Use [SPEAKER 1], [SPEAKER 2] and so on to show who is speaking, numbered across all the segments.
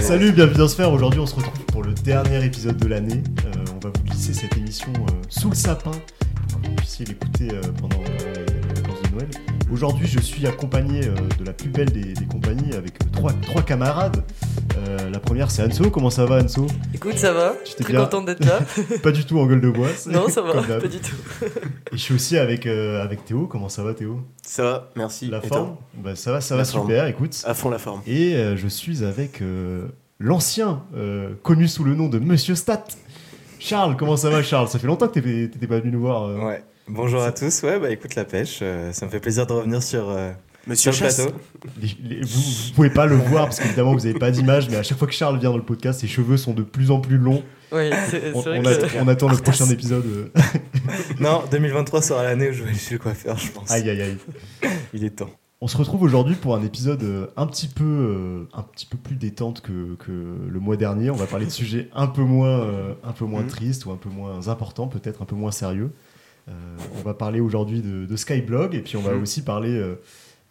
[SPEAKER 1] Salut, bienvenue dans Sphère. Aujourd'hui, on se retrouve pour le dernier épisode de l'année. Euh, on va vous glisser cette émission euh, sous le sapin pour que vous puissiez l'écouter euh, pendant euh, les vacances de Noël. Aujourd'hui, je suis accompagné euh, de la plus belle des, des compagnies avec euh, trois, trois camarades. Euh, la première, c'est Anso. Comment ça va, Anso
[SPEAKER 2] Écoute, ça va
[SPEAKER 1] Je t'ai
[SPEAKER 2] Très
[SPEAKER 1] bien-
[SPEAKER 2] contente d'être là.
[SPEAKER 1] Pas du tout en gueule de bois. c'est
[SPEAKER 2] non, ça va,
[SPEAKER 1] comme d'hab.
[SPEAKER 2] pas du tout.
[SPEAKER 1] Et je suis aussi avec, euh, avec Théo. Comment ça va, Théo
[SPEAKER 3] Ça va, merci.
[SPEAKER 1] La
[SPEAKER 3] Et
[SPEAKER 1] forme Bah, Ça va, ça va
[SPEAKER 3] La forme.
[SPEAKER 1] super, écoute.
[SPEAKER 3] toi À fond la forme.
[SPEAKER 1] Et euh, je suis avec euh, l'ancien, euh, connu sous le nom de Monsieur Stat. Charles, comment ça va Charles Ça fait longtemps que t'étais t'étais pas venu nous voir. euh.
[SPEAKER 4] Ouais. Bonjour à tous, ouais, bah écoute la pêche, euh, ça me fait plaisir de revenir sur, euh,
[SPEAKER 3] Monsieur
[SPEAKER 4] sur le
[SPEAKER 3] Chasse.
[SPEAKER 4] plateau.
[SPEAKER 1] Les- les- vous, vous pouvez pas le voir parce qu'évidemment vous avez pas d'image, mais à chaque fois que Charles vient dans le podcast, ses cheveux sont de plus en plus longs.
[SPEAKER 2] Oui, c'est c'est
[SPEAKER 1] On,
[SPEAKER 2] vrai
[SPEAKER 1] on
[SPEAKER 2] que.
[SPEAKER 1] att- on attend le prochain épisode. euh.
[SPEAKER 4] Non, 2023 sera l'année où je vais aller chez le coiffeur, je pense.
[SPEAKER 1] Aïe aïe aïe.
[SPEAKER 4] Il est temps.
[SPEAKER 1] On se retrouve aujourd'hui pour un épisode euh, un petit peu, euh, un petit peu plus détente que, que le mois dernier. On va parler de sujets un peu moins, euh, un peu moins
[SPEAKER 4] Mhm.
[SPEAKER 1] tristes ou un peu moins importants, peut-être un peu moins sérieux. Euh, on va parler aujourd'hui de, de Skyblog et puis on va
[SPEAKER 4] Mhm.
[SPEAKER 1] aussi parler euh,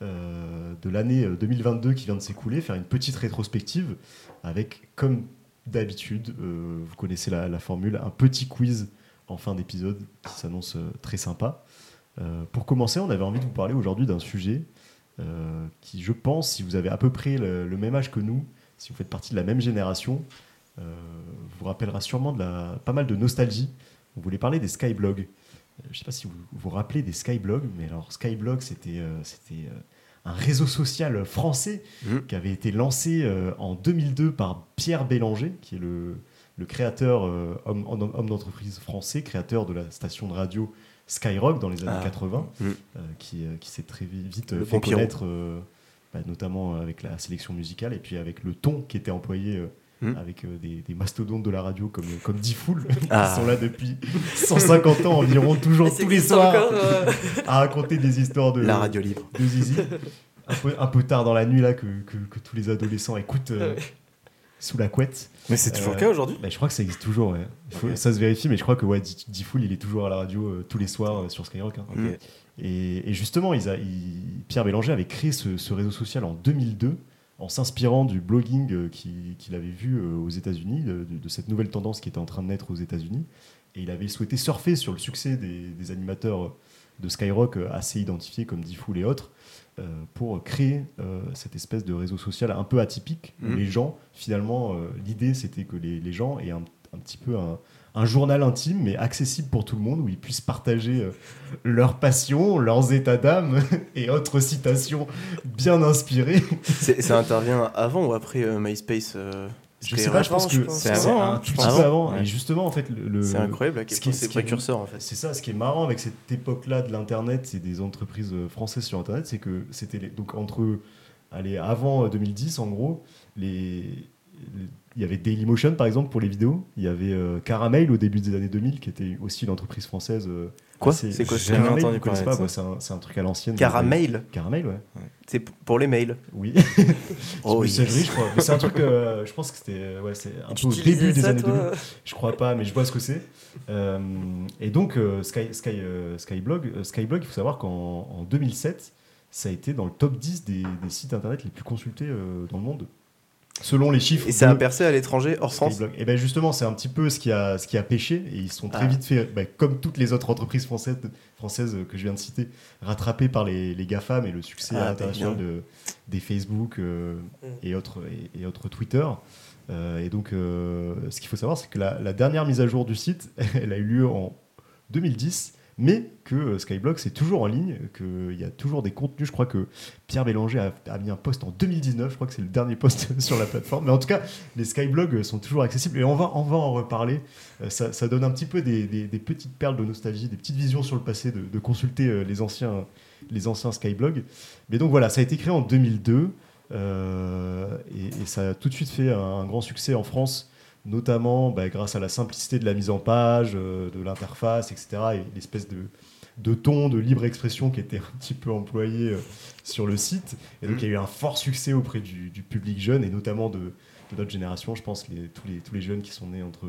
[SPEAKER 1] euh, de l'année euh, 2022 qui vient de s'écouler, faire une petite rétrospective avec, comme d'habitude, euh, vous connaissez la, la formule, un petit quiz en fin d'épisode qui s'annonce euh, très sympa. Euh, pour commencer, on avait envie de vous parler aujourd'hui d'un sujet euh, qui, je pense, si vous avez à peu près le, le même âge que nous, si vous faites partie de la même génération, euh, vous rappellera sûrement de la, pas mal de nostalgie. On voulait parler des skyblogs. Euh, je ne sais pas si vous vous rappelez des skyblogs, mais alors skyblog, c'était euh, c'était, euh, un réseau social français
[SPEAKER 3] Mhm.
[SPEAKER 1] qui avait été lancé euh, en 2002 par Pierre Bélanger, qui est le, le créateur, euh, homme, homme- homme d'entreprise français, créateur de la station de radio Skyrock dans les années
[SPEAKER 4] Ah.
[SPEAKER 1] 80,
[SPEAKER 3] Mhm.
[SPEAKER 1] euh, qui, euh, qui s'est très vi- vite euh,
[SPEAKER 3] Le
[SPEAKER 1] fait
[SPEAKER 3] bon Pierrot.
[SPEAKER 1] connaître, euh, bah, notamment avec la sélection musicale et puis avec le ton qui était employé. euh,
[SPEAKER 3] Mhm.
[SPEAKER 1] Avec euh, des, des mastodontes de la radio comme, euh, comme Difool,
[SPEAKER 3] Ah.
[SPEAKER 1] qui sont là depuis 150 ans environ, toujours
[SPEAKER 2] Mais c'est
[SPEAKER 1] tous les
[SPEAKER 2] existe
[SPEAKER 1] soirs,
[SPEAKER 2] encore, euh,
[SPEAKER 1] à raconter des histoires de,
[SPEAKER 3] La radio libre.
[SPEAKER 1] de zizi. Un peu, un peu tard dans la nuit, là, que, que, que tous les adolescents écoutent euh,
[SPEAKER 2] Ah Ouais.
[SPEAKER 1] sous la couette.
[SPEAKER 4] Mais c'est toujours
[SPEAKER 1] Euh,
[SPEAKER 4] le cas aujourd'hui
[SPEAKER 1] Bah, je crois que ça existe toujours, ouais. Faut-
[SPEAKER 4] Ok.
[SPEAKER 1] Ça se vérifie, mais je crois que ouais, D- Difool, il est toujours à la radio euh, tous les soirs euh, sur Skyrock. hein.
[SPEAKER 4] Ok.
[SPEAKER 3] Mm.
[SPEAKER 1] Et, et justement, ils a- ils- Pierre Bélanger avait créé ce, ce réseau social en 2002 en s'inspirant du blogging euh, qui- qu'il avait vu euh, aux États-Unis, de, de- de cette nouvelle tendance qui était en train de naître aux États-Unis. Et il avait souhaité surfer sur le succès des, des animateurs de Skyrock euh, assez identifiés comme Diffoul et autres euh, pour créer euh, cette espèce de réseau social un peu atypique où
[SPEAKER 4] Mm.
[SPEAKER 3] Mhm.
[SPEAKER 1] les gens, finalement, euh, l'idée c'était que les, les gens aient un, un petit peu un, un journal intime mais accessible pour tout le monde où ils puissent partager euh, leurs passions, leurs états d'âme et autres citations bien inspirées.
[SPEAKER 3] C'est- Ça intervient avant ou après euh, MySpace euh,
[SPEAKER 1] Je sais
[SPEAKER 3] Skyrock
[SPEAKER 1] pas, je pense
[SPEAKER 2] avant,
[SPEAKER 1] que
[SPEAKER 2] je pense.
[SPEAKER 4] C'est avant,
[SPEAKER 1] un
[SPEAKER 4] hein,
[SPEAKER 1] tout
[SPEAKER 4] je
[SPEAKER 1] petit
[SPEAKER 3] pense.
[SPEAKER 1] peu avant.
[SPEAKER 4] Ouais.
[SPEAKER 1] Et justement, en fait, le, le-
[SPEAKER 3] C'est incroyable à quel
[SPEAKER 1] ce qui-
[SPEAKER 3] point
[SPEAKER 1] ce
[SPEAKER 3] c'est
[SPEAKER 1] qui-
[SPEAKER 3] précurseur en fait.
[SPEAKER 1] C'est ça, ce qui est marrant avec cette époque-là de l'Internet et des entreprises euh, françaises sur Internet, c'est que c'était les- donc entre allez, avant euh, 2010, en gros, les, les- il y avait Dailymotion par exemple pour les vidéos, il y avait euh, Caramel au début des années 2000 qui était aussi une entreprise française. euh,
[SPEAKER 3] Quoi
[SPEAKER 1] assez-
[SPEAKER 3] C'est quoi
[SPEAKER 4] J'ai
[SPEAKER 3] ce
[SPEAKER 4] jamais
[SPEAKER 1] Caramel,
[SPEAKER 4] entendu
[SPEAKER 1] vous connaissez
[SPEAKER 4] parler de
[SPEAKER 1] pas,
[SPEAKER 4] ça.
[SPEAKER 1] bah, c'est un- c'est un, truc à l'ancienne. euh,
[SPEAKER 3] Caramail
[SPEAKER 1] Caramel, ouais.
[SPEAKER 3] C'est p- pour les mails.
[SPEAKER 1] Oui.
[SPEAKER 3] Oh,
[SPEAKER 1] Mais
[SPEAKER 3] yes.
[SPEAKER 1] c'est vrai, je crois. Mais c'est un truc, euh, je pense que c'était euh, ouais, c'est un
[SPEAKER 2] tu
[SPEAKER 1] peu au
[SPEAKER 2] utilisais
[SPEAKER 1] début des
[SPEAKER 2] ça,
[SPEAKER 1] années
[SPEAKER 2] toi
[SPEAKER 1] 2000. Je crois pas, mais je vois ce que c'est. Euh, et donc, euh, Sky, Sky, euh, Skyblog, euh, Skyblog, il faut savoir qu'en en 2007, ça a été dans le top 10 des, des sites internet les plus consultés euh, dans le monde, selon les chiffres.
[SPEAKER 3] Et ça a
[SPEAKER 1] de
[SPEAKER 3] percé à l'étranger, hors France
[SPEAKER 1] Skyblog. Et bien justement, c'est un petit peu ce qui a, ce qui a pêché, et ils se sont très
[SPEAKER 3] Ah.
[SPEAKER 1] vite fait, bah, comme toutes les autres entreprises françaises, françaises euh, que je viens de citer, rattrapées par les, les GAFAM et le succès
[SPEAKER 3] Ah, bah,
[SPEAKER 1] international
[SPEAKER 3] bien.
[SPEAKER 1] de- des Facebook euh,
[SPEAKER 2] Mm.
[SPEAKER 1] et, autres, et, et autres Twitter. Euh, et donc, euh, ce qu'il faut savoir, c'est que la, la dernière mise à jour du site, elle a eu lieu en 2010, mais que euh, Skyblog, c'est toujours en ligne, qu'il y a toujours des contenus. Je crois que Pierre Bélanger a, a mis un post en 2019, je crois que c'est le dernier post sur la plateforme. Mais en tout cas, les Skyblogs euh, sont toujours accessibles et on va, on va en reparler. Euh, Ça, ça donne un petit peu des, des- des petites perles de nostalgie, des petites visions sur le passé, de, de consulter euh, les anciens, les anciens Skyblogs. Mais donc voilà, ça a été créé en 2002 euh, et, et ça a tout de suite fait un, un grand succès en France, notamment bah, grâce à la simplicité de la mise en page, euh, de l'interface, etc. et l'espèce de, de ton, de libre expression qui était un petit peu employé euh, sur le site. Et donc il y a eu un fort succès auprès du, du public jeune et notamment de, de notre génération, je pense, les, tous, les, tous les jeunes qui sont nés entre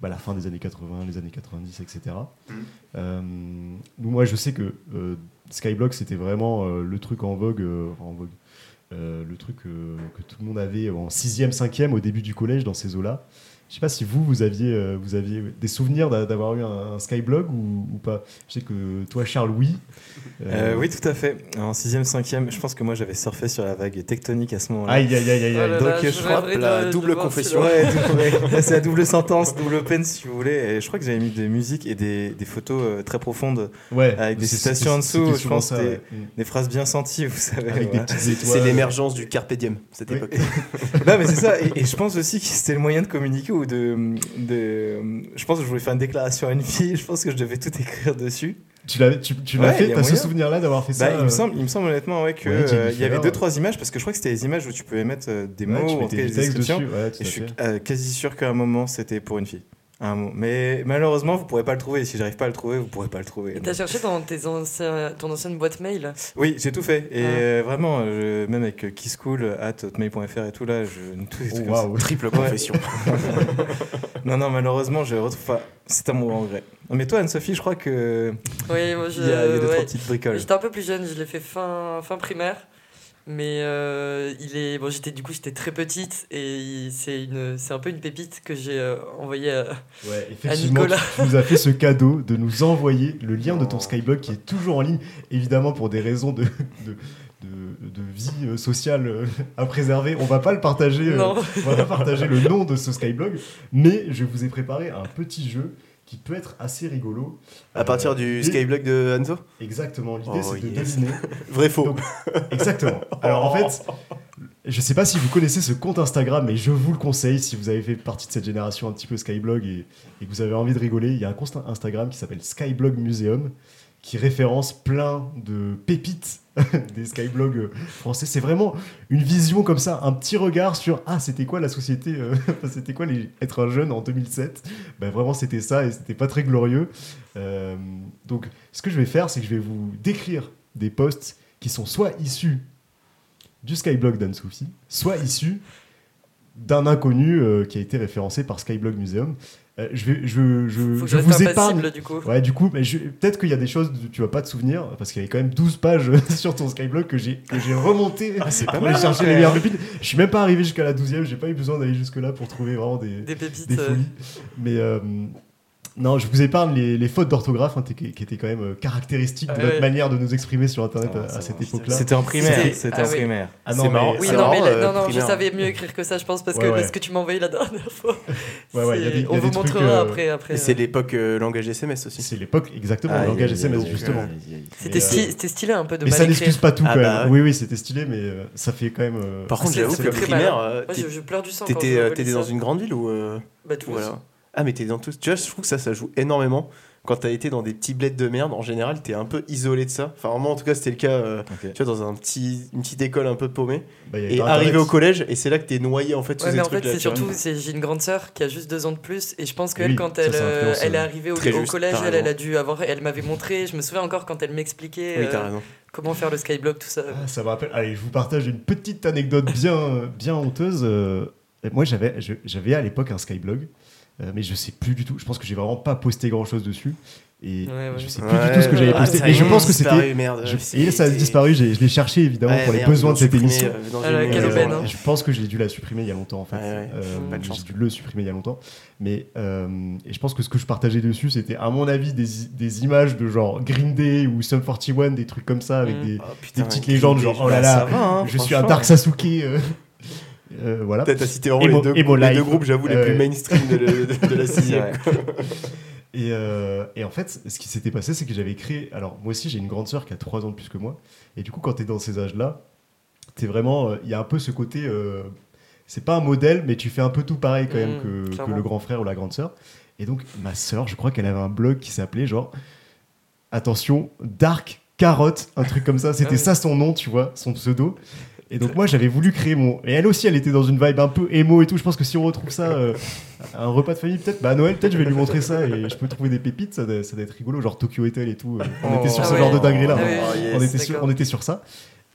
[SPEAKER 1] bah, la fin des années 80, les années 90, etc. Euh, nous, moi, je sais que euh, Skyblog, c'était vraiment euh, le truc en vogue, euh, enfin, en vogue, euh, le truc euh, que tout le monde avait en 6e, 5e au début du collège dans ces eaux-là. Je sais pas si vous, vous aviez, euh, vous aviez des souvenirs d'a- d'avoir eu un, un Skyblog ou, ou pas. Je sais que toi, Charles, oui.
[SPEAKER 4] Euh, oui, tout à fait. En 6ème, 5ème, je pense que moi j'avais surfé sur la vague tectonique à ce moment-là.
[SPEAKER 1] Aïe, aïe, aïe, aïe,
[SPEAKER 4] Ah
[SPEAKER 1] aïe.
[SPEAKER 2] Oh
[SPEAKER 3] là là, je rêverais de- de double voir
[SPEAKER 4] Ouais,
[SPEAKER 3] celui-là. confession.
[SPEAKER 4] tout- ouais. Là, c'est la double sentence, double peine si vous voulez. Et je crois que j'avais mis des musiques et des, des photos euh, très profondes,
[SPEAKER 1] Ouais.
[SPEAKER 4] Avec des
[SPEAKER 1] C'est-
[SPEAKER 4] citations en
[SPEAKER 1] c'est- c'était
[SPEAKER 4] dessous, je
[SPEAKER 1] souvent
[SPEAKER 4] pense
[SPEAKER 1] ça,
[SPEAKER 4] des-
[SPEAKER 1] ouais. Mm.
[SPEAKER 4] des phrases bien senties, vous savez.
[SPEAKER 1] Avec des
[SPEAKER 4] voilà.
[SPEAKER 1] petites
[SPEAKER 3] C'est
[SPEAKER 1] étoiles.
[SPEAKER 3] c'est l'émergence du Carpe Diem, cette
[SPEAKER 1] Oui.
[SPEAKER 3] époque.
[SPEAKER 4] Non, mais c'est ça. Et, et je pense aussi que c'était le moyen de communiquer ou de, de. Je pense que je voulais faire une déclaration à une fille. Je pense que je devais tout écrire dessus.
[SPEAKER 1] Tu l'avais, tu, tu l'as
[SPEAKER 4] Ouais,
[SPEAKER 1] fait,
[SPEAKER 4] y a
[SPEAKER 1] t'as ce
[SPEAKER 4] moyen.
[SPEAKER 1] souvenir-là d'avoir fait
[SPEAKER 4] Bah,
[SPEAKER 1] ça.
[SPEAKER 4] il, me
[SPEAKER 1] euh,
[SPEAKER 4] semble, il me semble honnêtement ouais, que
[SPEAKER 1] Ouais,
[SPEAKER 4] euh,
[SPEAKER 1] Jennifer,
[SPEAKER 4] il y avait deux
[SPEAKER 1] euh,
[SPEAKER 4] trois images parce que je crois que c'était des images où tu pouvais mettre euh, des
[SPEAKER 1] ouais,
[SPEAKER 4] mots
[SPEAKER 1] tu
[SPEAKER 4] ou en
[SPEAKER 1] mettais
[SPEAKER 4] tout cas
[SPEAKER 1] du
[SPEAKER 4] des
[SPEAKER 1] texte dessus.
[SPEAKER 4] descriptions.
[SPEAKER 1] Ouais, tout
[SPEAKER 4] Et
[SPEAKER 1] à
[SPEAKER 4] je suis
[SPEAKER 1] fait.
[SPEAKER 4] euh, quasi sûr qu'à un moment c'était pour une fille. À Un moment. Mais malheureusement vous pourrez pas le trouver. Et Si j'arrive pas à le trouver, vous pourrez pas le trouver.
[SPEAKER 2] Et t'as cherché dans tes anciens, ton ancienne boîte mail
[SPEAKER 4] Oui, j'ai tout fait. Et
[SPEAKER 2] Ah.
[SPEAKER 4] euh, vraiment, euh, je- même avec euh, kisscool euh, at hotmail.fr et tout là, je tout est
[SPEAKER 1] Oh,
[SPEAKER 4] comme ça.
[SPEAKER 1] waouh.
[SPEAKER 3] Triple confession.
[SPEAKER 4] Non, non, malheureusement, je retrouve pas. C'est un mon regret. Non, mais toi, Anne-Sophie, je crois que
[SPEAKER 2] Oui, moi je.
[SPEAKER 4] il y a, il y a deux,
[SPEAKER 2] ouais.
[SPEAKER 4] trois petites bricoles.
[SPEAKER 2] J'étais un peu plus jeune, je l'ai fait fin, fin primaire. Mais euh, il est. Bon, j'étais du coup, j'étais très petite et il- c'est une, c'est un peu une pépite que j'ai euh, envoyée à.
[SPEAKER 1] Ouais, effectivement, tu,
[SPEAKER 2] Nicolas.
[SPEAKER 1] tu nous as fait ce cadeau de nous envoyer le lien de ton
[SPEAKER 3] Oh.
[SPEAKER 1] Skyblog qui est toujours en ligne, évidemment pour des raisons de, de, de- de vie euh, sociale euh, à préserver. On va pas le partager, euh,
[SPEAKER 2] Non.
[SPEAKER 1] on va pas partager le nom de ce Skyblog, mais je vous ai préparé un petit jeu qui peut être assez rigolo.
[SPEAKER 3] À partir
[SPEAKER 1] Euh,
[SPEAKER 3] du
[SPEAKER 1] l'idée-
[SPEAKER 3] Skyblock de Hanzo
[SPEAKER 1] Exactement, l'idée
[SPEAKER 3] Oh,
[SPEAKER 1] c'est de
[SPEAKER 3] yes.
[SPEAKER 1] deviner.
[SPEAKER 3] Vrai faux.
[SPEAKER 1] Donc- Exactement. Alors en fait, je sais pas si vous connaissez ce compte Instagram, mais je vous le conseille si vous avez fait partie de cette génération un petit peu Skyblog et, et que vous avez envie de rigoler. Il y a un compte Instagram qui s'appelle Skyblog Museum qui référence plein de pépites des skyblogs euh, français. C'est vraiment une vision comme ça, un petit regard sur ah c'était quoi la société, euh, c'était quoi les- être un jeune en 2007. Ben vraiment c'était ça et c'était pas très glorieux. Euh, donc ce que je vais faire c'est que je vais vous décrire des posts qui sont soit issus du skyblog d'Anne-Sophie, soit issus d'un inconnu euh, qui a été référencé par Skyblog Museum. Euh, je vais, je, je,
[SPEAKER 2] Faut que
[SPEAKER 1] je
[SPEAKER 2] je
[SPEAKER 1] vous
[SPEAKER 2] reste
[SPEAKER 1] épargne.
[SPEAKER 2] impassible du coup.
[SPEAKER 1] Ouais, du coup, mais je- peut-être qu'il y a des choses que tu vas pas te souvenir, parce qu'il y avait quand même 12 pages sur ton Skyblog que j'ai que j'ai remonté
[SPEAKER 3] Ah,
[SPEAKER 1] pour aller
[SPEAKER 4] mal,
[SPEAKER 1] chercher les
[SPEAKER 4] hein, quand
[SPEAKER 1] meilleures
[SPEAKER 4] même.
[SPEAKER 1] pépites. Je suis même pas arrivé jusqu'à la 12e, j'ai pas eu besoin d'aller jusque-là pour trouver vraiment des,
[SPEAKER 2] Des pépites.
[SPEAKER 1] des
[SPEAKER 2] euh,
[SPEAKER 1] folies. Mais euh, non, je vous épargne les, les fautes d'orthographe hein, t- qui qui étaient quand même euh, caractéristiques de
[SPEAKER 2] Ah
[SPEAKER 1] notre
[SPEAKER 2] ouais.
[SPEAKER 1] manière de nous exprimer sur Internet
[SPEAKER 4] Ah,
[SPEAKER 1] à- à,
[SPEAKER 4] ça
[SPEAKER 1] cette
[SPEAKER 4] va,
[SPEAKER 1] époque-là.
[SPEAKER 4] C'était en primaire.
[SPEAKER 2] C'était-
[SPEAKER 4] C'était
[SPEAKER 2] Ah
[SPEAKER 4] en
[SPEAKER 2] oui.
[SPEAKER 4] primaire.
[SPEAKER 1] Ah non,
[SPEAKER 4] C'est
[SPEAKER 1] mais-
[SPEAKER 4] marrant.
[SPEAKER 2] Oui,
[SPEAKER 3] C'est
[SPEAKER 2] non, mais
[SPEAKER 3] marrant,
[SPEAKER 2] le-
[SPEAKER 3] euh,
[SPEAKER 2] non, non, je
[SPEAKER 3] primaire.
[SPEAKER 2] savais mieux écrire que ça, je pense, parce que
[SPEAKER 1] Ouais, ouais.
[SPEAKER 2] ce que tu m'as envoyé la dernière fois.
[SPEAKER 1] Ouais, ouais, il y a
[SPEAKER 2] c'est-
[SPEAKER 1] des- il y a
[SPEAKER 2] on
[SPEAKER 1] des
[SPEAKER 2] vous
[SPEAKER 1] trucs,
[SPEAKER 2] montrera
[SPEAKER 1] euh,
[SPEAKER 2] après. après
[SPEAKER 3] Et c'est
[SPEAKER 2] euh.
[SPEAKER 3] l'époque euh, langage SMS aussi.
[SPEAKER 1] C'est l'époque, exactement,
[SPEAKER 3] Ah,
[SPEAKER 4] Aïe,
[SPEAKER 1] le langage
[SPEAKER 4] aïe,
[SPEAKER 1] SMS,
[SPEAKER 4] aïe,
[SPEAKER 1] justement.
[SPEAKER 4] aïe, aïe, aïe.
[SPEAKER 2] C'était
[SPEAKER 1] Et,
[SPEAKER 2] sti-
[SPEAKER 1] euh,
[SPEAKER 2] c'était stylé un peu de
[SPEAKER 1] Mais
[SPEAKER 2] mal
[SPEAKER 1] ça
[SPEAKER 2] écrire.
[SPEAKER 1] n'excuse pas tout,
[SPEAKER 3] Ah
[SPEAKER 1] quand
[SPEAKER 3] bah
[SPEAKER 1] même. Oui, oui, c'était stylé, mais euh, ça fait quand même... euh,
[SPEAKER 3] Par contre,
[SPEAKER 2] Ah, c'est-
[SPEAKER 3] j'avoue
[SPEAKER 2] c'est
[SPEAKER 3] que
[SPEAKER 2] très
[SPEAKER 3] primaire,
[SPEAKER 2] malin.
[SPEAKER 3] euh,
[SPEAKER 2] Moi, je,
[SPEAKER 3] t'é-
[SPEAKER 2] je pleure du sang. quand
[SPEAKER 3] t'étais
[SPEAKER 2] je
[SPEAKER 3] euh,
[SPEAKER 2] relis
[SPEAKER 3] t'étais
[SPEAKER 2] ça.
[SPEAKER 3] dans une grande ville ou euh,
[SPEAKER 2] Bah, Toulouse.
[SPEAKER 3] voilà. Ah, mais t'es dans tout. Tu vois, je trouve que ça, ça joue énormément. Quand t'as été dans des petits bleds de merde, en général, t'es un peu isolé de ça. Enfin, moi, en tout cas, c'était le cas. euh,
[SPEAKER 4] Ok.
[SPEAKER 3] Tu vois, dans un petit, une petite école un peu paumée.
[SPEAKER 1] bah, il y avait
[SPEAKER 3] Et
[SPEAKER 1] pas Internet.
[SPEAKER 3] arrivé au collège, et c'est là que t'es noyé en fait sous
[SPEAKER 2] Ouais,
[SPEAKER 3] ces
[SPEAKER 2] mais en
[SPEAKER 3] trucs-là.
[SPEAKER 2] fait, c'est
[SPEAKER 3] tu vois.
[SPEAKER 2] surtout, c'est- j'ai une grande sœur qui a juste deux ans de plus, et je pense qu'elle,
[SPEAKER 1] Oui,
[SPEAKER 2] quand
[SPEAKER 1] ça,
[SPEAKER 2] elle,
[SPEAKER 1] ça
[SPEAKER 2] euh,
[SPEAKER 1] influence,
[SPEAKER 2] elle est
[SPEAKER 1] euh,
[SPEAKER 2] arrivée au,
[SPEAKER 3] très
[SPEAKER 2] au
[SPEAKER 3] juste,
[SPEAKER 2] collège,
[SPEAKER 3] t'as
[SPEAKER 2] elle, elle a
[SPEAKER 3] raison.
[SPEAKER 2] dû avoir, elle m'avait montré, je me souviens encore quand elle m'expliquait
[SPEAKER 3] Oui, t'as
[SPEAKER 2] euh,
[SPEAKER 3] raison.
[SPEAKER 2] comment faire le skyblock, tout ça.
[SPEAKER 1] Ah, ça me rappelle. Allez, je vous partage une petite anecdote bien, euh, bien honteuse. Euh, moi, j'avais, je- j'avais à l'époque un Skyblog, euh, mais je sais plus du tout. Je pense que j'ai vraiment pas posté grand chose dessus. Et
[SPEAKER 2] Ouais, ouais.
[SPEAKER 1] je sais plus du tout ce que j'avais
[SPEAKER 2] Ah,
[SPEAKER 1] posté.
[SPEAKER 2] ça
[SPEAKER 1] mais
[SPEAKER 2] y
[SPEAKER 1] je
[SPEAKER 2] est,
[SPEAKER 1] pense que c'était.
[SPEAKER 3] Disparu, merde,
[SPEAKER 1] je-
[SPEAKER 3] c'est-
[SPEAKER 1] et ça a
[SPEAKER 3] c'est-
[SPEAKER 1] disparu. j'ai- Je l'ai cherché évidemment
[SPEAKER 3] Ouais,
[SPEAKER 1] pour les
[SPEAKER 3] merde,
[SPEAKER 1] besoins de
[SPEAKER 3] ils
[SPEAKER 1] cette
[SPEAKER 3] l'ont supprimé,
[SPEAKER 1] émission.
[SPEAKER 3] euh, dans
[SPEAKER 2] Ah, la
[SPEAKER 3] une-
[SPEAKER 1] Et,
[SPEAKER 2] quelle
[SPEAKER 1] euh,
[SPEAKER 2] aubaine, hein.
[SPEAKER 1] Je pense que j'ai dû la supprimer il y a longtemps en fait.
[SPEAKER 3] Ouais, ouais.
[SPEAKER 1] Euh,
[SPEAKER 2] Pas de
[SPEAKER 1] j'ai
[SPEAKER 3] chance.
[SPEAKER 1] dû le supprimer il y a longtemps. Mais euh, et je pense que ce que je partageais dessus, c'était à mon avis des, des images de genre Green Day ou Sum 41, des trucs comme ça avec
[SPEAKER 2] Mm.
[SPEAKER 1] des,
[SPEAKER 3] Oh, putain,
[SPEAKER 1] des petites
[SPEAKER 3] Green
[SPEAKER 1] légendes,
[SPEAKER 3] Day,
[SPEAKER 1] genre,
[SPEAKER 3] je-
[SPEAKER 1] oh là
[SPEAKER 3] bah,
[SPEAKER 1] là,
[SPEAKER 3] ça va, hein,
[SPEAKER 1] je suis un
[SPEAKER 3] franchement.
[SPEAKER 1] Dark Sasuke. euh, euh, voilà.
[SPEAKER 3] T'as t'as cité vraiment
[SPEAKER 1] Emo-
[SPEAKER 3] les, deux,
[SPEAKER 1] Emo
[SPEAKER 3] les deux
[SPEAKER 1] Life.
[SPEAKER 3] groupes, j'avoue, les
[SPEAKER 1] Euh,
[SPEAKER 3] plus mainstream de, le- de- de la
[SPEAKER 4] C'est
[SPEAKER 3] sixième.
[SPEAKER 4] vrai.
[SPEAKER 1] Et, euh, et en fait, ce qui s'était passé, c'est que j'avais créé. Alors, moi aussi, j'ai une grande sœur qui a 3 ans de plus que moi. Et du coup, quand t'es dans ces âges-là, t'es vraiment. euh, Il y a un peu ce côté. euh, c'est pas un modèle, mais tu fais un peu tout pareil quand même
[SPEAKER 2] Mhm,
[SPEAKER 1] que- que,
[SPEAKER 2] clairement.
[SPEAKER 1] le grand frère ou la grande sœur. Et donc, ma sœur, je crois qu'elle avait un blog qui s'appelait genre. Attention, Dark Carotte, un truc comme ça.
[SPEAKER 2] Ah
[SPEAKER 1] C'était
[SPEAKER 2] oui.
[SPEAKER 1] ça son nom, tu vois, son pseudo. Et donc, moi, j'avais voulu créer mon. Et elle aussi, elle était dans une vibe un peu émo et tout. Je pense que si on retrouve ça. euh, un repas de famille peut-être bah à Noël peut-être je vais lui montrer ça et je peux trouver des pépites ça doit, ça doit être rigolo genre Tokyo Hotel et tout euh, on
[SPEAKER 4] Oh.
[SPEAKER 1] était sur
[SPEAKER 2] Ah
[SPEAKER 1] ce
[SPEAKER 2] ouais.
[SPEAKER 1] genre de dinguerie là
[SPEAKER 2] Ah
[SPEAKER 3] Oh,
[SPEAKER 2] oui,
[SPEAKER 1] on,
[SPEAKER 3] yes.
[SPEAKER 1] était sur,
[SPEAKER 2] d'accord.
[SPEAKER 1] on était sur ça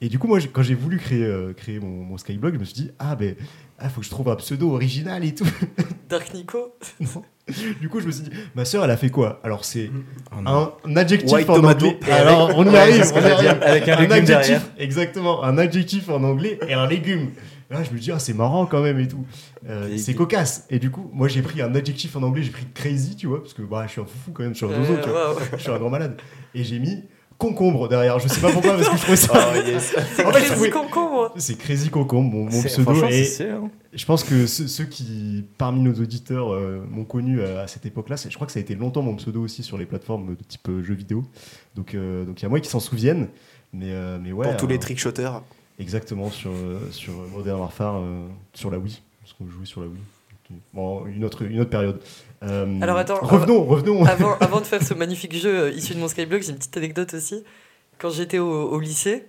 [SPEAKER 1] et du coup moi j'ai- quand j'ai voulu créer, euh, créer mon, mon Skyblog je me suis dit ah ben ah, faut que je trouve un pseudo original et tout
[SPEAKER 2] Dark Nico
[SPEAKER 1] Du coup, je me suis dit, ma sœur, elle a fait quoi Alors, c'est
[SPEAKER 4] Oh non.
[SPEAKER 1] un adjectif
[SPEAKER 3] White
[SPEAKER 1] en
[SPEAKER 3] tomato.
[SPEAKER 1] anglais. Alors, on y
[SPEAKER 4] Ouais,
[SPEAKER 1] arrive,
[SPEAKER 4] c'est ce
[SPEAKER 1] on
[SPEAKER 4] que
[SPEAKER 1] y
[SPEAKER 4] j'allais dire,
[SPEAKER 1] arrive.
[SPEAKER 4] Avec un, légume
[SPEAKER 1] adjectif,
[SPEAKER 4] derrière.
[SPEAKER 1] exactement, un adjectif en anglais et un légume. Là, je me dis, ah, c'est marrant quand même et tout. Euh,
[SPEAKER 4] Puis-
[SPEAKER 1] c'est cocasse. Et du coup, moi, j'ai pris un adjectif en anglais, j'ai pris crazy, tu vois, parce que bah, je suis un foufou quand même, je suis un
[SPEAKER 2] Euh,
[SPEAKER 1] zozo, tu vois.
[SPEAKER 2] waouh.
[SPEAKER 1] Je suis un grand malade. Et j'ai mis concombre derrière. Je sais pas pourquoi, parce que je trouvais ça.
[SPEAKER 3] Oh, yes.
[SPEAKER 1] En
[SPEAKER 2] C'est
[SPEAKER 1] fait,
[SPEAKER 2] Ah crazy hein.
[SPEAKER 1] oui.
[SPEAKER 2] concombre.
[SPEAKER 1] C'est crazy concombre, mon, mon
[SPEAKER 4] C'est-
[SPEAKER 1] pseudo.
[SPEAKER 4] franchement,
[SPEAKER 1] Et
[SPEAKER 4] c'est- c'est, hein.
[SPEAKER 1] je pense que ceux, ceux qui, parmi nos auditeurs, euh, m'ont connu euh, à cette époque-là, c'est- je crois que ça a été longtemps mon pseudo aussi sur les plateformes de type euh, jeux vidéo. Donc, euh, donc il y a moi qui s'en souviennent. Mais, euh, mais ouais.
[SPEAKER 3] Pour tous
[SPEAKER 1] euh,
[SPEAKER 3] les trickshotters.
[SPEAKER 1] Exactement, sur, euh, sur Modern Warfare, euh, sur la Wii, parce qu'on jouait sur la Wii. Bon, une autre, une autre période. Euh,
[SPEAKER 2] Alors, attends,
[SPEAKER 1] Revenons, revenons.
[SPEAKER 2] Avant, avant de faire ce magnifique jeu euh, issu de mon Skyblock, j'ai une petite anecdote aussi. Quand j'étais au, au lycée,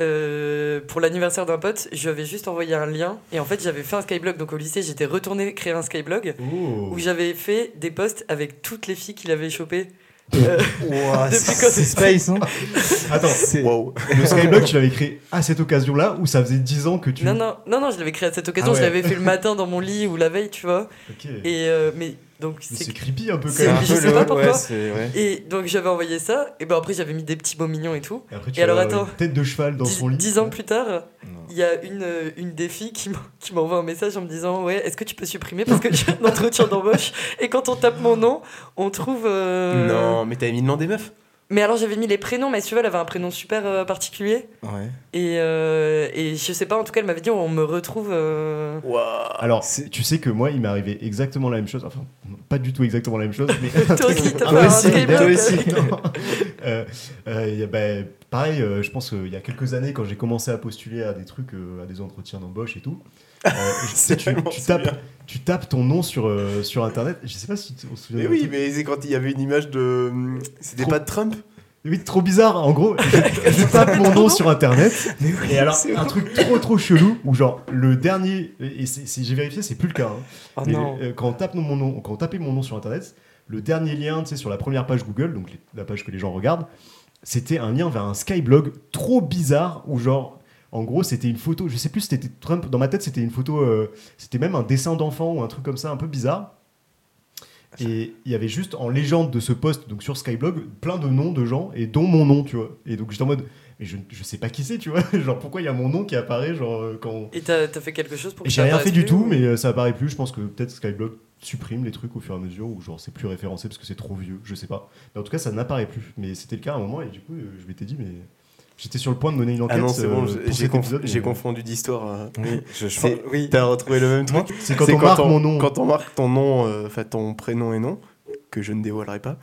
[SPEAKER 2] euh, pour l'anniversaire d'un pote, je lui avais juste envoyé un lien. Et en fait, j'avais fait un Skyblock. Donc au lycée, j'étais retourné créer un Skyblog
[SPEAKER 1] Oh.
[SPEAKER 2] où j'avais fait des posts avec toutes les filles qu'il avait chopées.
[SPEAKER 4] Ouah,
[SPEAKER 2] Depuis
[SPEAKER 4] c'est
[SPEAKER 2] quand
[SPEAKER 4] c'est
[SPEAKER 2] c'est- hein
[SPEAKER 4] Space, non
[SPEAKER 1] Attends,
[SPEAKER 4] C'est-
[SPEAKER 3] Wow.
[SPEAKER 1] le Skyblock, tu l'avais créé à cette occasion-là, où ça faisait 10 ans que tu.
[SPEAKER 2] Non, non, non, non, je l'avais créé à cette occasion.
[SPEAKER 1] Ah ouais.
[SPEAKER 2] Je l'avais fait le matin dans mon lit ou la veille, tu vois.
[SPEAKER 1] Ok.
[SPEAKER 2] Et euh, mais donc
[SPEAKER 1] Mais
[SPEAKER 2] c'est
[SPEAKER 1] C'est creepy un peu quand
[SPEAKER 2] c'est-
[SPEAKER 1] même.
[SPEAKER 2] je sais pas pourquoi.
[SPEAKER 4] ouais, c'est- ouais.
[SPEAKER 2] et donc j'avais envoyé ça. Et ben après, j'avais mis des petits mots mignons et tout.
[SPEAKER 1] Et après, tu
[SPEAKER 2] Et alors,
[SPEAKER 1] as
[SPEAKER 2] attends.
[SPEAKER 1] une tête de cheval dans
[SPEAKER 2] Dix-
[SPEAKER 1] son lit.
[SPEAKER 2] dix ans plus tard,
[SPEAKER 4] Non.
[SPEAKER 2] Il y a une, euh, une des filles qui m'en- qui m'envoie un message en me disant Ouais, est-ce que tu peux supprimer Parce que j'ai un entretien d'embauche. Et quand on tape mon nom, on trouve. euh,
[SPEAKER 3] Non, mais t'avais mis le nom des meufs.
[SPEAKER 2] Mais alors j'avais mis les prénoms, mais si tu veux, elle avait un prénom super euh, particulier.
[SPEAKER 4] Ouais.
[SPEAKER 2] Et, euh, et je sais pas, en tout cas, elle m'avait dit On me retrouve. euh,
[SPEAKER 3] Waouh.
[SPEAKER 1] Alors,
[SPEAKER 4] C'est-
[SPEAKER 1] tu sais que moi, il m'est arrivé exactement la même chose. Enfin, pas du tout exactement la même chose, mais Ah, un
[SPEAKER 2] Toi aussi,
[SPEAKER 1] truc
[SPEAKER 2] t'as
[SPEAKER 1] un
[SPEAKER 2] fait
[SPEAKER 1] peu
[SPEAKER 2] un hein.
[SPEAKER 1] similaire.
[SPEAKER 2] skyblock. Toi aussi.
[SPEAKER 1] Non. Euh, euh, y a- bah, pareil, euh, je pense euh, il y a quelques années, quand j'ai commencé à postuler à des trucs, euh, à des entretiens d'embauche et tout, euh, je-
[SPEAKER 3] C'est
[SPEAKER 1] tu,
[SPEAKER 3] vraiment
[SPEAKER 1] tu tapes,
[SPEAKER 3] bien.
[SPEAKER 1] tu tapes ton nom sur, euh, sur Internet. Je sais pas si tu- on se souvient.
[SPEAKER 3] Mais
[SPEAKER 1] de
[SPEAKER 3] oui,
[SPEAKER 1] truc.
[SPEAKER 3] mais c'est quand il y avait une image de. hum, C'était
[SPEAKER 1] Trop-
[SPEAKER 3] pas de Trump
[SPEAKER 1] Oui, trop bizarre. En gros, je, je tape mon nom sur Internet.
[SPEAKER 4] Mais oui,
[SPEAKER 1] Et alors,
[SPEAKER 4] c'est
[SPEAKER 1] un truc trop trop chelou, où genre le dernier, et c'est- c'est- j'ai vérifié, c'est plus le cas. hein.
[SPEAKER 4] Ah
[SPEAKER 2] Oh
[SPEAKER 1] Mais,
[SPEAKER 2] non.
[SPEAKER 1] euh, quand on tape mon nom, quand on tapait mon nom sur internet, le dernier lien, tu sais, sur la première page Google, donc les- la page que les gens regardent, c'était un lien vers un skyblog trop bizarre où genre. En gros, c'était une photo, je sais plus si c'était Trump, dans ma tête, c'était une photo, euh, c'était même un dessin d'enfant ou un truc comme ça, un peu bizarre. Et il y avait juste en légende de ce post, donc sur Skyblog, plein de noms de gens, et dont mon nom, tu vois. Et donc j'étais en mode, mais je, je sais pas qui c'est, tu vois. genre, pourquoi il y a mon nom qui apparaît, genre, euh, quand.
[SPEAKER 2] Et t'as t'as fait quelque chose pour
[SPEAKER 1] Et
[SPEAKER 2] que
[SPEAKER 1] J'ai
[SPEAKER 2] ça
[SPEAKER 1] rien fait
[SPEAKER 2] apparaisse
[SPEAKER 1] du
[SPEAKER 2] plus,
[SPEAKER 1] tout,
[SPEAKER 2] ou-
[SPEAKER 1] mais euh, ça apparaît plus. Je pense que peut-être Skyblog supprime les trucs au fur et à mesure, ou genre c'est plus référencé parce que c'est trop vieux, je sais pas. Mais en tout cas, ça n'apparaît plus. Mais c'était le cas à un moment, et du coup, euh, je m'étais dit, mais j'étais sur le point de mener une enquête.
[SPEAKER 3] Ah non, c'est
[SPEAKER 1] euh,
[SPEAKER 3] bon,
[SPEAKER 1] pour
[SPEAKER 3] j'ai- j'ai
[SPEAKER 1] cet
[SPEAKER 3] conf-
[SPEAKER 1] épisode, mais-
[SPEAKER 3] j'ai confondu d'histoire. euh.
[SPEAKER 4] Oui, je, je
[SPEAKER 3] C'est-
[SPEAKER 4] pense- oui.
[SPEAKER 3] T'as retrouvé le même truc
[SPEAKER 1] C'est quand
[SPEAKER 3] C'est
[SPEAKER 1] on marque mon nom.
[SPEAKER 3] Quand on marque ton nom, euh, enfin ton prénom et nom, que je ne dévoilerai pas,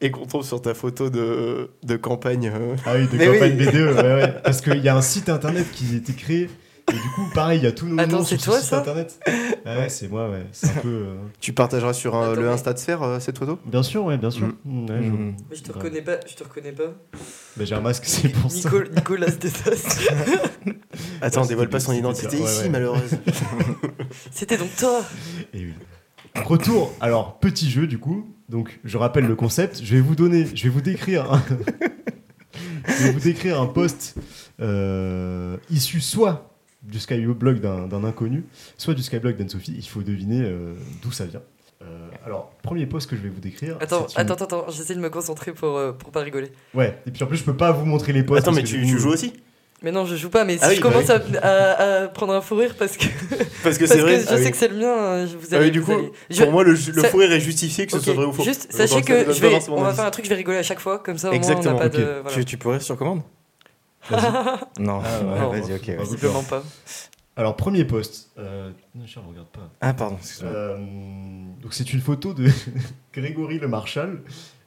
[SPEAKER 3] et qu'on tombe sur ta photo de, de campagne. euh,
[SPEAKER 1] Ah oui, de
[SPEAKER 4] Mais
[SPEAKER 1] campagne
[SPEAKER 4] oui.
[SPEAKER 1] BDE, ouais, ouais. Parce qu'il y a un site internet qui a été créé. Et du coup, pareil, il y a tous nos
[SPEAKER 2] Attends,
[SPEAKER 1] noms
[SPEAKER 2] c'est
[SPEAKER 1] sur ce
[SPEAKER 2] toi,
[SPEAKER 1] site
[SPEAKER 2] ça
[SPEAKER 1] internet. Ah ouais, c'est moi, ouais. C'est un peu. euh,
[SPEAKER 3] Tu partageras sur un-
[SPEAKER 2] Attends,
[SPEAKER 3] le
[SPEAKER 2] mais-
[SPEAKER 3] Insta de Sphère euh, cette photo
[SPEAKER 1] Bien sûr, ouais, bien sûr. Mm, ouais, je-
[SPEAKER 4] Mm.
[SPEAKER 2] Mais je te reconnais pas, je te reconnais pas.
[SPEAKER 1] Bah, j'ai un masque, c'est pour ça.
[SPEAKER 2] Nico- Nicolas Desas.
[SPEAKER 3] Attends,
[SPEAKER 1] Ouais,
[SPEAKER 3] dévoile pas son
[SPEAKER 1] c'était-
[SPEAKER 3] identité
[SPEAKER 1] c'était- ouais,
[SPEAKER 3] ici,
[SPEAKER 1] ouais.
[SPEAKER 3] malheureusement.
[SPEAKER 2] C'était donc toi.
[SPEAKER 1] Et oui. Retour, alors petit jeu du coup. Donc je rappelle le concept. Je vais vous donner, je vais vous décrire. un- je vais vous décrire un poste euh, issu soit du skyblog d'un d'un inconnu, soit du skyblog d'Anne-Sophie. Il faut deviner euh, d'où ça vient. Euh, alors premier poste que je vais vous décrire.
[SPEAKER 2] Attends,
[SPEAKER 1] c'est une-
[SPEAKER 2] attends, attends, attends, j'essaie de me concentrer pour, euh, pour pas rigoler.
[SPEAKER 1] Ouais. Et puis en plus je peux pas vous montrer les postes.
[SPEAKER 3] Attends,
[SPEAKER 1] parce
[SPEAKER 3] mais
[SPEAKER 1] que
[SPEAKER 3] tu,
[SPEAKER 1] du
[SPEAKER 3] tu
[SPEAKER 1] coup-
[SPEAKER 3] joues aussi
[SPEAKER 2] Mais non, je joue pas, mais si
[SPEAKER 3] Ah oui,
[SPEAKER 2] je
[SPEAKER 3] bah
[SPEAKER 2] commence à, à- à prendre un fou rire parce que,
[SPEAKER 3] Parce que
[SPEAKER 2] parce
[SPEAKER 3] c'est
[SPEAKER 2] que
[SPEAKER 3] vrai.
[SPEAKER 2] je
[SPEAKER 3] ah
[SPEAKER 2] sais
[SPEAKER 3] oui.
[SPEAKER 2] que c'est le mien, euh, je- vous
[SPEAKER 3] Ah
[SPEAKER 2] allez.
[SPEAKER 3] oui, du
[SPEAKER 2] vous
[SPEAKER 3] coup,
[SPEAKER 2] allez- je-
[SPEAKER 3] Pour moi, le, ju- le
[SPEAKER 2] ça-
[SPEAKER 3] fou rire est justifié, que ce
[SPEAKER 2] ok,
[SPEAKER 3] soit vrai ou faux. Euh,
[SPEAKER 2] Juste,
[SPEAKER 3] Je
[SPEAKER 2] sachez
[SPEAKER 3] pense
[SPEAKER 2] que
[SPEAKER 3] ça
[SPEAKER 2] je
[SPEAKER 3] donne
[SPEAKER 2] vais,
[SPEAKER 3] pas forcément
[SPEAKER 2] on va
[SPEAKER 3] d'avis.
[SPEAKER 2] faire un truc, je vais rigoler à chaque fois, comme ça au
[SPEAKER 3] Exactement,
[SPEAKER 2] moins on n'a pas de.
[SPEAKER 1] ok.
[SPEAKER 2] euh, Voilà.
[SPEAKER 4] Tu, tu pourrais sur commande
[SPEAKER 1] Vas-y.
[SPEAKER 4] Non.
[SPEAKER 1] Ah, ouais,
[SPEAKER 2] ouais.
[SPEAKER 4] Ouais, Vas-y, ok. ouais.
[SPEAKER 1] Vas-y.
[SPEAKER 2] Visiblement pas.
[SPEAKER 1] Alors premier poste. Euh... Non, je regarde pas.
[SPEAKER 4] Ah, pardon, excuse-moi.
[SPEAKER 1] Euh, donc c'est une photo de Grégory Le Marchal.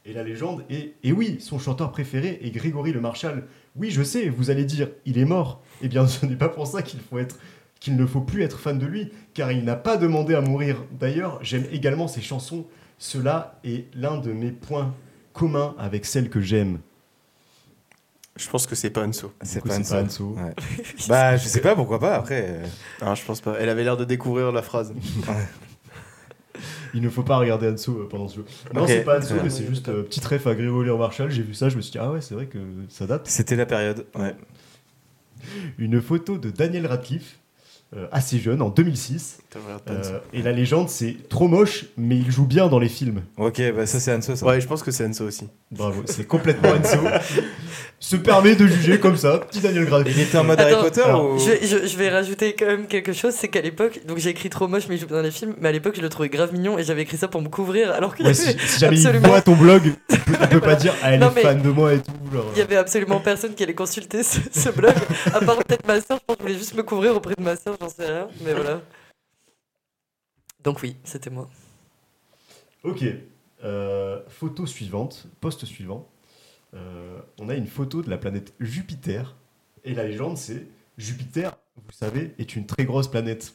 [SPEAKER 1] Et la légende est, et oui, son chanteur préféré est Grégory Le Marchal. Oui, je sais, vous allez dire, il est mort. Eh bien, ce n'est pas pour ça qu'il faut être, qu'il ne faut plus être fan de lui, car il n'a pas demandé à mourir. D'ailleurs, j'aime également ses chansons. Cela est l'un de mes points communs avec celle que j'aime.
[SPEAKER 3] Je pense que c'est pas Anso.
[SPEAKER 1] Du
[SPEAKER 4] C'est
[SPEAKER 1] coup,
[SPEAKER 4] pas
[SPEAKER 1] c'est pas
[SPEAKER 4] Anso.
[SPEAKER 1] Anso.
[SPEAKER 4] Ouais. Bah, je sais pas pourquoi pas après. euh,
[SPEAKER 3] Ah, je pense pas. Elle avait l'air de découvrir la phrase.
[SPEAKER 1] Il ne faut pas regarder Anso euh, pendant ce jeu. Non,
[SPEAKER 4] Ok,
[SPEAKER 1] c'est pas Anso,
[SPEAKER 4] très bien.
[SPEAKER 1] mais c'est juste euh, petit ref à Grégory Le Marchal. J'ai vu ça, je me suis dit, ah ouais, c'est vrai que ça date.
[SPEAKER 4] C'était la période. Ouais.
[SPEAKER 1] une photo de Daniel Radcliffe. euh, assez jeune, en 2006.
[SPEAKER 3] Putain, regarde pas
[SPEAKER 1] Euh,
[SPEAKER 3] ça.
[SPEAKER 1] et la légende, c'est trop moche, mais il joue bien dans les films.
[SPEAKER 4] Ok, bah ça c'est Anso ça.
[SPEAKER 3] Ouais, je pense que c'est Enzo aussi.
[SPEAKER 1] Bravo, c'est complètement Enzo. Se permet de juger comme ça, petit Daniel Grave.
[SPEAKER 4] Il était en mode
[SPEAKER 2] Attends,
[SPEAKER 4] Harry Potter
[SPEAKER 1] alors,
[SPEAKER 3] oh.
[SPEAKER 4] ou...
[SPEAKER 2] Je, je- je vais rajouter quand même quelque chose, c'est qu'à l'époque, donc j'ai écrit trop moche mais je dans les films, mais à l'époque je le trouvais grave mignon et j'avais écrit ça pour me couvrir alors qu'il
[SPEAKER 1] Ouais,
[SPEAKER 2] y, avait,
[SPEAKER 1] si, si jamais il
[SPEAKER 2] Absolument.
[SPEAKER 1] voit ton blog, il peut, il peut pas dire ah, elle
[SPEAKER 2] Non,
[SPEAKER 1] est
[SPEAKER 2] mais-
[SPEAKER 1] fan de moi et tout. genre.
[SPEAKER 2] il y avait absolument personne qui allait consulter ce, ce blog, à part peut-être ma soeur, je pense que je voulais juste me couvrir auprès de ma soeur, j'en sais rien, mais voilà. Donc oui, c'était moi.
[SPEAKER 1] Ok. Euh, photo suivante, poste suivant. Euh, on a une photo de la planète Jupiter. Et la légende, c'est Jupiter, vous savez, est une très grosse planète.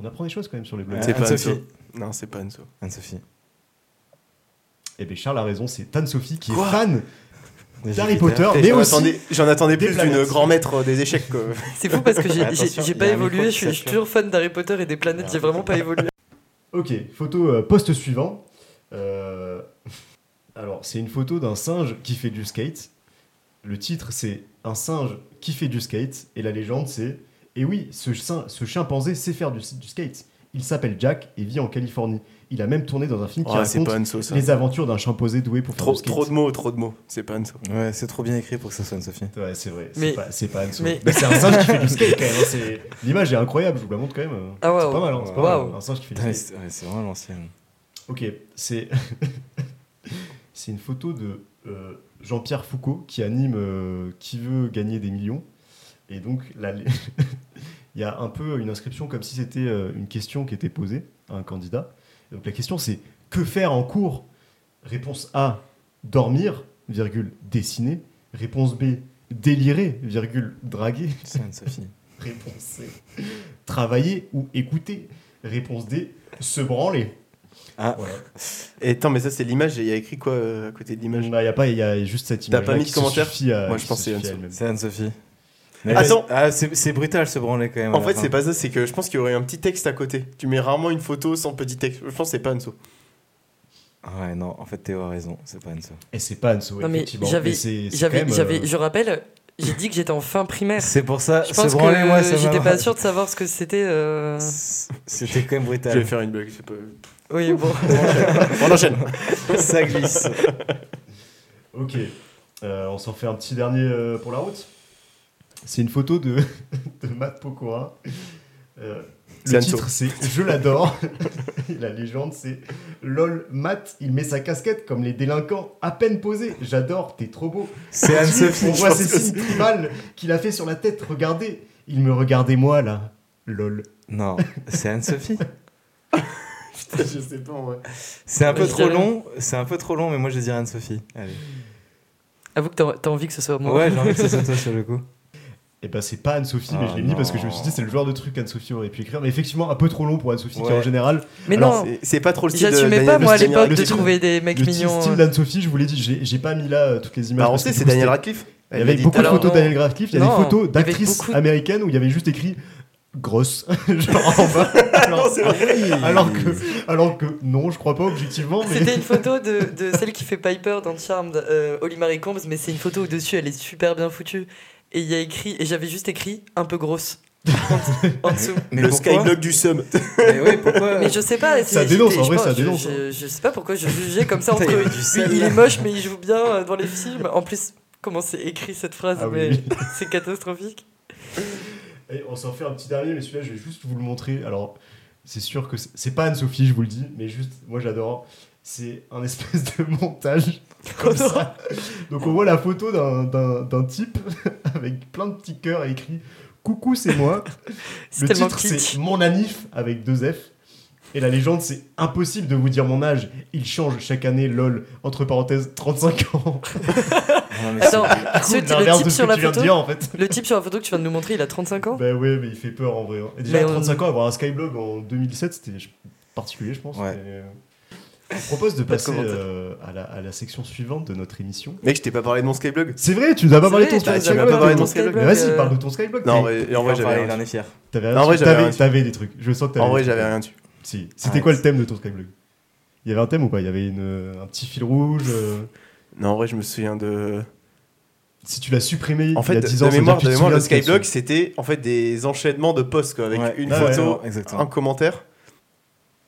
[SPEAKER 1] On apprend des choses quand même sur les blogs.
[SPEAKER 3] C'est pas
[SPEAKER 4] Anne-Sophie.
[SPEAKER 3] Enzo. Non, c'est pas Enzo.
[SPEAKER 4] Anne-Sophie.
[SPEAKER 1] Et bien Eh ben, Charles a raison, c'est Anne-Sophie qui
[SPEAKER 3] Quoi
[SPEAKER 1] est fan d'Harry
[SPEAKER 4] Jupiter.
[SPEAKER 1] Potter,
[SPEAKER 3] Et
[SPEAKER 1] mais
[SPEAKER 3] j'en
[SPEAKER 1] aussi
[SPEAKER 3] attendais- J'en attendais
[SPEAKER 1] des
[SPEAKER 3] plus d'une
[SPEAKER 1] planètes.
[SPEAKER 3] grand maître euh, des échecs. quoi.
[SPEAKER 2] C'est fou parce que j'ai- j'ai
[SPEAKER 4] Attention,
[SPEAKER 2] j'ai
[SPEAKER 4] il y
[SPEAKER 2] pas
[SPEAKER 4] a un
[SPEAKER 2] évolué, je
[SPEAKER 4] micro qui
[SPEAKER 2] suis, je suis
[SPEAKER 4] sature.
[SPEAKER 2] toujours fan d'Harry Potter et des planètes, j'ai vraiment pas évolué.
[SPEAKER 1] Ok, photo euh, poste suivant. Euh, Alors, c'est une photo d'un singe qui fait du skate. Le titre, c'est Un singe qui fait du skate. Et la légende, c'est Et oui, ce, sin- ce chimpanzé sait faire du, du skate. Il s'appelle Jack et vit en Californie. Il a même tourné dans un film qui
[SPEAKER 3] Ah, c'est
[SPEAKER 1] raconte
[SPEAKER 3] pas Enzo ça.
[SPEAKER 1] les aventures d'un chimpanzé doué pour faire
[SPEAKER 3] Trop,
[SPEAKER 1] du skate.
[SPEAKER 3] trop de mots, trop de mots. C'est pas Enzo.
[SPEAKER 4] Ouais, c'est trop bien écrit pour que ça soit Anne-Sophie.
[SPEAKER 1] Ouais, c'est vrai,
[SPEAKER 2] Mais-
[SPEAKER 1] c'est pas, c'est pas Anso.
[SPEAKER 2] mais-
[SPEAKER 1] Mais c'est un singe qui fait du skate quand même. hein, c'est- L'image est incroyable, je vous la montre quand même.
[SPEAKER 2] Ah
[SPEAKER 1] C'est pas
[SPEAKER 2] waouh,
[SPEAKER 1] mal, hein, c'est pas
[SPEAKER 2] Waouh.
[SPEAKER 1] mal, un singe qui fait du
[SPEAKER 4] Putain, mais
[SPEAKER 1] skate.
[SPEAKER 4] C'est ouais, c'est vraiment l'ancienne.
[SPEAKER 1] Ok, c'est c'est une photo de euh, Jean-Pierre Foucault qui anime euh, Qui veut gagner des millions. Et donc, là, les- il y a un peu une inscription comme si c'était euh, une question qui était posée à un candidat. Et donc, la question, c'est que faire en cours Réponse A, dormir, virgule, dessiner. Réponse B, délirer, virgule, draguer.
[SPEAKER 4] C'est Anne-Sophie.
[SPEAKER 1] Réponse C, travailler ou écouter. Réponse D, se branler.
[SPEAKER 4] Ah.
[SPEAKER 1] Voilà.
[SPEAKER 3] Et attends, mais ça c'est l'image et il y a écrit quoi euh, à côté de l'image
[SPEAKER 1] Il n'y a pas, il Bah, y a juste cette
[SPEAKER 3] T'as
[SPEAKER 1] image.
[SPEAKER 3] pas mis de commentaire
[SPEAKER 1] Moi, je
[SPEAKER 3] pense
[SPEAKER 1] pensais
[SPEAKER 3] que
[SPEAKER 1] à
[SPEAKER 3] c'est
[SPEAKER 1] elle-même.
[SPEAKER 4] C'est Anne-Sophie.
[SPEAKER 3] Attends.
[SPEAKER 4] Ah, c'est c'est brutal ce branler quand même. hein. à
[SPEAKER 3] En
[SPEAKER 4] la
[SPEAKER 3] fait,
[SPEAKER 4] fin.
[SPEAKER 3] c'est pas ça, c'est que je pense qu'il y aurait un petit texte à côté. Tu mets rarement une photo sans petit texte. Je pense que c'est pas Enzo.
[SPEAKER 4] Ah Ouais, non, en fait, Théo a raison, c'est pas Anne-Sophie.
[SPEAKER 1] Et c'est pas Anso,
[SPEAKER 2] Non, mais
[SPEAKER 1] effectivement.
[SPEAKER 2] j'avais-
[SPEAKER 1] Mais c'est- c'est quand
[SPEAKER 2] J'avais,
[SPEAKER 1] même,
[SPEAKER 2] j'avais-
[SPEAKER 1] euh,
[SPEAKER 2] je rappelle, j'ai dit que j'étais en fin primaire.
[SPEAKER 4] Ah, C'est pour ça,
[SPEAKER 2] Je
[SPEAKER 4] ce
[SPEAKER 2] pense
[SPEAKER 4] branler,
[SPEAKER 2] que
[SPEAKER 4] moi, ça
[SPEAKER 2] euh,
[SPEAKER 4] m'a-
[SPEAKER 2] j'étais pas sûr de savoir ce que c'était. euh,
[SPEAKER 4] C'était quand même
[SPEAKER 3] Je vais
[SPEAKER 4] brutal.
[SPEAKER 3] faire une blague. c'est Pas...
[SPEAKER 2] Oui, bon.
[SPEAKER 3] On enchaîne.
[SPEAKER 4] ça glisse.
[SPEAKER 1] Ok. Euh, on s'en fait un petit dernier euh, pour la route. C'est une photo de, de Matt Pokora. Euh,
[SPEAKER 3] C'est
[SPEAKER 1] le
[SPEAKER 3] Anso.
[SPEAKER 1] titre, c'est Je l'adore. Et la légende, c'est LOL, Matt, il met sa casquette comme les délinquants, à peine posée. J'adore, t'es trop beau.
[SPEAKER 4] C'est Anne-Sophie.
[SPEAKER 1] On voit
[SPEAKER 3] pense
[SPEAKER 1] ces
[SPEAKER 3] que
[SPEAKER 1] signes tribales qu'il a fait sur la tête. Regardez, il me regardait moi là. LOL.
[SPEAKER 4] Non, c'est Anne-Sophie.
[SPEAKER 3] Putain, je sais pas en vrai.
[SPEAKER 4] C'est un
[SPEAKER 2] Moi,
[SPEAKER 4] peu
[SPEAKER 2] je
[SPEAKER 4] trop
[SPEAKER 2] dirais-
[SPEAKER 4] long, c'est un peu trop long, mais moi je dirais Anne-Sophie. Allez.
[SPEAKER 2] Avoue que t'as t'as envie que ce soit moi.
[SPEAKER 4] Ouais, j'ai envie que ce soit toi sur le coup.
[SPEAKER 1] Et ben c'est pas Anne-Sophie, mais
[SPEAKER 4] Ah
[SPEAKER 1] je l'ai mis parce que
[SPEAKER 4] non.
[SPEAKER 1] je me suis dit c'est le genre de truc qu'Anne-Sophie aurait pu écrire, mais effectivement un peu trop long pour Anne-Sophie qui
[SPEAKER 4] Ouais.
[SPEAKER 1] en général.
[SPEAKER 2] Mais
[SPEAKER 1] Alors,
[SPEAKER 2] non,
[SPEAKER 3] C'est- C'est pas trop le style de
[SPEAKER 2] j'assumais
[SPEAKER 3] Daniel
[SPEAKER 2] pas moi à
[SPEAKER 3] Steiner.
[SPEAKER 2] l'époque
[SPEAKER 1] le
[SPEAKER 2] de
[SPEAKER 1] style-
[SPEAKER 2] trouver des
[SPEAKER 1] Le
[SPEAKER 2] mecs
[SPEAKER 1] petit
[SPEAKER 2] mignons.
[SPEAKER 1] style
[SPEAKER 2] euh.
[SPEAKER 1] d'Anne-Sophie, je vous l'ai dit, j'ai j'ai pas mis là euh, toutes les images.
[SPEAKER 3] Bah, on
[SPEAKER 1] parce
[SPEAKER 3] sait,
[SPEAKER 1] que
[SPEAKER 3] c'est
[SPEAKER 1] du coup,
[SPEAKER 3] Daniel
[SPEAKER 1] c'était-
[SPEAKER 3] Radcliffe.
[SPEAKER 1] Il y avait beaucoup de
[SPEAKER 2] Alors,
[SPEAKER 1] photos de
[SPEAKER 2] non.
[SPEAKER 1] Daniel Radcliffe, il y a
[SPEAKER 2] Non,
[SPEAKER 1] des photos
[SPEAKER 2] il y avait
[SPEAKER 1] d'actrices
[SPEAKER 2] beaucoup de-
[SPEAKER 1] américaines où il y avait juste écrit grosse, genre en bas. Alors, alors que, alors que non, je crois pas objectivement, mais
[SPEAKER 2] C'était une photo de, de celle qui fait Piper dans Charmed, euh, Holly Marie Combs, mais c'est une photo où dessus elle est super bien foutue. Et il y a écrit, et j'avais juste écrit un peu grosse en, en dessous.
[SPEAKER 4] Mais
[SPEAKER 3] le
[SPEAKER 4] pourquoi
[SPEAKER 3] skyblock du Sum.
[SPEAKER 4] Mais ouais, pourquoi
[SPEAKER 2] Mais je sais pas. c'est-
[SPEAKER 1] Ça dénonce,
[SPEAKER 2] j'étais-
[SPEAKER 1] en
[SPEAKER 2] je
[SPEAKER 1] vrai,
[SPEAKER 2] pense-
[SPEAKER 1] ça
[SPEAKER 2] je-
[SPEAKER 1] dénonce. hein.
[SPEAKER 2] Je, je sais pas pourquoi je jugeais comme ça entre
[SPEAKER 4] Putain, il y avait du
[SPEAKER 2] lui,
[SPEAKER 4] sel,
[SPEAKER 2] il
[SPEAKER 4] là.
[SPEAKER 2] est moche, mais il joue bien euh, dans les films. En plus, comment c'est écrit cette phrase
[SPEAKER 1] Ah
[SPEAKER 2] mais
[SPEAKER 1] oui.
[SPEAKER 2] C'est catastrophique.
[SPEAKER 1] Et on s'en fait un petit dernier, mais celui-là, je vais juste vous le montrer. Alors, c'est sûr que c'est- c'est pas Anne-Sophie, je vous le dis, mais juste, moi j'adore. C'est un espèce de montage comme ça. Donc, on voit la photo d'un- d'un d'un type avec plein de petits cœurs et écrit Coucou, c'est moi.
[SPEAKER 2] C'est
[SPEAKER 1] Le
[SPEAKER 2] tellement
[SPEAKER 1] titre,
[SPEAKER 2] kitsch.
[SPEAKER 1] c'est Mon Anif avec deux F. Et la légende, c'est impossible de vous dire mon âge. Il change chaque année, lol. Entre parenthèses, 35 ans.
[SPEAKER 4] Ah, non, mais
[SPEAKER 2] Attends,
[SPEAKER 4] c'est-
[SPEAKER 2] ce- le
[SPEAKER 1] L'inverse
[SPEAKER 2] type
[SPEAKER 1] de ce
[SPEAKER 2] sur
[SPEAKER 1] que
[SPEAKER 2] la
[SPEAKER 1] tu viens de
[SPEAKER 2] photo.
[SPEAKER 1] dire, en fait.
[SPEAKER 2] Le type sur la photo que tu viens de nous montrer, il a 35 ans.
[SPEAKER 1] Bah ouais, mais il fait peur en vrai. hein. Et déjà,
[SPEAKER 2] Mais
[SPEAKER 1] à
[SPEAKER 2] on-
[SPEAKER 1] 35 ans, avoir un Skyblog en 2007, c'était je- particulier, je pense.
[SPEAKER 4] Ouais.
[SPEAKER 1] mais, euh, Je vous propose de
[SPEAKER 3] Pas de
[SPEAKER 1] passer
[SPEAKER 3] commentaire.
[SPEAKER 1] euh, à, la, à la section suivante de notre émission.
[SPEAKER 3] Mec, je t'ai pas parlé de mon skyblock.
[SPEAKER 1] C'est vrai, bah, tu nous as pas
[SPEAKER 2] C'est
[SPEAKER 1] parlé de
[SPEAKER 2] vrai,
[SPEAKER 1] ton
[SPEAKER 2] tu nous as
[SPEAKER 1] Skyblog.
[SPEAKER 3] pas parlé de ton
[SPEAKER 2] Skyblog,
[SPEAKER 1] Mais vas-y,
[SPEAKER 2] euh,
[SPEAKER 1] parle de ton Skyblog.
[SPEAKER 3] Non, en
[SPEAKER 1] t'es-
[SPEAKER 3] vrai, en vrai, j'avais
[SPEAKER 4] Pareil,
[SPEAKER 3] rien.
[SPEAKER 4] il en est fier.
[SPEAKER 1] T'avais
[SPEAKER 3] en vrai,
[SPEAKER 1] rien dessus,
[SPEAKER 3] j'avais
[SPEAKER 1] t'avais-
[SPEAKER 3] rien dessus.
[SPEAKER 1] t'avais des trucs. Je sens que t'avais.
[SPEAKER 3] En vrai,
[SPEAKER 1] des trucs.
[SPEAKER 3] j'avais rien dessus.
[SPEAKER 1] Si. C'était
[SPEAKER 4] Ouais.
[SPEAKER 1] quoi le thème de ton Skyblog Il y avait un thème ou pas Il y avait une, un petit fil rouge euh,
[SPEAKER 3] Non, en vrai, je me souviens de.
[SPEAKER 1] si tu l'as supprimé
[SPEAKER 3] En
[SPEAKER 1] il y
[SPEAKER 3] fait,
[SPEAKER 1] a 10 ans,
[SPEAKER 3] de
[SPEAKER 1] ça veut
[SPEAKER 3] mémoire,
[SPEAKER 1] dire que tu
[SPEAKER 3] de
[SPEAKER 1] te
[SPEAKER 3] mémoire, le
[SPEAKER 1] souviens de ce
[SPEAKER 3] Skyblock,
[SPEAKER 1] qu'il
[SPEAKER 3] c'était en fait des enchaînements de posts quoi, avec
[SPEAKER 4] Ouais,
[SPEAKER 3] une
[SPEAKER 1] ouais,
[SPEAKER 3] photo,
[SPEAKER 4] exactement.
[SPEAKER 3] un commentaire.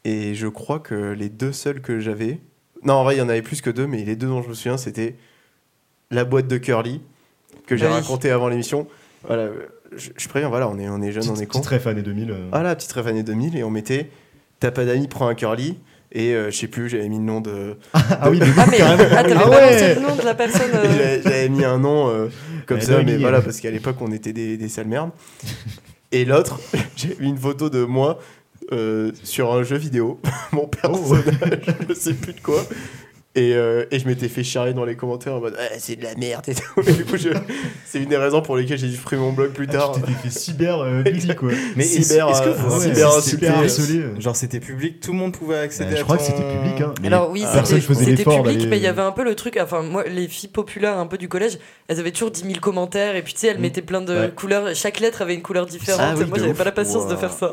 [SPEAKER 3] Et je crois que les deux seuls que j'avais. Non, en vrai, il y en avait plus que deux, mais les deux dont je me souviens, c'était la boîte de Curly, que j'ai
[SPEAKER 1] Bah
[SPEAKER 2] Ah oui.
[SPEAKER 3] raconté avant l'émission. Voilà, je, je préviens, voilà, on est, on est jeune,
[SPEAKER 1] y a.
[SPEAKER 3] on est
[SPEAKER 1] Petite-
[SPEAKER 3] con.
[SPEAKER 1] Petite ref année 2000. euh,
[SPEAKER 3] Ah la petite rêve année 2000, et on mettait T'as pas d'amis, prends un Curly. Et euh, je sais plus, j'avais mis le nom de.
[SPEAKER 1] Ah oui, mais
[SPEAKER 2] Ah, mais ah, t'avais
[SPEAKER 1] Ah
[SPEAKER 2] balancé
[SPEAKER 1] ouais.
[SPEAKER 2] le nom de la personne. euh,
[SPEAKER 3] J'avais j'avais mis un nom euh, comme
[SPEAKER 1] Mais
[SPEAKER 3] ça,
[SPEAKER 1] dingue.
[SPEAKER 3] mais voilà, parce qu'à l'époque, on était des, des sales merdes. Et l'autre, j'ai mis une photo de moi euh, sur un jeu vidéo,
[SPEAKER 1] Oh.
[SPEAKER 3] mon personnage, je sais plus de quoi. Et, euh, et je m'étais fait charrier dans les commentaires en mode Ah, c'est de la merde et tout. Mais du coup, je- c'est une des raisons pour lesquelles j'ai supprimé mon blog plus tard.
[SPEAKER 1] Ah, tu t'étais fait cyber euh, bully, quoi.
[SPEAKER 4] Mais est-ce-
[SPEAKER 3] cyber,
[SPEAKER 4] est-ce que
[SPEAKER 3] euh,
[SPEAKER 4] vous
[SPEAKER 1] ouais,
[SPEAKER 4] insistiez
[SPEAKER 3] cyber
[SPEAKER 4] sur-
[SPEAKER 3] insulté,
[SPEAKER 1] Super harcelé. euh.
[SPEAKER 4] Genre c'était public, tout le monde pouvait accéder
[SPEAKER 1] Euh,
[SPEAKER 4] à
[SPEAKER 1] Je crois que
[SPEAKER 4] ton-
[SPEAKER 1] c'était public. hein, mais
[SPEAKER 2] Alors oui,
[SPEAKER 1] personne
[SPEAKER 2] c'était
[SPEAKER 1] faisait
[SPEAKER 2] c'était
[SPEAKER 1] l'effort
[SPEAKER 2] public,
[SPEAKER 1] d'aller-
[SPEAKER 2] mais il y avait un peu le truc. Enfin, moi, les filles populaires un peu du collège, elles avaient toujours 10 000 commentaires et puis tu sais, elles
[SPEAKER 1] Mm.
[SPEAKER 2] mettaient plein de
[SPEAKER 1] Ouais.
[SPEAKER 2] couleurs. Chaque lettre avait une couleur différente.
[SPEAKER 3] Ah oui,
[SPEAKER 2] moi,
[SPEAKER 3] de
[SPEAKER 2] j'avais
[SPEAKER 3] ouf.
[SPEAKER 2] pas la patience de
[SPEAKER 3] Ouah.
[SPEAKER 2] faire ça.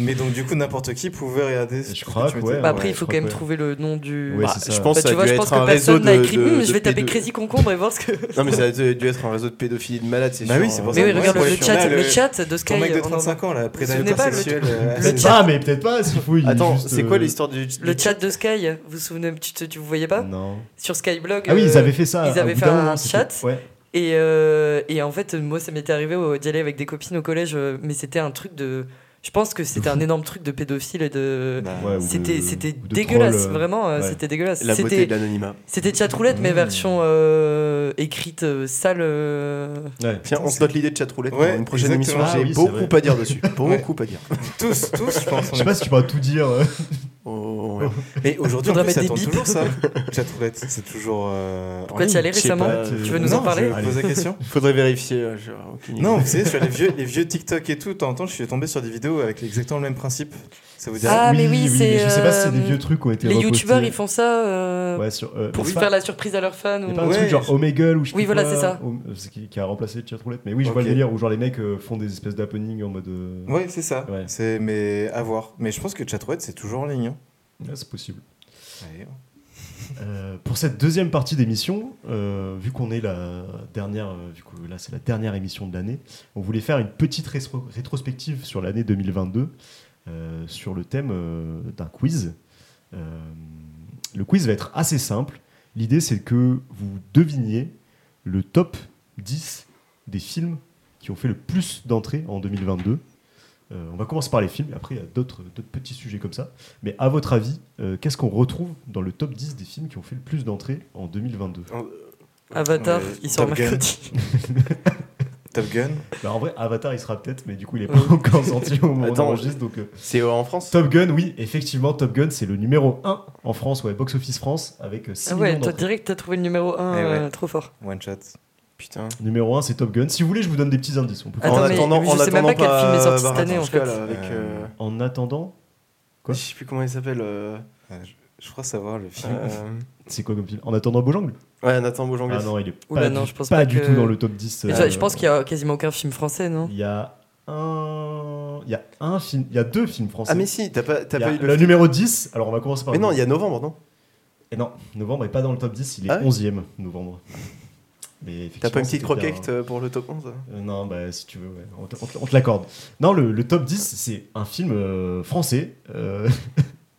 [SPEAKER 4] Mais donc du coup n'importe qui pouvait regarder. ce
[SPEAKER 1] Je
[SPEAKER 4] que
[SPEAKER 1] crois
[SPEAKER 4] tu
[SPEAKER 1] que
[SPEAKER 4] mettais.
[SPEAKER 1] ouais.
[SPEAKER 2] Bah, après, il
[SPEAKER 1] je
[SPEAKER 2] faut quand
[SPEAKER 1] crois
[SPEAKER 2] même
[SPEAKER 1] que ouais.
[SPEAKER 2] trouver le nom du.
[SPEAKER 1] Ouais,
[SPEAKER 3] Bah,
[SPEAKER 1] c'est
[SPEAKER 3] je
[SPEAKER 1] ça.
[SPEAKER 3] pense
[SPEAKER 2] Bah,
[SPEAKER 3] que ça
[SPEAKER 2] tu vois,
[SPEAKER 3] a dû
[SPEAKER 2] je
[SPEAKER 3] être
[SPEAKER 2] pense
[SPEAKER 3] un
[SPEAKER 2] que
[SPEAKER 3] réseau
[SPEAKER 2] personne n'a
[SPEAKER 3] de,
[SPEAKER 2] écrit. Hum,
[SPEAKER 3] de-
[SPEAKER 2] Je vais
[SPEAKER 3] de
[SPEAKER 2] taper
[SPEAKER 3] pédo-
[SPEAKER 2] Crazy Concombre et voir ce que.
[SPEAKER 3] Non, mais ça a dû être un réseau de pédophilie de malade, c'est
[SPEAKER 4] Bah
[SPEAKER 3] sûr. hein.
[SPEAKER 4] oui, c'est pour
[SPEAKER 2] Mais
[SPEAKER 4] ça.
[SPEAKER 2] oui,
[SPEAKER 4] Ouais,
[SPEAKER 2] regarde
[SPEAKER 4] ouais,
[SPEAKER 2] le chat,
[SPEAKER 4] je suis là,
[SPEAKER 2] le
[SPEAKER 1] euh,
[SPEAKER 3] euh,
[SPEAKER 4] le-
[SPEAKER 2] chat de
[SPEAKER 4] Ton mec
[SPEAKER 2] Sky.
[SPEAKER 4] de
[SPEAKER 2] on en-
[SPEAKER 4] 35 ans là,
[SPEAKER 2] souvenez
[SPEAKER 4] prédateur
[SPEAKER 2] pas, le-
[SPEAKER 4] sexuel.
[SPEAKER 2] le
[SPEAKER 4] euh,
[SPEAKER 2] chat.
[SPEAKER 1] Ah, mais peut-être pas, s'il faut. il est
[SPEAKER 3] Attends,
[SPEAKER 1] juste,
[SPEAKER 3] c'est quoi
[SPEAKER 1] euh,
[SPEAKER 3] l'histoire du.
[SPEAKER 2] Le
[SPEAKER 3] du-
[SPEAKER 2] chat de Sky, vous vous souvenez, tu, te- tu vous voyais pas
[SPEAKER 1] Non.
[SPEAKER 2] Sur Skyblog.
[SPEAKER 1] Mm. Ah oui, ils
[SPEAKER 2] euh,
[SPEAKER 1] avaient fait ça.
[SPEAKER 2] ils
[SPEAKER 1] à
[SPEAKER 2] avaient
[SPEAKER 1] bout
[SPEAKER 2] fait
[SPEAKER 1] d'un
[SPEAKER 2] un
[SPEAKER 1] moment, c'était-
[SPEAKER 2] chat.
[SPEAKER 1] Ouais.
[SPEAKER 2] Et, euh, et en fait, moi, ça m'était arrivé au- d'y aller avec des copines au collège, euh, mais c'était un truc de. Je pense que c'était un énorme truc de pédophile et de.
[SPEAKER 3] Bah,
[SPEAKER 1] Ouais, ou de-
[SPEAKER 2] C'était c'était
[SPEAKER 1] ou de
[SPEAKER 2] dégueulasse,
[SPEAKER 1] troll, euh,
[SPEAKER 2] vraiment, euh,
[SPEAKER 1] ouais.
[SPEAKER 2] c'était dégueulasse.
[SPEAKER 3] La beauté
[SPEAKER 2] C'était
[SPEAKER 3] de l'anonymat.
[SPEAKER 2] c'était chat roulette, mais
[SPEAKER 1] Mmh.
[SPEAKER 2] version euh, écrite euh, sale. euh.
[SPEAKER 1] Ouais.
[SPEAKER 3] Tiens, on se note l'idée de chatroulette
[SPEAKER 4] Ouais,
[SPEAKER 3] pour une prochaine
[SPEAKER 4] exactement.
[SPEAKER 3] émission.
[SPEAKER 1] Ah
[SPEAKER 3] J'ai
[SPEAKER 1] oui, c'est
[SPEAKER 3] beaucoup
[SPEAKER 1] vrai.
[SPEAKER 3] à dire dessus. Beaucoup à dire.
[SPEAKER 4] Tous, tous, je pense.
[SPEAKER 1] Je sais pas si tu pourras tout dire. euh.
[SPEAKER 3] Oh, ouais.
[SPEAKER 4] Mais aujourd'hui, en
[SPEAKER 2] Faudrait
[SPEAKER 4] plus, ça
[SPEAKER 2] mettre
[SPEAKER 4] tourne
[SPEAKER 2] des bips.
[SPEAKER 4] toujours ça. Chatroulette, c'est toujours. euh, en
[SPEAKER 2] Pourquoi
[SPEAKER 4] ligne.
[SPEAKER 2] tu y allais
[SPEAKER 3] je sais pas,
[SPEAKER 2] récemment
[SPEAKER 1] euh,
[SPEAKER 2] Tu veux nous en
[SPEAKER 4] Non,
[SPEAKER 2] parler
[SPEAKER 4] Je pose la question.
[SPEAKER 3] Faudrait vérifier. euh, j'ai aucune idée.
[SPEAKER 4] Non, vous savez, sur les vieux, les vieux TikTok et tout, de temps en temps, je suis tombé sur des vidéos avec exactement le même principe. Ça vous dit
[SPEAKER 2] Ah, mais oui, c'est,
[SPEAKER 1] Je sais pas si c'est des
[SPEAKER 2] euh,
[SPEAKER 1] vieux trucs qui ont été
[SPEAKER 2] Les
[SPEAKER 1] repostés.
[SPEAKER 2] youtubeurs, ils font ça euh,
[SPEAKER 1] Ouais, sur. euh,
[SPEAKER 2] pour
[SPEAKER 1] c'est
[SPEAKER 2] faire
[SPEAKER 1] pas-
[SPEAKER 2] la surprise à leurs fans.
[SPEAKER 1] y a
[SPEAKER 2] ou-
[SPEAKER 1] pas un
[SPEAKER 4] Ouais,
[SPEAKER 1] truc genre
[SPEAKER 4] je-
[SPEAKER 1] Omegle ou je sais
[SPEAKER 2] Oui,
[SPEAKER 1] plus
[SPEAKER 2] voilà,
[SPEAKER 1] quoi,
[SPEAKER 2] c'est ça.
[SPEAKER 1] Om- euh, c'est qui, qui a remplacé le chatroulette. Mais oui, je vois
[SPEAKER 4] Ok.
[SPEAKER 1] le délire où genre les mecs euh, font des espèces d'happening en mode. euh,
[SPEAKER 4] Ouais, c'est ça.
[SPEAKER 1] Ouais.
[SPEAKER 4] C'est mais à voir. Mais je pense que Chatroulette c'est toujours en ligne. hein.
[SPEAKER 1] ouais, c'est possible.
[SPEAKER 4] Allez,
[SPEAKER 1] Euh, pour cette deuxième partie d'émission, euh, vu qu'on est la dernière, euh, vu que là c'est la dernière émission de l'année, on voulait faire une petite rétro- rétrospective sur l'année 2022 euh, sur le thème euh, d'un quiz. Euh, le quiz va être assez simple. L'idée c'est que vous deviniez le top 10 des films qui ont fait le plus d'entrées en 2022. Euh, on va commencer par les films, et après il y a d'autres d'autres petits sujets comme ça. Mais à votre avis, euh, qu'est-ce qu'on retrouve dans le top 10 des films qui ont fait le plus d'entrées en 2022
[SPEAKER 2] Avatar,
[SPEAKER 4] Ouais,
[SPEAKER 2] ils sont
[SPEAKER 4] Top Gun.
[SPEAKER 2] mercredi.
[SPEAKER 4] Top Gun.
[SPEAKER 1] Bah, En vrai, Avatar, il sera peut-être, mais du coup, il est
[SPEAKER 2] Ouais.
[SPEAKER 1] pas encore sorti au moment où on
[SPEAKER 3] Attends,
[SPEAKER 1] enregistre. Donc, euh,
[SPEAKER 3] C'est euh, en France
[SPEAKER 1] Top Gun, oui, effectivement, Top Gun, c'est le numéro 1 en France, ouais, Box Office France, avec euh, 6
[SPEAKER 2] Ah ouais,
[SPEAKER 1] millions
[SPEAKER 2] toi
[SPEAKER 1] d'entrées.
[SPEAKER 2] direct, t'as trouvé le numéro 1
[SPEAKER 4] Eh ouais.
[SPEAKER 2] euh, trop fort.
[SPEAKER 4] One shot.
[SPEAKER 3] Putain.
[SPEAKER 1] Numéro 1, c'est Top Gun. Si vous voulez, je vous donne des petits indices. On peut faire-
[SPEAKER 2] Attends,
[SPEAKER 3] en
[SPEAKER 2] mais
[SPEAKER 3] attendant,
[SPEAKER 2] je
[SPEAKER 3] en
[SPEAKER 2] sais même
[SPEAKER 3] attendant
[SPEAKER 2] pas quel film est sorti cette
[SPEAKER 3] Barack
[SPEAKER 2] année, en
[SPEAKER 3] Obama,
[SPEAKER 2] fait.
[SPEAKER 3] là, avec, euh,
[SPEAKER 1] En attendant, quoi
[SPEAKER 3] je sais plus comment il s'appelle. euh,
[SPEAKER 4] Euh, je, je crois savoir le film.
[SPEAKER 3] euh,
[SPEAKER 1] c'est quoi comme film En attendant Bojangle
[SPEAKER 3] Ouais, Nathan Beaujanglais.
[SPEAKER 1] Ah non, il est
[SPEAKER 2] Oula,
[SPEAKER 1] pas,
[SPEAKER 2] non,
[SPEAKER 1] du,
[SPEAKER 2] je pense
[SPEAKER 1] pas
[SPEAKER 2] pas
[SPEAKER 1] du
[SPEAKER 2] que-
[SPEAKER 1] tout dans le top 10.
[SPEAKER 2] Mais
[SPEAKER 1] euh,
[SPEAKER 2] je- Je pense qu'il y a quasiment aucun film français, non
[SPEAKER 1] Il y a un. Il y a un film. Il y a deux films français.
[SPEAKER 3] Ah, mais si, t'as pas, t'as
[SPEAKER 1] Il y a
[SPEAKER 3] pas eu
[SPEAKER 1] le,
[SPEAKER 3] le.
[SPEAKER 1] numéro 10, alors on va commencer par.
[SPEAKER 3] Mais
[SPEAKER 1] le
[SPEAKER 3] non, il y a novembre, non
[SPEAKER 1] Et non, novembre est pas dans le top 10, il est
[SPEAKER 3] Ah ouais
[SPEAKER 1] 11ème novembre. Mais effectivement,
[SPEAKER 3] T'as pas une petite
[SPEAKER 1] c'était
[SPEAKER 3] croquette
[SPEAKER 1] bien. hein.
[SPEAKER 3] euh, pour le top 11
[SPEAKER 1] Euh, Non, bah si tu veux, ouais, on te, on te- on te l'accorde. Non, le, le top 10, c'est un film euh, français, euh,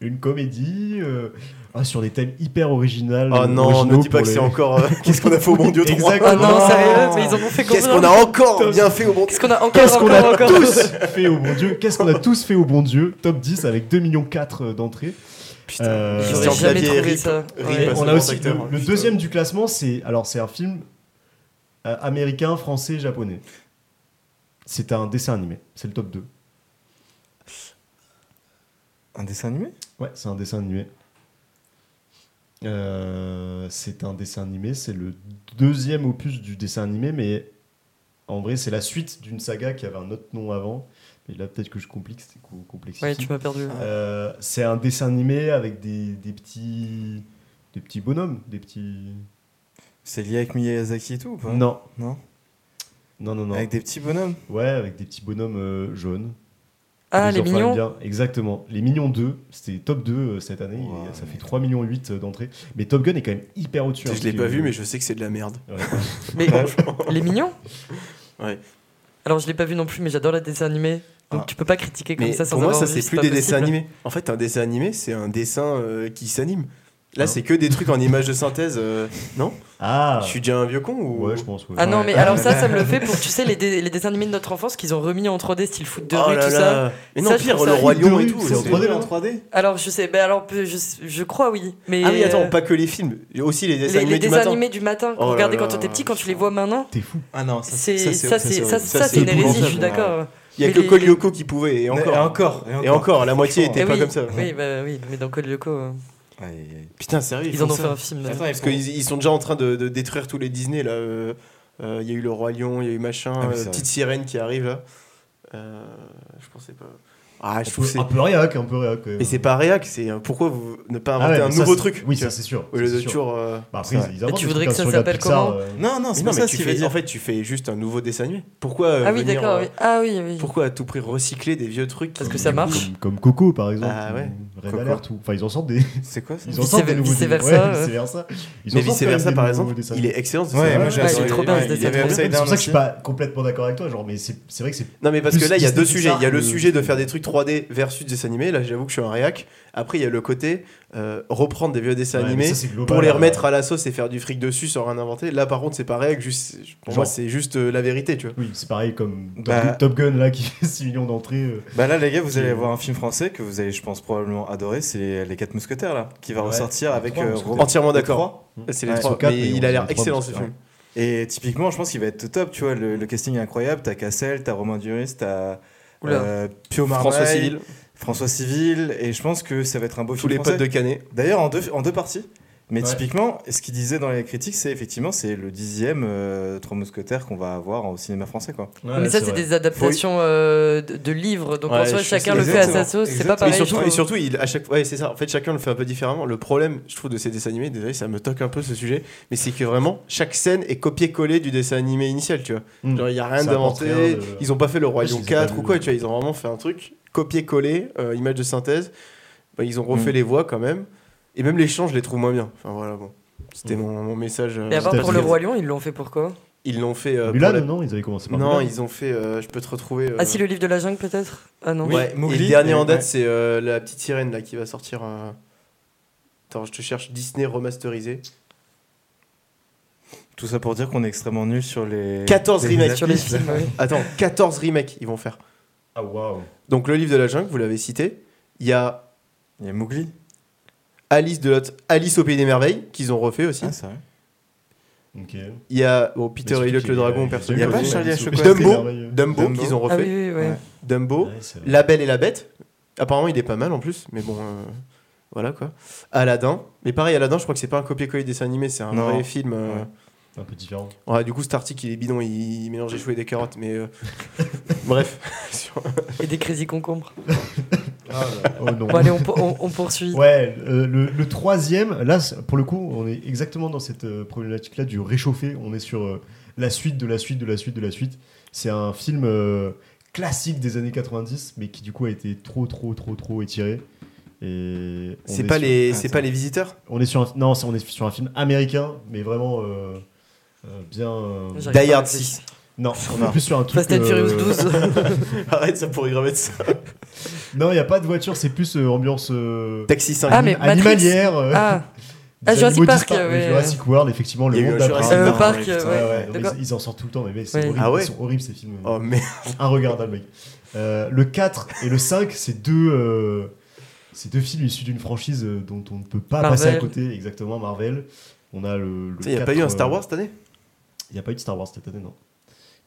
[SPEAKER 1] une comédie, euh, ah, sur des thèmes hyper original- originaux.
[SPEAKER 3] Oh non, ne dis pas
[SPEAKER 1] pour
[SPEAKER 3] que
[SPEAKER 1] les-
[SPEAKER 3] c'est encore. euh, Qu'est-ce qu'on a fait au bon Dieu 3
[SPEAKER 1] Exactement.
[SPEAKER 2] Ah non,
[SPEAKER 1] Oh.
[SPEAKER 2] sérieux, mais ils en ont fait combien
[SPEAKER 3] Qu'est-ce qu'on a encore bien fait au bon Dieu
[SPEAKER 2] Qu'est-ce qu'on a encore,
[SPEAKER 1] Qu'est-ce qu'on
[SPEAKER 2] encore,
[SPEAKER 1] a
[SPEAKER 2] encore
[SPEAKER 1] tous fait au bon Dieu Qu'est-ce qu'on a tous fait au bon Dieu Top 10 avec 2,4 millions euh, d'entrées.
[SPEAKER 3] Putain,
[SPEAKER 1] Euh,
[SPEAKER 2] J'aurais
[SPEAKER 1] Christian
[SPEAKER 2] jamais
[SPEAKER 3] Clavier,
[SPEAKER 2] trouvé
[SPEAKER 3] rip.
[SPEAKER 2] ça.
[SPEAKER 3] Rip,
[SPEAKER 2] Ouais.
[SPEAKER 1] Et
[SPEAKER 3] parce
[SPEAKER 1] on
[SPEAKER 3] que
[SPEAKER 1] a
[SPEAKER 3] grand
[SPEAKER 1] aussi
[SPEAKER 3] acteur,
[SPEAKER 1] le-
[SPEAKER 3] hein,
[SPEAKER 1] le,
[SPEAKER 3] putain.
[SPEAKER 1] deuxième du classement, c'est alors c'est un film euh, américain, français, japonais. C'est un dessin animé. C'est le top 2.
[SPEAKER 4] Un dessin animé
[SPEAKER 1] Ouais, c'est un dessin animé. Euh, c'est un dessin animé. C'est le deuxième opus du dessin animé, mais en vrai, c'est la suite d'une saga qui avait un autre nom avant. Mais là, peut-être que je complique. c'est qu'on complexifie.
[SPEAKER 2] Ouais, tu m'as perdu.
[SPEAKER 1] Euh, c'est un dessin animé avec des, des petits des petits bonhommes, des petits.
[SPEAKER 4] C'est lié avec Miyazaki et tout ou
[SPEAKER 2] Hein
[SPEAKER 4] pas
[SPEAKER 1] Non,
[SPEAKER 4] Non.
[SPEAKER 1] non, non, non.
[SPEAKER 4] Avec des petits bonhommes.
[SPEAKER 1] Ouais, avec des petits bonhommes euh, jaunes.
[SPEAKER 2] Ah,
[SPEAKER 1] Ils
[SPEAKER 2] les
[SPEAKER 1] en feraient
[SPEAKER 2] mignons.
[SPEAKER 1] bien. Exactement. Les Mignons 2, c'était top 2 euh, cette année.
[SPEAKER 3] Wow,
[SPEAKER 1] et ça fait
[SPEAKER 3] mec.
[SPEAKER 1] 3,8 millions euh, d'entrées. Mais Top Gun est quand même hyper au-dessus. hein,
[SPEAKER 3] Je l'ai
[SPEAKER 1] parce
[SPEAKER 3] pas
[SPEAKER 1] que-
[SPEAKER 3] vu, mais je sais que c'est de la merde.
[SPEAKER 1] Ouais.
[SPEAKER 2] Mais les mignons
[SPEAKER 3] Ouais.
[SPEAKER 2] Alors je l'ai pas vu non plus, mais j'adore les dessins animés. Donc
[SPEAKER 3] Ah.
[SPEAKER 2] tu peux pas critiquer comme
[SPEAKER 3] Mais
[SPEAKER 2] ça sans
[SPEAKER 3] pour moi,
[SPEAKER 2] avoir
[SPEAKER 3] ça,
[SPEAKER 2] vu,
[SPEAKER 3] c'est plus des
[SPEAKER 2] pas
[SPEAKER 3] dessins
[SPEAKER 2] possible.
[SPEAKER 3] animés. En fait, un dessin animé, c'est un dessin euh, qui s'anime. Là,
[SPEAKER 1] Hein
[SPEAKER 3] c'est que des trucs en images de synthèse. euh, non
[SPEAKER 1] Ah
[SPEAKER 3] Je suis déjà un vieux con ou
[SPEAKER 1] Ouais, je pense. ouais.
[SPEAKER 2] Ah non,
[SPEAKER 3] Ouais.
[SPEAKER 2] mais alors ça, ça me le fait pour, tu sais, les, dé- les dessins animés de notre enfance qu'ils ont remis en 3D, style foot de
[SPEAKER 3] Oh
[SPEAKER 2] rue,
[SPEAKER 3] là
[SPEAKER 2] tout ça.
[SPEAKER 3] là. Mais non,
[SPEAKER 2] Ça, je
[SPEAKER 3] pire,
[SPEAKER 2] trouve
[SPEAKER 3] le
[SPEAKER 2] ça
[SPEAKER 3] roi lion et
[SPEAKER 1] horrible,
[SPEAKER 3] tout.
[SPEAKER 1] c'est
[SPEAKER 3] c'est-
[SPEAKER 1] en 3D, là.
[SPEAKER 4] 3D
[SPEAKER 2] Alors je sais, ben alors je, je crois oui. Mais
[SPEAKER 3] Ah oui, attends,
[SPEAKER 2] euh,
[SPEAKER 3] pas que les films, aussi les
[SPEAKER 2] les,
[SPEAKER 3] dessins
[SPEAKER 2] les
[SPEAKER 3] animés du
[SPEAKER 2] dessins
[SPEAKER 3] matin.
[SPEAKER 2] animés du matin,
[SPEAKER 3] Oh là
[SPEAKER 2] regardez
[SPEAKER 3] là.
[SPEAKER 2] quand on était petit, quand tu les vois maintenant,
[SPEAKER 1] T'es fou.
[SPEAKER 4] Ah non, ça
[SPEAKER 2] c'est
[SPEAKER 4] c'est
[SPEAKER 2] ça, c'est ça,
[SPEAKER 4] horrible.
[SPEAKER 2] ça, c'est une hérésie, je suis
[SPEAKER 3] horrible.
[SPEAKER 2] d'accord.
[SPEAKER 3] Il y a
[SPEAKER 2] Mais
[SPEAKER 3] que
[SPEAKER 2] les-
[SPEAKER 3] Kolioko qui pouvait, et encore.
[SPEAKER 4] Et encore.
[SPEAKER 3] Et encore, la moitié était
[SPEAKER 4] Franchement,
[SPEAKER 2] Eh
[SPEAKER 3] pas
[SPEAKER 2] oui,
[SPEAKER 3] comme ça.
[SPEAKER 2] Oui, bah oui, mais dans Code Lyoko, euh,
[SPEAKER 4] Aïe, aïe, aïe.
[SPEAKER 3] Putain, sérieux,
[SPEAKER 2] ils en
[SPEAKER 3] font
[SPEAKER 2] ont
[SPEAKER 3] ça.
[SPEAKER 2] fait un film. euh.
[SPEAKER 4] Attends, ils
[SPEAKER 3] Parce
[SPEAKER 4] font-
[SPEAKER 3] qu'ils ils sont déjà en train de, de détruire tous les Disney, là. euh, euh, Il y a eu le Roi Lion, il y a eu machin,
[SPEAKER 4] Ah oui,
[SPEAKER 3] euh,
[SPEAKER 4] c'est vrai.
[SPEAKER 3] petite sirène qui arrive, là. Euh, je pensais pas... Ah, je
[SPEAKER 1] Un
[SPEAKER 3] trouve que
[SPEAKER 1] peu-
[SPEAKER 3] c'est...
[SPEAKER 1] un peu réac, un peu réac. quand même.
[SPEAKER 3] Mais c'est pas réac, c'est... euh, Pourquoi vous ne pas
[SPEAKER 1] Ah
[SPEAKER 3] inventer
[SPEAKER 1] ouais,
[SPEAKER 3] un
[SPEAKER 1] mais ça,
[SPEAKER 3] nouveau
[SPEAKER 1] c'est-
[SPEAKER 3] truc
[SPEAKER 1] Oui,
[SPEAKER 3] tu vois,
[SPEAKER 1] ça c'est sûr.
[SPEAKER 3] Au lieu
[SPEAKER 1] ça,
[SPEAKER 3] de
[SPEAKER 1] c'est sûr.
[SPEAKER 3] toujours... euh,
[SPEAKER 1] Bah,
[SPEAKER 4] C'est
[SPEAKER 1] après,
[SPEAKER 4] vrai.
[SPEAKER 1] ils inventent
[SPEAKER 2] Et tu
[SPEAKER 1] des
[SPEAKER 2] voudrais
[SPEAKER 1] trucs
[SPEAKER 2] que ça
[SPEAKER 1] sur la
[SPEAKER 2] s'appelle
[SPEAKER 1] Pixar,
[SPEAKER 2] comment
[SPEAKER 1] euh,
[SPEAKER 4] Non, non,
[SPEAKER 3] Mais
[SPEAKER 4] c'est
[SPEAKER 3] non,
[SPEAKER 4] pas
[SPEAKER 3] mais
[SPEAKER 4] ça
[SPEAKER 3] tu
[SPEAKER 4] qu'il veut
[SPEAKER 3] fais- En
[SPEAKER 4] dire.
[SPEAKER 3] fait, tu fais juste un nouveau dessin animé. Pourquoi euh,
[SPEAKER 2] Ah oui,
[SPEAKER 3] venir,
[SPEAKER 2] d'accord,
[SPEAKER 3] euh,
[SPEAKER 2] oui. Ah oui, oui.
[SPEAKER 3] Pourquoi à tout prix recycler des vieux trucs
[SPEAKER 2] Parce
[SPEAKER 3] qui-
[SPEAKER 2] que ça marche.
[SPEAKER 1] Comme, comme Coco par exemple.
[SPEAKER 3] Ah ouais,
[SPEAKER 1] Red
[SPEAKER 3] Coco.
[SPEAKER 1] Alert ou. Enfin, ils en sortent des.
[SPEAKER 4] C'est quoi ça
[SPEAKER 1] Ils en sortent des
[SPEAKER 2] Vice-
[SPEAKER 1] nouveaux
[SPEAKER 2] vice-versa,
[SPEAKER 1] dessins.
[SPEAKER 2] euh.
[SPEAKER 1] Ouais, vice-versa. Ils en
[SPEAKER 3] Mais
[SPEAKER 1] sortent
[SPEAKER 3] vice
[SPEAKER 1] quand même
[SPEAKER 3] versa,
[SPEAKER 1] des
[SPEAKER 3] par
[SPEAKER 1] nouveaux
[SPEAKER 3] exemple,
[SPEAKER 1] dessins.
[SPEAKER 3] il est excellent ce
[SPEAKER 4] Ouais,
[SPEAKER 3] dessin
[SPEAKER 4] moi,
[SPEAKER 3] animé.
[SPEAKER 4] j'ai
[SPEAKER 3] Il
[SPEAKER 4] adoré.
[SPEAKER 3] est
[SPEAKER 4] trop bien, ce
[SPEAKER 3] il
[SPEAKER 2] dessin
[SPEAKER 3] avait
[SPEAKER 2] animé.
[SPEAKER 1] C'est
[SPEAKER 3] Upside
[SPEAKER 1] pour ça
[SPEAKER 3] Down
[SPEAKER 1] que je
[SPEAKER 3] aussi.
[SPEAKER 1] suis pas complètement d'accord avec toi, genre, mais c'est c'est vrai que c'est.
[SPEAKER 3] Non mais parce que
[SPEAKER 1] Plus
[SPEAKER 3] là il y a
[SPEAKER 1] Disney
[SPEAKER 3] deux sujets, il y a le
[SPEAKER 1] Pixar
[SPEAKER 3] sujet de
[SPEAKER 1] que-
[SPEAKER 3] faire des trucs 3D versus dessin animé, là j'avoue que je suis un réac. Après il y a le côté euh, reprendre des vieux dessins
[SPEAKER 1] Ouais, mais
[SPEAKER 3] animés
[SPEAKER 1] ça, c'est global,
[SPEAKER 3] pour les
[SPEAKER 1] euh,
[SPEAKER 3] remettre à la sauce et faire du fric dessus sans rien inventer. Là par contre c'est pas réac, juste pour
[SPEAKER 1] Genre.
[SPEAKER 3] moi c'est juste euh, la vérité, tu vois.
[SPEAKER 1] Oui, c'est pareil comme Top,
[SPEAKER 4] Bah-
[SPEAKER 1] Top Gun là qui fait 6 millions d'entrées. euh.
[SPEAKER 4] Bah là, les gars, vous allez avoir un film français que vous allez, je pense, probablement adorer. C'est les, les 4 Mousquetaires, là, qui va
[SPEAKER 1] Ouais,
[SPEAKER 4] ressortir
[SPEAKER 1] les
[SPEAKER 4] avec
[SPEAKER 1] trois
[SPEAKER 4] euh,
[SPEAKER 1] mousquetaires.
[SPEAKER 4] Robert-
[SPEAKER 3] Entièrement
[SPEAKER 4] les
[SPEAKER 3] d'accord.
[SPEAKER 4] trois.
[SPEAKER 3] C'est les
[SPEAKER 4] Ouais,
[SPEAKER 1] ils
[SPEAKER 3] trois,
[SPEAKER 1] sont quatre,
[SPEAKER 3] mais
[SPEAKER 1] mais
[SPEAKER 3] il
[SPEAKER 1] on dit
[SPEAKER 3] a l'air
[SPEAKER 1] les trois
[SPEAKER 3] excellent
[SPEAKER 1] parce
[SPEAKER 3] ce
[SPEAKER 1] que-
[SPEAKER 3] film.
[SPEAKER 4] Et typiquement, je pense qu'il va être top. Tu vois, le, le casting est incroyable. T'as Cassel, t'as Romain Duris, t'as
[SPEAKER 2] Oula.
[SPEAKER 4] euh, Pio Marmaille,
[SPEAKER 3] François Civil,
[SPEAKER 4] François Civil. Et je pense que ça va être un beau
[SPEAKER 3] tous
[SPEAKER 4] film
[SPEAKER 3] les
[SPEAKER 4] français.
[SPEAKER 3] potes de Canet.
[SPEAKER 4] D'ailleurs, en deux, en deux parties. Mais
[SPEAKER 1] Ouais.
[SPEAKER 4] typiquement, ce qu'il disait dans les critiques, c'est effectivement c'est le dixième euh, Trois Mousquetaires qu'on va avoir au cinéma français, quoi.
[SPEAKER 2] mais
[SPEAKER 1] Ouais,
[SPEAKER 2] ça,
[SPEAKER 1] c'est
[SPEAKER 2] c'est
[SPEAKER 1] vrai.
[SPEAKER 2] des adaptations euh, de, de livres, donc en
[SPEAKER 3] Ouais,
[SPEAKER 2] soi,
[SPEAKER 3] je-
[SPEAKER 2] chacun le fait à sa sauce, c'est pas
[SPEAKER 4] Exactement.
[SPEAKER 2] pareil.
[SPEAKER 3] Mais surtout,
[SPEAKER 2] je
[SPEAKER 3] et
[SPEAKER 2] trouve.
[SPEAKER 3] surtout il, à chaque fois, ouais, c'est ça. En fait, chacun le fait un peu différemment. Le problème, je trouve, de ces dessins animés, désolé, ça me toque un peu ce sujet, mais c'est que vraiment, chaque scène est copier-coller du dessin animé initial, tu vois.
[SPEAKER 1] Mm.
[SPEAKER 3] Genre, il n'y a rien
[SPEAKER 1] Ça apporte
[SPEAKER 3] d'inventé.
[SPEAKER 1] rien de-
[SPEAKER 3] Ils ont pas fait le Roi
[SPEAKER 1] Ouais,
[SPEAKER 3] Lion
[SPEAKER 1] ils ont
[SPEAKER 3] 4
[SPEAKER 1] pas
[SPEAKER 3] ou
[SPEAKER 1] vu.
[SPEAKER 3] quoi, tu vois. Ils ont vraiment fait un truc copier-coller, euh, image de synthèse. Bah, ils ont refait
[SPEAKER 4] Mm.
[SPEAKER 3] les voix quand même. Et même les chants, je les trouve moins bien. Enfin, voilà, bon. C'était
[SPEAKER 1] Mm.
[SPEAKER 3] mon, mon message. euh,
[SPEAKER 2] Et à part pour
[SPEAKER 1] États-Unis.
[SPEAKER 2] le Roi Lion, ils l'ont fait pourquoi
[SPEAKER 3] Ils l'ont fait. euh,
[SPEAKER 1] Mulan,
[SPEAKER 3] pour la-
[SPEAKER 1] non Ils avaient commencé par
[SPEAKER 3] Non,
[SPEAKER 1] Mulan.
[SPEAKER 3] ils ont fait. euh, je peux te retrouver. euh,
[SPEAKER 2] Ah, si, le livre de la jungle, peut-être Ah non.
[SPEAKER 4] Oui.
[SPEAKER 3] Ouais,
[SPEAKER 4] Mowgli,
[SPEAKER 3] et le dernier
[SPEAKER 4] et-
[SPEAKER 3] en date,
[SPEAKER 4] ouais.
[SPEAKER 3] c'est euh, la petite sirène là qui va sortir. euh, Attends, je te cherche Disney remasterisé.
[SPEAKER 4] Tout ça pour dire qu'on est extrêmement nul sur les
[SPEAKER 3] 14
[SPEAKER 4] les-
[SPEAKER 3] remakes.
[SPEAKER 2] Sur les films, oui.
[SPEAKER 3] Attends, 14 remakes ils vont faire.
[SPEAKER 1] Ah waouh.
[SPEAKER 3] Donc le livre de la jungle, vous l'avez cité. Il y a
[SPEAKER 4] Il y a Mowgli.
[SPEAKER 3] Alice de l'autre- Alice au pays des merveilles qu'ils ont refait aussi.
[SPEAKER 4] Ah, c'est vrai.
[SPEAKER 1] Ok.
[SPEAKER 3] Il y a bon,
[SPEAKER 1] Mais
[SPEAKER 3] Peter
[SPEAKER 1] surtout
[SPEAKER 3] et Luc
[SPEAKER 1] qu'il
[SPEAKER 3] le
[SPEAKER 1] y a-
[SPEAKER 3] dragon,
[SPEAKER 1] il y a
[SPEAKER 3] personne.
[SPEAKER 4] Il y a
[SPEAKER 1] Dumbo,
[SPEAKER 4] pas Charlie à
[SPEAKER 1] Alice au
[SPEAKER 4] chocolat.
[SPEAKER 1] pays des
[SPEAKER 3] Dumbo,
[SPEAKER 1] merveilles.
[SPEAKER 3] Dumbo,
[SPEAKER 4] Dumbo.
[SPEAKER 3] qu'ils ont
[SPEAKER 2] Ah
[SPEAKER 3] refait.
[SPEAKER 2] oui, oui, oui.
[SPEAKER 4] Ouais.
[SPEAKER 3] Dumbo,
[SPEAKER 1] Ouais, c'est vrai.
[SPEAKER 3] La Belle et la Bête. Apparemment, il est pas mal en plus, mais bon, euh, voilà quoi. Aladdin, mais pareil, Aladdin, je crois que c'est pas un copier-coller dessin animé, c'est un
[SPEAKER 4] Non.
[SPEAKER 3] vrai film. euh,
[SPEAKER 4] Ouais.
[SPEAKER 1] Un peu différent.
[SPEAKER 3] Ouais, du coup, cet article, il est bidon, il, il mélange des choux et des carottes, mais euh, bref. Sur-
[SPEAKER 2] Et des Crazy Concombres.
[SPEAKER 1] Oh non.
[SPEAKER 2] Bon, allez, on, pour- on- on poursuit.
[SPEAKER 1] Ouais, euh, le, le troisième, là, c'est- pour le coup, on est exactement dans cette euh, problématique-là du réchauffé. On est sur euh, la suite de la suite de la suite de la suite. C'est un film euh, classique des années 90, mais qui du coup a été trop, trop, trop, trop étiré. Et on
[SPEAKER 3] C'est
[SPEAKER 1] est
[SPEAKER 3] pas,
[SPEAKER 1] sur-
[SPEAKER 3] les,
[SPEAKER 4] Ah,
[SPEAKER 3] c'est
[SPEAKER 4] ça
[SPEAKER 3] pas
[SPEAKER 4] va.
[SPEAKER 3] les visiteurs
[SPEAKER 1] On est sur un, non, c'est- on est sur un film américain, mais vraiment euh, euh, bien. euh,
[SPEAKER 2] J'arrive
[SPEAKER 3] Die
[SPEAKER 2] pas à
[SPEAKER 3] Hard
[SPEAKER 2] réfléchir.
[SPEAKER 3] 6.
[SPEAKER 1] non, on
[SPEAKER 4] Non.
[SPEAKER 1] est plus sur un truc.
[SPEAKER 2] Fast and
[SPEAKER 1] euh,
[SPEAKER 2] Furious 12.
[SPEAKER 3] Arrête, ça pourrait graver de ça.
[SPEAKER 1] Non, il n'y a pas de voiture, c'est plus euh, ambiance euh,
[SPEAKER 3] Taxi 5.
[SPEAKER 2] Ah, mais Matrix.
[SPEAKER 1] animalière. euh,
[SPEAKER 2] Ah,
[SPEAKER 1] des
[SPEAKER 2] Ah, Jurassic
[SPEAKER 1] animaux
[SPEAKER 2] Park,
[SPEAKER 1] disparus.
[SPEAKER 2] ouais.
[SPEAKER 1] Jurassic World, effectivement,
[SPEAKER 3] Il
[SPEAKER 1] le
[SPEAKER 3] y a eu
[SPEAKER 1] monde
[SPEAKER 3] un
[SPEAKER 1] d'après.
[SPEAKER 3] Jurassic
[SPEAKER 2] euh,
[SPEAKER 3] Park,
[SPEAKER 2] Park,
[SPEAKER 3] ouais,
[SPEAKER 2] euh,
[SPEAKER 3] putain,
[SPEAKER 1] Ouais,
[SPEAKER 2] ouais.
[SPEAKER 1] ouais, non, mais
[SPEAKER 2] D'accord.
[SPEAKER 1] ils, ils en sortent tout le temps, mais, mais c'est
[SPEAKER 2] Ouais.
[SPEAKER 1] horrible,
[SPEAKER 3] Ah ouais
[SPEAKER 1] ils sont horribles ces films.
[SPEAKER 3] Oh merde.
[SPEAKER 1] Inregardables, mec. Euh, le 4 et le 5, c'est deux, euh, c'est deux films issus d'une franchise euh, dont on ne peut pas
[SPEAKER 2] Marvel.
[SPEAKER 1] passer à côté, exactement, Marvel. On a le. le
[SPEAKER 3] Il n'y a
[SPEAKER 1] 4,
[SPEAKER 3] pas eu
[SPEAKER 1] euh,
[SPEAKER 3] un Star Wars cette année
[SPEAKER 1] Il n'y a pas eu de Star Wars cette année, non.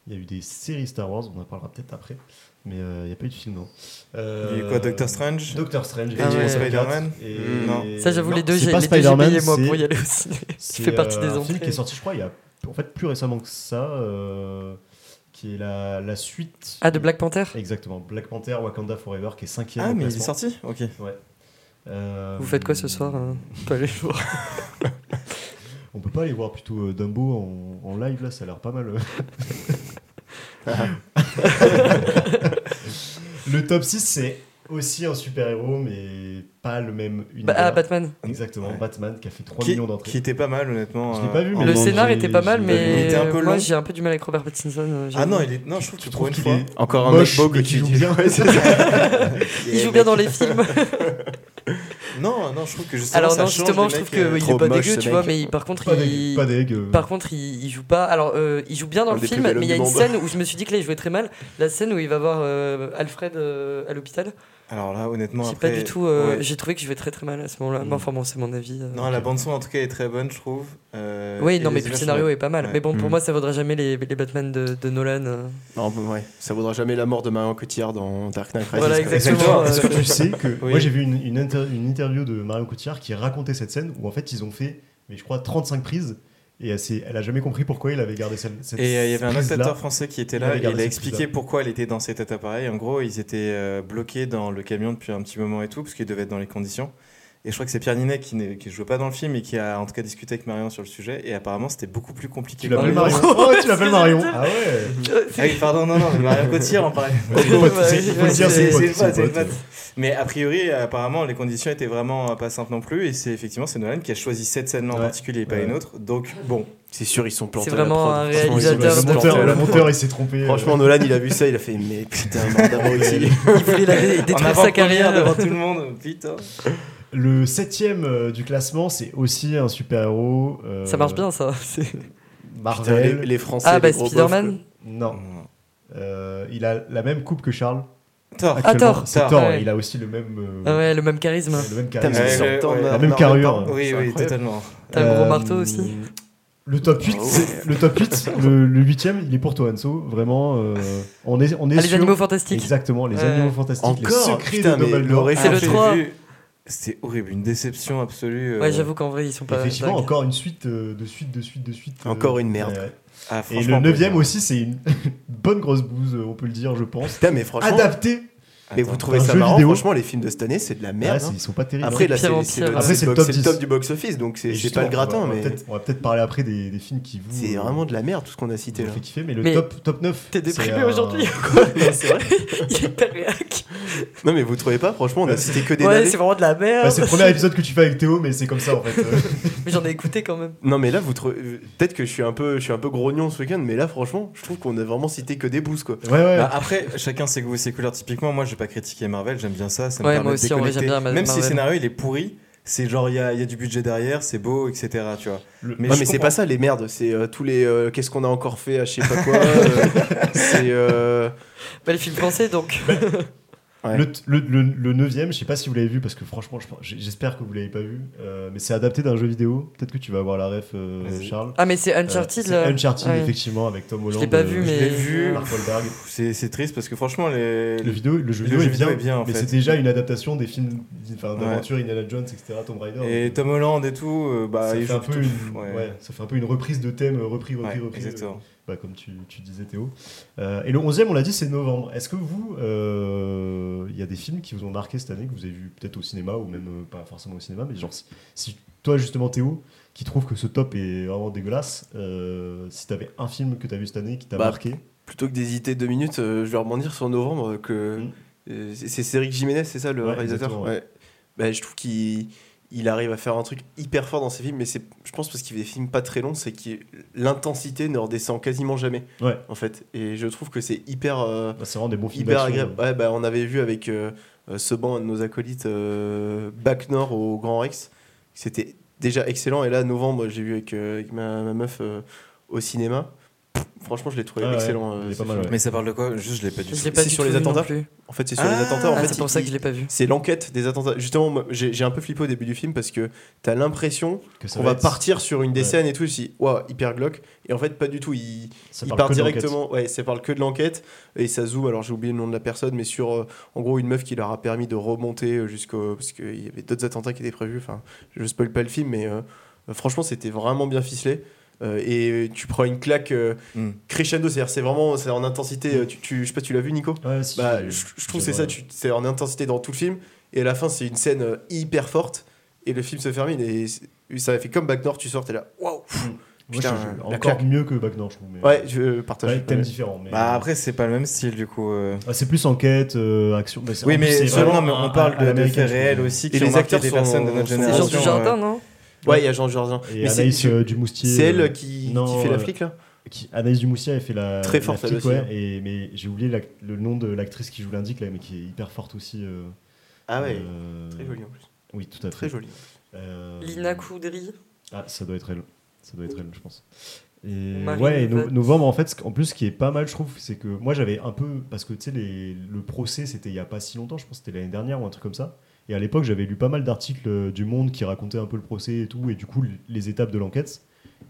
[SPEAKER 1] Il y a eu des séries Star Wars, on en parlera peut-être après, mais euh, il n'y a pas eu de film, non. Euh,
[SPEAKER 4] Il y a eu quoi, Doctor Strange
[SPEAKER 1] Doctor Strange,
[SPEAKER 4] Et
[SPEAKER 2] ouais.
[SPEAKER 4] Spider-Man
[SPEAKER 1] et-
[SPEAKER 3] Mm,
[SPEAKER 4] non.
[SPEAKER 2] ça, j'avoue, les deux,
[SPEAKER 1] c'est
[SPEAKER 2] j'ai
[SPEAKER 1] pas
[SPEAKER 2] les deux, j'ai
[SPEAKER 1] Spider-Man,
[SPEAKER 2] payé moi
[SPEAKER 1] c'est-
[SPEAKER 2] pour y aller aussi.
[SPEAKER 1] C'est
[SPEAKER 2] fais partie
[SPEAKER 1] euh,
[SPEAKER 2] des
[SPEAKER 1] un film
[SPEAKER 2] entrées.
[SPEAKER 1] qui est sorti, je crois, il y a en fait plus récemment que ça, euh, qui est la, la suite.
[SPEAKER 2] Ah, de Black Panther
[SPEAKER 1] Exactement, Black Panther Wakanda Forever, qui est cinquième.
[SPEAKER 4] Ah,
[SPEAKER 1] au
[SPEAKER 4] mais il est
[SPEAKER 1] classement.
[SPEAKER 4] sorti Ok.
[SPEAKER 1] Euh,
[SPEAKER 2] Vous faites quoi ce soir hein Pas les jours.
[SPEAKER 1] On peut pas aller voir plutôt euh, Dumbo en, en live là, ça a l'air pas mal. euh. le le top 6, c'est aussi un super-héros, mais pas le même
[SPEAKER 2] Bah,
[SPEAKER 1] univers.
[SPEAKER 2] ah, Batman.
[SPEAKER 1] Exactement,
[SPEAKER 4] Ouais.
[SPEAKER 1] Batman qui a fait 3
[SPEAKER 4] Qui-
[SPEAKER 1] millions
[SPEAKER 4] Qui
[SPEAKER 1] d'entrées.
[SPEAKER 4] était pas mal, honnêtement.
[SPEAKER 1] Je l'ai
[SPEAKER 4] euh,
[SPEAKER 1] pas vu,
[SPEAKER 4] en-
[SPEAKER 1] mais-
[SPEAKER 2] Le
[SPEAKER 1] non,
[SPEAKER 2] scénar
[SPEAKER 1] j'ai-
[SPEAKER 2] était pas mal,
[SPEAKER 1] j'ai pas vu.
[SPEAKER 2] mais
[SPEAKER 4] Il était un peu
[SPEAKER 2] euh, moi
[SPEAKER 4] lent.
[SPEAKER 2] j'ai un peu du mal avec Robert Pattinson. euh,
[SPEAKER 4] Ah
[SPEAKER 2] j'avoue.
[SPEAKER 4] non, il est... non, je trouve que
[SPEAKER 1] Tu
[SPEAKER 4] tu trouves
[SPEAKER 1] trouves
[SPEAKER 4] une
[SPEAKER 1] qu'il
[SPEAKER 4] fois.
[SPEAKER 1] est
[SPEAKER 3] Encore un mec
[SPEAKER 1] Moche,
[SPEAKER 3] beau que
[SPEAKER 1] mais qui
[SPEAKER 3] tu
[SPEAKER 1] joue
[SPEAKER 3] dis.
[SPEAKER 1] bien.
[SPEAKER 3] Ouais, c'est ça.
[SPEAKER 2] il joue bien dans les films.
[SPEAKER 4] Non, non, je trouve que justement.
[SPEAKER 2] Alors
[SPEAKER 4] ça
[SPEAKER 2] non,
[SPEAKER 4] change
[SPEAKER 2] justement, je
[SPEAKER 4] des
[SPEAKER 2] trouve
[SPEAKER 4] mecs, euh,
[SPEAKER 2] qu'il
[SPEAKER 3] trop
[SPEAKER 2] est pas
[SPEAKER 3] moche,
[SPEAKER 2] dégueu,
[SPEAKER 3] ce
[SPEAKER 2] tu vois,
[SPEAKER 3] mec.
[SPEAKER 2] mais il- par contre,
[SPEAKER 1] Pas
[SPEAKER 2] il.
[SPEAKER 1] dégueu. Pas euh. Ah, dégueu.
[SPEAKER 2] Par contre, il, il joue pas. Alors, euh, il joue bien dans
[SPEAKER 3] Un
[SPEAKER 2] le
[SPEAKER 3] des
[SPEAKER 2] film,
[SPEAKER 3] plus bel homme
[SPEAKER 2] mais il y a
[SPEAKER 3] du
[SPEAKER 2] une
[SPEAKER 3] monde.
[SPEAKER 2] scène où je me suis dit que là, il jouait très mal. La scène où il va voir euh, Alfred euh, à l'hôpital.
[SPEAKER 4] Alors là, honnêtement,
[SPEAKER 2] j'ai
[SPEAKER 4] après.
[SPEAKER 2] pas du tout. euh,
[SPEAKER 4] ouais.
[SPEAKER 2] J'ai trouvé que je vais très très mal à ce moment-là.
[SPEAKER 4] Mm.
[SPEAKER 2] Mais enfin, bon, c'est mon avis. euh.
[SPEAKER 4] Non, la bande-son en tout cas est très bonne, je trouve. Euh,
[SPEAKER 2] oui,
[SPEAKER 4] et
[SPEAKER 2] non,
[SPEAKER 4] les
[SPEAKER 2] mais puis le
[SPEAKER 4] images
[SPEAKER 2] scénario
[SPEAKER 4] sont-
[SPEAKER 2] est pas mal.
[SPEAKER 4] Ouais.
[SPEAKER 2] Mais bon, pour
[SPEAKER 3] Mm.
[SPEAKER 2] moi, ça vaudra jamais les, les Batman de, de Nolan. euh.
[SPEAKER 3] Non, bon, ouais, ça vaudra jamais la mort de Marion Cotillard dans Dark Knight Rises.
[SPEAKER 2] Voilà,
[SPEAKER 3] quoi.
[SPEAKER 2] exactement.
[SPEAKER 4] Exactement.
[SPEAKER 1] Est-ce que
[SPEAKER 2] euh,
[SPEAKER 1] tu sais que.
[SPEAKER 4] Oui.
[SPEAKER 1] Moi, j'ai vu une, une inter- une interview de Marion Cotillard qui racontait cette scène où en fait, ils ont fait, mais je crois, 35 prises et elle, s'est- elle a jamais compris pourquoi il avait gardé cette, cette
[SPEAKER 4] Et euh, il y avait un autre
[SPEAKER 1] prise-là.
[SPEAKER 4] acteur français qui était
[SPEAKER 1] Il
[SPEAKER 4] là
[SPEAKER 1] avait
[SPEAKER 4] et
[SPEAKER 1] gardé
[SPEAKER 4] il a
[SPEAKER 1] cette
[SPEAKER 4] expliqué
[SPEAKER 1] prise-là.
[SPEAKER 4] pourquoi elle était dans cet état pareil. En gros, ils étaient euh, bloqués dans le camion depuis un petit moment et tout, parce qu'ils devaient être dans les conditions. Et je crois que c'est Pierre Ninet qui ne joue pas dans le film et qui a en tout cas discuté avec Marion sur le sujet. Et apparemment, c'était beaucoup plus compliqué.
[SPEAKER 1] Tu
[SPEAKER 4] que
[SPEAKER 1] l'appelles
[SPEAKER 4] prévu.
[SPEAKER 1] Marion. Oh, tu l'appelles Marion. Ah ouais.
[SPEAKER 4] Ah oui, pardon, non, non, mais Marion Cotillard en parlait.
[SPEAKER 1] C'est
[SPEAKER 2] Ouais,
[SPEAKER 1] pote, c'est-
[SPEAKER 2] ouais,
[SPEAKER 1] faut le dire, c'est
[SPEAKER 4] C'est- c'est
[SPEAKER 1] le pote,
[SPEAKER 4] le
[SPEAKER 1] c'est
[SPEAKER 4] pote,
[SPEAKER 1] le
[SPEAKER 4] c'est le
[SPEAKER 1] pote.
[SPEAKER 4] pote. Mais a priori, apparemment, les conditions étaient vraiment pas simples non plus. Et c'est effectivement, c'est Nolan qui a choisi cette scène en
[SPEAKER 1] Ouais.
[SPEAKER 4] particulier et pas
[SPEAKER 1] Ouais.
[SPEAKER 4] une autre. Donc, bon.
[SPEAKER 3] C'est sûr, ils sont plantés.
[SPEAKER 2] C'est
[SPEAKER 3] à la
[SPEAKER 2] vraiment
[SPEAKER 3] prod. Franchement,
[SPEAKER 2] un
[SPEAKER 3] ils sont
[SPEAKER 2] réalisateur
[SPEAKER 3] plantés
[SPEAKER 1] Le
[SPEAKER 2] de-
[SPEAKER 3] à
[SPEAKER 1] monteur,
[SPEAKER 3] la
[SPEAKER 1] le
[SPEAKER 3] prod.
[SPEAKER 1] monteur, il s'est trompé. euh,
[SPEAKER 3] Franchement, Nolan, il a vu ça, il a fait Mais putain, mort d'amour aussi.
[SPEAKER 2] Il voulait la- détruire
[SPEAKER 4] En
[SPEAKER 2] sa
[SPEAKER 4] avant-première
[SPEAKER 2] carrière.
[SPEAKER 4] devant tout le monde, putain.
[SPEAKER 1] Le septième euh, du classement, c'est aussi un super-héros. euh,
[SPEAKER 2] Ça marche bien, ça. c'est-
[SPEAKER 3] Putain, les,
[SPEAKER 1] Marvel.
[SPEAKER 3] les Français.
[SPEAKER 2] Ah,
[SPEAKER 3] les
[SPEAKER 2] bah,
[SPEAKER 3] gros beaufs,
[SPEAKER 2] Spider-Man.
[SPEAKER 1] Non. Euh, il a la même coupe que Charles.
[SPEAKER 4] Thor.
[SPEAKER 2] Ah, Thor.
[SPEAKER 1] actuellement. C'est
[SPEAKER 4] Thor,
[SPEAKER 1] Thor.
[SPEAKER 2] ouais.
[SPEAKER 1] Il a aussi le même. euh,
[SPEAKER 2] Ah ouais, le même charisme.
[SPEAKER 1] Le même
[SPEAKER 3] Putain,
[SPEAKER 1] charisme.
[SPEAKER 3] mais
[SPEAKER 4] Ouais,
[SPEAKER 3] ils
[SPEAKER 4] ouais,
[SPEAKER 3] sortent
[SPEAKER 4] ouais.
[SPEAKER 3] dans
[SPEAKER 4] La
[SPEAKER 1] même
[SPEAKER 3] Marvel
[SPEAKER 1] carrure.
[SPEAKER 3] Park.
[SPEAKER 4] Oui,
[SPEAKER 3] C'est
[SPEAKER 4] oui,
[SPEAKER 3] incroyable.
[SPEAKER 4] totalement.
[SPEAKER 2] T'as un gros marteau aussi.
[SPEAKER 1] Euh, Le top 8,
[SPEAKER 3] Ah ouais.
[SPEAKER 1] c'est- le top 8, le, le 8e, il est pour toi Anso, vraiment euh, on est on est
[SPEAKER 2] Ah, les
[SPEAKER 1] sur-
[SPEAKER 2] animaux fantastiques.
[SPEAKER 1] Exactement, les
[SPEAKER 2] Ouais.
[SPEAKER 1] animaux fantastiques, les
[SPEAKER 3] Encore
[SPEAKER 1] secrets
[SPEAKER 3] Putain,
[SPEAKER 1] de
[SPEAKER 3] mais
[SPEAKER 1] Dumbledore.
[SPEAKER 3] l'oreille-
[SPEAKER 2] C'est le
[SPEAKER 4] Ah, j'ai
[SPEAKER 2] 3.
[SPEAKER 4] vu, C'était horrible, une déception absolue. euh,
[SPEAKER 2] Ouais, j'avoue qu'en vrai, ils sont Ah, pas.
[SPEAKER 1] Effectivement,
[SPEAKER 2] dingues.
[SPEAKER 1] encore une suite euh, de suite de suite de suite.
[SPEAKER 3] Encore une merde.
[SPEAKER 1] euh,
[SPEAKER 4] ah,
[SPEAKER 1] et
[SPEAKER 4] franchement,
[SPEAKER 1] le
[SPEAKER 4] on peut dire.
[SPEAKER 1] 9e aussi, c'est une bonne grosse bouse, euh, on peut le dire, je pense.
[SPEAKER 3] Putain, mais franchement.
[SPEAKER 1] Adapté.
[SPEAKER 3] Mais
[SPEAKER 4] Attends.
[SPEAKER 3] vous trouvez
[SPEAKER 1] un
[SPEAKER 3] ça
[SPEAKER 1] jeu
[SPEAKER 3] marrant
[SPEAKER 1] vidéo.
[SPEAKER 3] Franchement, les films de cette année, c'est de la
[SPEAKER 1] Ouais,
[SPEAKER 3] merde.
[SPEAKER 1] c'est-
[SPEAKER 3] hein.
[SPEAKER 1] ils sont pas terribles.
[SPEAKER 3] Après,
[SPEAKER 2] de
[SPEAKER 3] là,
[SPEAKER 2] pire
[SPEAKER 3] c'est
[SPEAKER 2] en
[SPEAKER 3] c'est
[SPEAKER 2] pire.
[SPEAKER 3] le,
[SPEAKER 1] Après,
[SPEAKER 3] c'est le
[SPEAKER 1] c'est
[SPEAKER 3] box-
[SPEAKER 1] top
[SPEAKER 3] c'est le top
[SPEAKER 1] 10.
[SPEAKER 3] du box-office, donc c'est
[SPEAKER 1] Et
[SPEAKER 3] c'est pas
[SPEAKER 1] justement,
[SPEAKER 3] le gratin,
[SPEAKER 1] on va, on va
[SPEAKER 3] mais
[SPEAKER 1] peut-être- on va peut-être parler après des, des films qui vous
[SPEAKER 3] c'est
[SPEAKER 1] euh,
[SPEAKER 3] vraiment de la merde tout ce qu'on a
[SPEAKER 1] qui
[SPEAKER 3] cité
[SPEAKER 1] vous
[SPEAKER 3] là.
[SPEAKER 1] fait kiffer mais le
[SPEAKER 2] Mais-
[SPEAKER 1] top top 9.
[SPEAKER 2] T'es
[SPEAKER 1] c'est euh,
[SPEAKER 2] déprimé
[SPEAKER 1] un-
[SPEAKER 2] aujourd'hui.
[SPEAKER 3] C'est vrai
[SPEAKER 2] Il est pas réac.
[SPEAKER 3] Non, mais vous trouvez pas Franchement, on a cité que des
[SPEAKER 2] Ouais,
[SPEAKER 3] navets.
[SPEAKER 2] c'est vraiment de la merde.
[SPEAKER 1] Bah, c'est le premier épisode que tu fais avec Théo mais c'est comme ça en fait. euh.
[SPEAKER 2] Mais j'en ai écouté quand même.
[SPEAKER 3] Non, mais là, vous trouvez. Peut-être que je suis un peu, je suis un peu grognon ce week-end, mais là, franchement, je trouve qu'on a vraiment cité que des bouses quoi.
[SPEAKER 1] Ouais ouais.
[SPEAKER 4] Bah, après, chacun ses goûts et ses couleurs. Typiquement, moi, je vais pas critiquer Marvel, j'aime bien ça. ça me
[SPEAKER 2] Ouais,
[SPEAKER 4] permet
[SPEAKER 2] moi
[SPEAKER 4] de
[SPEAKER 2] aussi, en vrai,
[SPEAKER 4] déconnecter.
[SPEAKER 2] j'aime bien Ma-
[SPEAKER 4] Même si
[SPEAKER 2] Marvel.
[SPEAKER 4] le scénario, il est pourri, c'est genre, il y a, il y a du budget derrière, c'est beau, etc. Tu vois.
[SPEAKER 1] Le-
[SPEAKER 4] Mais
[SPEAKER 3] non,
[SPEAKER 4] je
[SPEAKER 3] mais c'est
[SPEAKER 4] comprends.
[SPEAKER 3] pas ça les merdes, c'est euh, tous les euh, qu'est-ce qu'on a encore fait à je sais pas quoi. euh, c'est euh,
[SPEAKER 2] Bah, les films français, donc.
[SPEAKER 3] Ouais.
[SPEAKER 1] Le, t- le, le, le neuvième, je sais pas si vous l'avez vu parce que franchement, je pense- j- j'espère que vous l'avez pas vu, euh, mais c'est adapté d'un jeu vidéo. Peut-être que tu vas avoir la ref, euh,
[SPEAKER 4] Vas-y.
[SPEAKER 1] Charles.
[SPEAKER 2] Ah, mais c'est
[SPEAKER 1] Euh,
[SPEAKER 2] Uncharted
[SPEAKER 1] c'est
[SPEAKER 2] là.
[SPEAKER 1] Uncharted,
[SPEAKER 2] Ouais.
[SPEAKER 1] effectivement, avec Tom Holland.
[SPEAKER 2] Je l'ai pas vu,
[SPEAKER 1] euh,
[SPEAKER 2] mais.
[SPEAKER 4] l'ai vu.
[SPEAKER 1] Mark Wahlberg.
[SPEAKER 4] Pff, C'est c'est triste parce que franchement, les.
[SPEAKER 1] Le, vidéo, le jeu
[SPEAKER 4] le
[SPEAKER 1] vidéo
[SPEAKER 4] jeu
[SPEAKER 1] est bien,
[SPEAKER 4] vidéo est bien, en
[SPEAKER 1] mais
[SPEAKER 4] fait.
[SPEAKER 1] c'est déjà une adaptation des films enfin, d'aventure Indiana Jones, etc. Tomb Raider.
[SPEAKER 4] Et
[SPEAKER 1] donc,
[SPEAKER 4] Tom Holland et tout, euh, bah,
[SPEAKER 1] ça,
[SPEAKER 4] ils
[SPEAKER 1] fait un
[SPEAKER 4] jouent
[SPEAKER 1] peu
[SPEAKER 4] tout-
[SPEAKER 1] une,
[SPEAKER 4] ouais.
[SPEAKER 1] ouais, ça fait un peu une reprise de thème, euh, repris, repris,
[SPEAKER 4] Ouais,
[SPEAKER 1] repris,
[SPEAKER 4] exactement.
[SPEAKER 1] bah, comme tu, tu disais Théo. Euh, et le 11e, on l'a dit, c'est novembre. Est-ce que vous, euh, il y a des films qui vous ont marqué cette année, que vous avez vu peut-être au cinéma, ou même euh, pas forcément au cinéma, mais genre, si, si toi justement Théo, qui trouve que ce top est vraiment dégueulasse, euh, si t'avais un film que t'as vu cette année qui t'a
[SPEAKER 3] Bah,
[SPEAKER 1] marqué,
[SPEAKER 3] plutôt que d'hésiter deux minutes, euh, je vais rebondir sur novembre euh, que
[SPEAKER 1] Mm.
[SPEAKER 3] euh, c'est- c'est Cédric Jiménez, c'est ça le
[SPEAKER 1] Ouais,
[SPEAKER 3] réalisateur.
[SPEAKER 1] exactement,
[SPEAKER 3] Ouais. Bah, je trouve qu'il il arrive à faire un truc hyper fort dans ses films, mais c'est je pense parce qu'il fait des films pas très longs, c'est que l'intensité ne redescend quasiment jamais.
[SPEAKER 1] Ouais.
[SPEAKER 3] En fait, et je trouve que c'est hyper euh,
[SPEAKER 1] bah, c'est vraiment des bons films.
[SPEAKER 3] hyper
[SPEAKER 1] d'action.
[SPEAKER 3] agréable. Ouais, bah, on avait vu avec euh, euh, ce banc, un de nos acolytes, euh, Back Nord au Grand Rex. C'était déjà excellent. Et là, novembre, j'ai vu avec, euh, avec ma, ma meuf euh, au cinéma. Franchement, je l'ai trouvé
[SPEAKER 1] Ah ouais,
[SPEAKER 3] excellent. euh,
[SPEAKER 1] il est
[SPEAKER 3] ce
[SPEAKER 1] pas mal,
[SPEAKER 3] film.
[SPEAKER 1] ouais.
[SPEAKER 4] Mais ça parle de quoi Juste, je l'ai pas du
[SPEAKER 2] Je
[SPEAKER 4] tout.
[SPEAKER 2] l'ai pas
[SPEAKER 3] C'est
[SPEAKER 2] du
[SPEAKER 3] sur
[SPEAKER 2] tout
[SPEAKER 3] les
[SPEAKER 2] vu non
[SPEAKER 3] attentats.
[SPEAKER 2] plus.
[SPEAKER 3] En fait, c'est sur
[SPEAKER 4] Ah,
[SPEAKER 3] les attentats. En
[SPEAKER 2] Ah,
[SPEAKER 3] fait,
[SPEAKER 2] c'est pour
[SPEAKER 3] il-
[SPEAKER 2] ça que je l'ai pas vu.
[SPEAKER 3] c'est l'enquête des attentats. Justement, moi, j'ai j'ai un peu flippé au début du film parce que t'as l'impression
[SPEAKER 1] Que ça
[SPEAKER 3] qu'on va,
[SPEAKER 1] être-
[SPEAKER 3] partir sur une des
[SPEAKER 1] Ouais.
[SPEAKER 3] scènes et tout. Je me suis dit, Waouh, hyper glauque. Et en fait, pas du tout. Il,
[SPEAKER 1] ça
[SPEAKER 3] il
[SPEAKER 1] parle
[SPEAKER 3] part
[SPEAKER 1] que de
[SPEAKER 3] directement, ouais, ça parle que de l'enquête et ça zoome. Alors j'ai oublié le nom de la personne, mais sur euh, en gros une meuf qui leur a permis de remonter euh, jusqu'au parce qu'il y avait d'autres attentats qui étaient prévus. Enfin, je spoil pas le film, mais euh, euh, franchement c'était vraiment bien ficelé. Euh, et tu prends une claque euh,
[SPEAKER 4] Mm.
[SPEAKER 3] crescendo, c'est-à-dire c'est vraiment c'est en intensité. euh, Tu, tu- je sais pas, tu l'as vu Nico
[SPEAKER 1] l'enquête. Ouais, si,
[SPEAKER 3] bah,
[SPEAKER 1] j'ai-
[SPEAKER 3] je, je trouve que
[SPEAKER 1] j'ai-
[SPEAKER 3] c'est ça, tu- c'est en intensité dans tout le film. Et à la fin, c'est une scène euh, hyper forte. Et le film se termine. Et c'est- ça fait comme Back North, tu sors, t'es là, waouh! pff,
[SPEAKER 1] Moi,
[SPEAKER 3] Putain,
[SPEAKER 1] je- je-
[SPEAKER 3] la
[SPEAKER 1] encore
[SPEAKER 3] claque.
[SPEAKER 1] mieux que Back North, je trouve. mais- euh,
[SPEAKER 3] Ouais, je partage.
[SPEAKER 1] Ouais, thème différent. mais-
[SPEAKER 4] Bah après c'est pas le même style du coup. euh.
[SPEAKER 1] Ah, c'est plus enquête, euh, action. Mais c'est-
[SPEAKER 4] Oui
[SPEAKER 1] en
[SPEAKER 4] mais,
[SPEAKER 1] plus, c'est
[SPEAKER 4] seulement,
[SPEAKER 1] vraiment
[SPEAKER 4] mais
[SPEAKER 1] un-
[SPEAKER 4] on parle
[SPEAKER 1] un-
[SPEAKER 4] de,
[SPEAKER 1] un
[SPEAKER 4] de faits
[SPEAKER 1] américain, je trouve.
[SPEAKER 4] réels aussi qui
[SPEAKER 3] Et
[SPEAKER 4] ont
[SPEAKER 3] les
[SPEAKER 4] marqué
[SPEAKER 3] acteurs
[SPEAKER 4] des
[SPEAKER 3] sont-
[SPEAKER 4] personnes de
[SPEAKER 3] sont-
[SPEAKER 4] notre
[SPEAKER 2] C'est
[SPEAKER 4] génération.
[SPEAKER 2] genre
[SPEAKER 3] Narration,
[SPEAKER 2] du
[SPEAKER 4] euh.
[SPEAKER 2] jardin, non
[SPEAKER 3] Ouais, il y a Jean Georges.
[SPEAKER 1] Et Anaïs euh, Dumoustier.
[SPEAKER 3] C'est
[SPEAKER 1] euh,
[SPEAKER 3] elle qui,
[SPEAKER 1] non,
[SPEAKER 3] qui fait la
[SPEAKER 1] euh,
[SPEAKER 3] flic là
[SPEAKER 1] qui- Anaïs Dumoustier, elle fait la.
[SPEAKER 3] Très
[SPEAKER 1] la
[SPEAKER 3] forte, elle
[SPEAKER 1] flic,
[SPEAKER 3] aussi,
[SPEAKER 1] ouais,
[SPEAKER 3] hein.
[SPEAKER 1] Et, mais j'ai oublié la- le nom de l'actrice qui joue l'indique, là, mais qui est hyper forte aussi. euh,
[SPEAKER 3] Ah ouais,
[SPEAKER 1] euh,
[SPEAKER 3] très jolie en plus.
[SPEAKER 1] Oui, tout à fait.
[SPEAKER 3] Très jolie.
[SPEAKER 1] Euh,
[SPEAKER 2] Lina Koudry.
[SPEAKER 1] Ah, ça doit être elle. Ça doit être elle, je pense. Et
[SPEAKER 2] Marine
[SPEAKER 1] ouais, et no-
[SPEAKER 2] Lefebvre.
[SPEAKER 1] novembre, en fait, ce qu- en plus, ce qui est pas mal, je trouve, c'est que moi j'avais un peu. Parce que tu sais, les- le procès, c'était il y a pas si longtemps, je pense que c'était l'année dernière ou un truc comme ça. Et à l'époque, j'avais lu pas mal d'articles euh, du Monde qui racontaient un peu le procès et tout, et du coup, l- les étapes de l'enquête.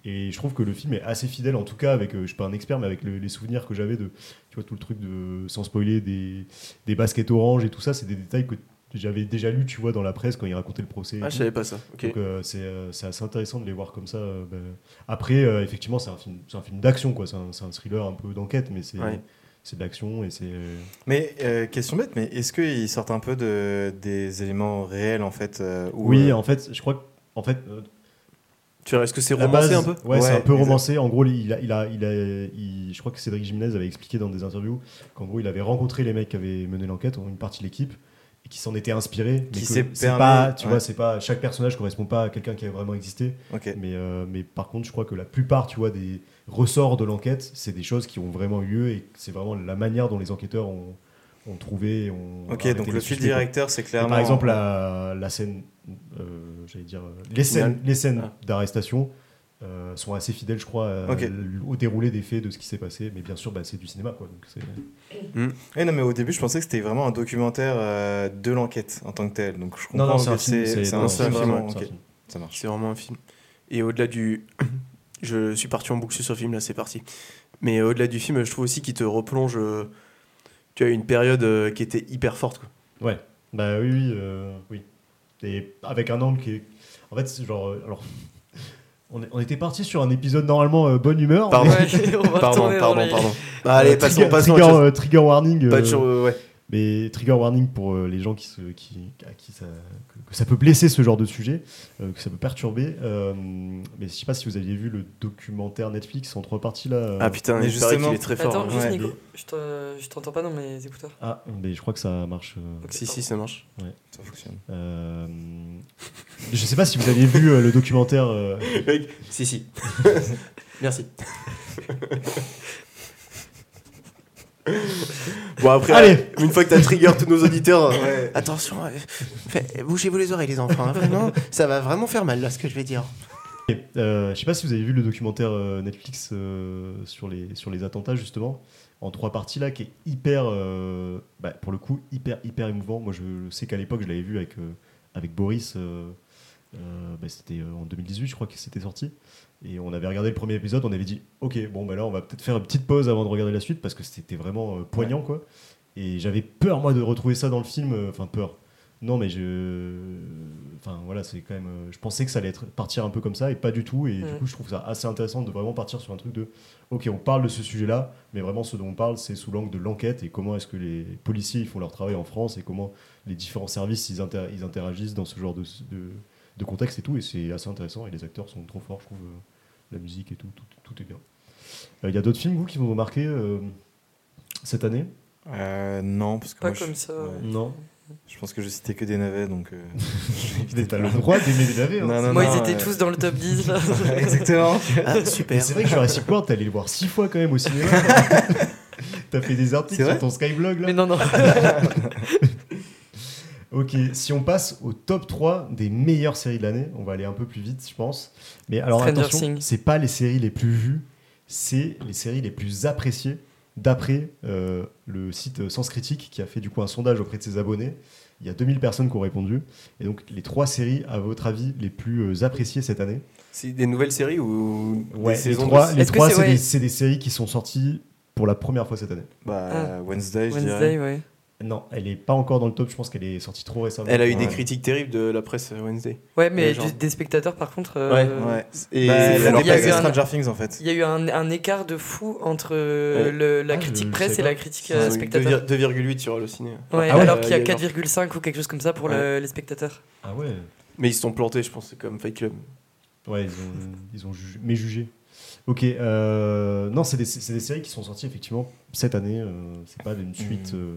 [SPEAKER 1] Et je trouve que le film est assez fidèle, en tout cas, avec, euh, je suis pas un expert, mais avec le- les souvenirs que j'avais de, tu vois, tout le truc de, sans spoiler, des, des baskets oranges et tout ça, c'est des détails que j'avais déjà lu, tu vois, dans la presse quand ils racontaient le procès. et
[SPEAKER 3] Ah, je
[SPEAKER 1] tout.
[SPEAKER 3] savais pas ça. Ok.
[SPEAKER 1] Donc euh, c'est euh, c'est assez intéressant de les voir comme ça. euh, bah. Après, euh, effectivement, c'est un film, c'est un film d'action, quoi. C'est un, c'est un thriller un peu d'enquête, mais c'est
[SPEAKER 3] Ouais.
[SPEAKER 1] c'est de l'action et c'est. euh,
[SPEAKER 4] Mais euh, question bête, mais est-ce qu'ils sortent un peu de, des éléments réels en fait euh, ou,
[SPEAKER 1] Oui,
[SPEAKER 4] euh,
[SPEAKER 1] en fait, je crois que. En fait, euh,
[SPEAKER 3] Tu vois, est-ce que c'est
[SPEAKER 1] la
[SPEAKER 3] romancé
[SPEAKER 1] base-
[SPEAKER 3] un peu
[SPEAKER 1] Ouais, c'est
[SPEAKER 4] Ouais,
[SPEAKER 1] un peu
[SPEAKER 4] exact.
[SPEAKER 1] romancé. En gros, il a, il a, il a, il- je crois que Cédric Jiménez avait expliqué dans des interviews qu'en gros, il avait rencontré les mecs qui avaient mené l'enquête, une partie de l'équipe, et qui s'en était inspiré.
[SPEAKER 4] Qui
[SPEAKER 1] que
[SPEAKER 4] s'est
[SPEAKER 1] c'est
[SPEAKER 4] permis-
[SPEAKER 1] pas, tu
[SPEAKER 4] ouais.
[SPEAKER 1] vois, c'est pas chaque personnage correspond pas à quelqu'un qui a vraiment existé.
[SPEAKER 4] ok.
[SPEAKER 1] Mais, euh, mais par contre, je crois que la plupart, tu vois, des ressorts de l'enquête, c'est des choses qui ont vraiment eu lieu et c'est vraiment la manière dont les enquêteurs ont, ont trouvé. et Ont
[SPEAKER 4] Ok,
[SPEAKER 1] arrêté
[SPEAKER 4] donc
[SPEAKER 1] les
[SPEAKER 4] le fil
[SPEAKER 1] suspects, quoi.
[SPEAKER 4] directeur c'est
[SPEAKER 1] Et
[SPEAKER 4] clairement.
[SPEAKER 1] Par exemple, la, la scène, euh, j'allais dire, euh, les scènes,
[SPEAKER 3] Finale.
[SPEAKER 1] les scènes
[SPEAKER 3] Ah.
[SPEAKER 1] d'arrestation euh, sont assez fidèles, je crois, à-
[SPEAKER 4] Ok.
[SPEAKER 1] l- au déroulé des faits de ce qui s'est passé. Mais bien sûr, bah, c'est du cinéma, quoi. Donc c'est-
[SPEAKER 4] Eh non, mais au début, je pensais que c'était vraiment un documentaire euh, de l'enquête en tant que tel. Donc je comprends que c'est un
[SPEAKER 1] non, c'est film,
[SPEAKER 4] film. vraiment,
[SPEAKER 1] ouais, c'est un
[SPEAKER 4] ok,
[SPEAKER 1] film.
[SPEAKER 4] Ça marche.
[SPEAKER 3] C'est vraiment un film. Et au-delà du. je suis parti en boucle sur ce film, là, c'est parti. Mais au-delà du film, je trouve aussi qu'il te replonge. euh, Tu as une période euh, qui était hyper forte. quoi.
[SPEAKER 1] Bah oui, oui, euh, oui. Et avec un angle qui est. En fait, c'est genre. euh, alors. On, est- on était parti sur un épisode normalement euh, bonne humeur.
[SPEAKER 3] Pardon.
[SPEAKER 1] mais-
[SPEAKER 2] Ouais, on va
[SPEAKER 3] Pardon,
[SPEAKER 2] retourner dans
[SPEAKER 3] pardon,
[SPEAKER 2] les-
[SPEAKER 3] pardon. Bah, allez,
[SPEAKER 1] Euh,
[SPEAKER 3] passons,
[SPEAKER 1] trigger,
[SPEAKER 3] passons. à
[SPEAKER 1] Trigger,
[SPEAKER 3] autre chose.
[SPEAKER 1] euh, trigger warning.
[SPEAKER 3] Pas
[SPEAKER 1] euh,
[SPEAKER 3] de sur- euh, ouais.
[SPEAKER 1] mais trigger warning pour euh, les gens qui se, qui, à qui ça, que, que ça peut blesser ce genre de sujet, euh, que ça peut perturber. euh, mais je sais pas si vous aviez vu le documentaire Netflix en trois parties là. euh,
[SPEAKER 3] Ah putain,
[SPEAKER 4] Mais
[SPEAKER 3] il paraît qu'il
[SPEAKER 4] justement-
[SPEAKER 3] est très fort.
[SPEAKER 2] Attends,
[SPEAKER 3] hein.
[SPEAKER 2] juste
[SPEAKER 4] Ouais.
[SPEAKER 2] Nico, je t'en- je t'entends pas dans mes écouteurs.
[SPEAKER 1] ah, mais je crois que ça marche. euh,
[SPEAKER 2] Ok,
[SPEAKER 3] Si, si, ça marche.
[SPEAKER 4] Ça fonctionne.
[SPEAKER 1] euh, je sais pas si vous aviez vu euh, le documentaire. euh,
[SPEAKER 3] si, si. Merci. bon, après, euh,
[SPEAKER 1] Allez.
[SPEAKER 3] une fois que t'as trigger tous nos auditeurs, hein. attention, euh, fait- bougez-vous les oreilles, les enfants. hein, vraiment, ça va vraiment faire mal, là, ce que je vais dire.
[SPEAKER 1] Et, euh, je sais pas si vous avez vu le documentaire euh, Netflix euh, sur, les, sur les attentats justement en trois parties là qui est hyper euh, bah, pour le coup hyper hyper émouvant moi je sais qu'à l'époque je l'avais vu avec, euh, avec Boris euh, euh, bah, c'était euh, en 2018 je crois que c'était sorti et on avait regardé le premier épisode on avait dit ok bon bah là on va peut-être faire une petite pause avant de regarder la suite parce que c'était vraiment euh, poignant quoi et j'avais peur moi de retrouver ça dans le film euh, enfin peur non, mais je. Enfin, voilà, c'est quand même. euh, Je pensais que ça allait être partir un peu comme ça et pas du tout. Et du
[SPEAKER 2] Mm.
[SPEAKER 1] coup, je trouve ça assez intéressant de vraiment partir sur un truc de. Ok, on parle de ce sujet-là, mais vraiment, ce dont on parle, c'est sous l'angle de l'enquête et comment est-ce que les policiers ils font leur travail en France et comment les différents services ils, inter- ils interagissent dans ce genre de, de, de contexte et tout. Et c'est assez intéressant. Et les acteurs sont trop forts, je trouve. euh, La musique et tout, tout, tout est bien. Euh, Il y a d'autres films, vous, qui vous ont marqué euh, cette année
[SPEAKER 4] Euh, non, parce que
[SPEAKER 2] Pas
[SPEAKER 4] moi,
[SPEAKER 2] comme
[SPEAKER 4] je,
[SPEAKER 2] ça.
[SPEAKER 4] ouais,
[SPEAKER 1] Non.
[SPEAKER 4] je pense que je citais que des navets, donc. euh,
[SPEAKER 1] T'as le droit d'aimer les navets, hein.
[SPEAKER 4] Non, non,
[SPEAKER 2] Moi,
[SPEAKER 4] non,
[SPEAKER 2] ils étaient
[SPEAKER 4] euh,
[SPEAKER 2] tous dans le top 10. là.
[SPEAKER 4] Exactement.
[SPEAKER 3] Ah, super.
[SPEAKER 1] Mais c'est vrai que Jurassic World, t'es allé le voir six fois quand même au cinéma. T'as fait des
[SPEAKER 4] C'est
[SPEAKER 1] articles
[SPEAKER 4] vrai
[SPEAKER 1] sur ton Skyblog là.
[SPEAKER 2] Mais non, non.
[SPEAKER 1] Ok, si on passe au top 3 des meilleures séries de l'année, on va aller un peu plus vite, je pense. Mais alors
[SPEAKER 2] Stranger
[SPEAKER 1] attention,
[SPEAKER 2] Things.
[SPEAKER 1] c'est pas les séries les plus vues, c'est les séries les plus appréciées d'après euh, le site Sens Critique qui a fait du coup un sondage auprès de ses abonnés. Il y a 2000 personnes qui ont répondu. Et donc les trois séries, à votre avis, les plus euh, appréciées cette année
[SPEAKER 3] C'est des nouvelles séries ou
[SPEAKER 1] Ouais, les
[SPEAKER 3] des saisons de-
[SPEAKER 1] trois, les
[SPEAKER 2] Est-ce que
[SPEAKER 1] trois,
[SPEAKER 2] c'est-
[SPEAKER 1] c'est des-
[SPEAKER 2] ouais.
[SPEAKER 1] c'est des séries qui sont sorties pour la première fois cette année.
[SPEAKER 4] Bah,
[SPEAKER 2] Ah.
[SPEAKER 4] Wednesday, je dirais.
[SPEAKER 2] Wednesday, ouais.
[SPEAKER 1] Non, elle est pas encore dans le top. Je pense qu'elle est sortie trop récemment.
[SPEAKER 3] Elle a eu des
[SPEAKER 4] Ouais.
[SPEAKER 3] critiques terribles de la presse euh, Wednesday.
[SPEAKER 2] Ouais, mais
[SPEAKER 3] Euh, genre.
[SPEAKER 2] du- des spectateurs, par contre. euh,
[SPEAKER 3] Ouais,
[SPEAKER 4] Ouais.
[SPEAKER 3] Et
[SPEAKER 2] c'est
[SPEAKER 4] Bah, elle a
[SPEAKER 2] fou,
[SPEAKER 4] des
[SPEAKER 2] il y a
[SPEAKER 4] places
[SPEAKER 2] eu un-
[SPEAKER 4] de Stranger Things en fait.
[SPEAKER 2] Il y a eu un, un écart de fou entre euh,
[SPEAKER 3] Ouais.
[SPEAKER 2] le- la
[SPEAKER 1] Ah, je-
[SPEAKER 2] critique
[SPEAKER 1] je
[SPEAKER 2] presse
[SPEAKER 1] sais
[SPEAKER 2] et la
[SPEAKER 1] pas.
[SPEAKER 2] critique
[SPEAKER 1] Ah,
[SPEAKER 2] euh,
[SPEAKER 1] oui.
[SPEAKER 2] spectateur.
[SPEAKER 3] 2,8 sur le ciné.
[SPEAKER 2] Ouais,
[SPEAKER 1] Ah ouais.
[SPEAKER 2] alors qu'il y a
[SPEAKER 3] Euh, il y a genre-
[SPEAKER 2] 4,5 ou quelque chose comme ça pour le- les spectateurs.
[SPEAKER 1] Ah ouais.
[SPEAKER 3] Mais ils se sont plantés, je pense, c'est comme Fight Club.
[SPEAKER 1] Ouais, ils ont, ils ont jugé, mais jugé. Ok, euh, non, c'est des, c'est des séries qui sont sorties effectivement cette année. euh, c'est pas une suite.
[SPEAKER 4] Mm.
[SPEAKER 1] euh,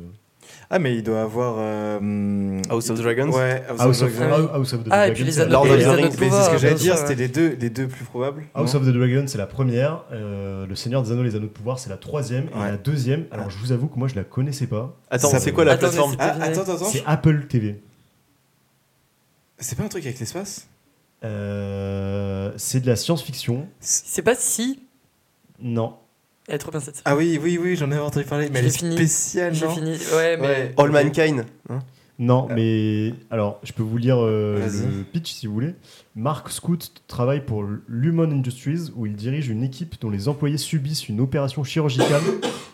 [SPEAKER 4] Ah, mais il doit avoir. euh,
[SPEAKER 3] House of Dragons
[SPEAKER 4] Ouais, House,
[SPEAKER 1] House, of,
[SPEAKER 2] Dragon.
[SPEAKER 1] House- House of the
[SPEAKER 2] Ah, et
[SPEAKER 1] Dragon.
[SPEAKER 2] puis les
[SPEAKER 1] c'est la
[SPEAKER 2] Anneaux
[SPEAKER 3] Lord of
[SPEAKER 2] de
[SPEAKER 1] première.
[SPEAKER 3] the
[SPEAKER 2] les Anneaux de
[SPEAKER 3] Rings,
[SPEAKER 4] Mais c'est ce
[SPEAKER 2] pouvoir,
[SPEAKER 4] que j'allais
[SPEAKER 2] bien
[SPEAKER 4] dire,
[SPEAKER 2] sûr,
[SPEAKER 4] c'était les deux, les deux plus probables.
[SPEAKER 1] House
[SPEAKER 4] non
[SPEAKER 1] of the Dragon, c'est la première. euh, le Seigneur des Anneaux, les Anneaux de Pouvoir, c'est la troisième. Et
[SPEAKER 4] Ouais.
[SPEAKER 1] la deuxième, alors je vous avoue que moi je la connaissais pas.
[SPEAKER 3] Attends,
[SPEAKER 4] Ça-
[SPEAKER 3] c'est quoi la
[SPEAKER 2] Attends, mais
[SPEAKER 3] plateforme
[SPEAKER 2] c'est-
[SPEAKER 4] Ah, attends, attends, attends.
[SPEAKER 1] C'est Apple TV.
[SPEAKER 4] C'est pas un truc avec l'espace
[SPEAKER 1] Euh, c'est de la science-fiction.
[SPEAKER 2] C'est pas si.
[SPEAKER 1] Non.
[SPEAKER 2] Elle est trop bien cette série.
[SPEAKER 4] Ah oui, oui, oui, j'en avais entendu parler, mais elle
[SPEAKER 2] J'ai
[SPEAKER 4] est
[SPEAKER 2] fini.
[SPEAKER 4] spéciale,
[SPEAKER 2] J'ai
[SPEAKER 4] non
[SPEAKER 2] fini. Ouais, mais.
[SPEAKER 4] Ouais.
[SPEAKER 3] All Mankind hein
[SPEAKER 1] Non,
[SPEAKER 4] Euh.
[SPEAKER 1] mais alors, je peux vous lire euh,
[SPEAKER 4] Vas-y.
[SPEAKER 1] le pitch si vous voulez. Mark Scout travaille pour l'Human Industries où il dirige une équipe dont les employés subissent une opération chirurgicale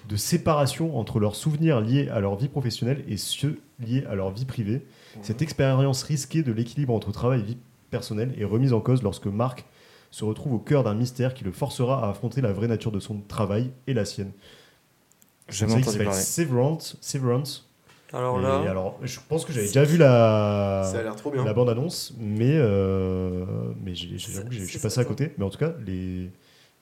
[SPEAKER 1] de séparation entre leurs souvenirs liés à leur vie professionnelle et ceux liés à leur vie privée. Cette expérience risquée de l'équilibre entre travail et vie personnelle est remise en cause lorsque Mark se retrouve au cœur d'un mystère qui le forcera à affronter la vraie nature de son travail et la sienne.
[SPEAKER 4] J'ai
[SPEAKER 1] C'est
[SPEAKER 4] jamais
[SPEAKER 1] qui
[SPEAKER 4] entendu
[SPEAKER 1] s'appelle
[SPEAKER 4] parler.
[SPEAKER 1] Severance. Severance.
[SPEAKER 2] Alors
[SPEAKER 1] Et
[SPEAKER 2] là.
[SPEAKER 1] alors, je pense que j'avais déjà vu la,
[SPEAKER 3] Ça a l'air trop bien. Bah,
[SPEAKER 1] la bande-annonce, mais, euh, mais j'ai- j'ai- j'avoue que je
[SPEAKER 2] C'est-
[SPEAKER 1] suis
[SPEAKER 2] c'est
[SPEAKER 1] passé
[SPEAKER 2] ça,
[SPEAKER 1] à
[SPEAKER 2] ça.
[SPEAKER 1] côté. Mais en tout cas, les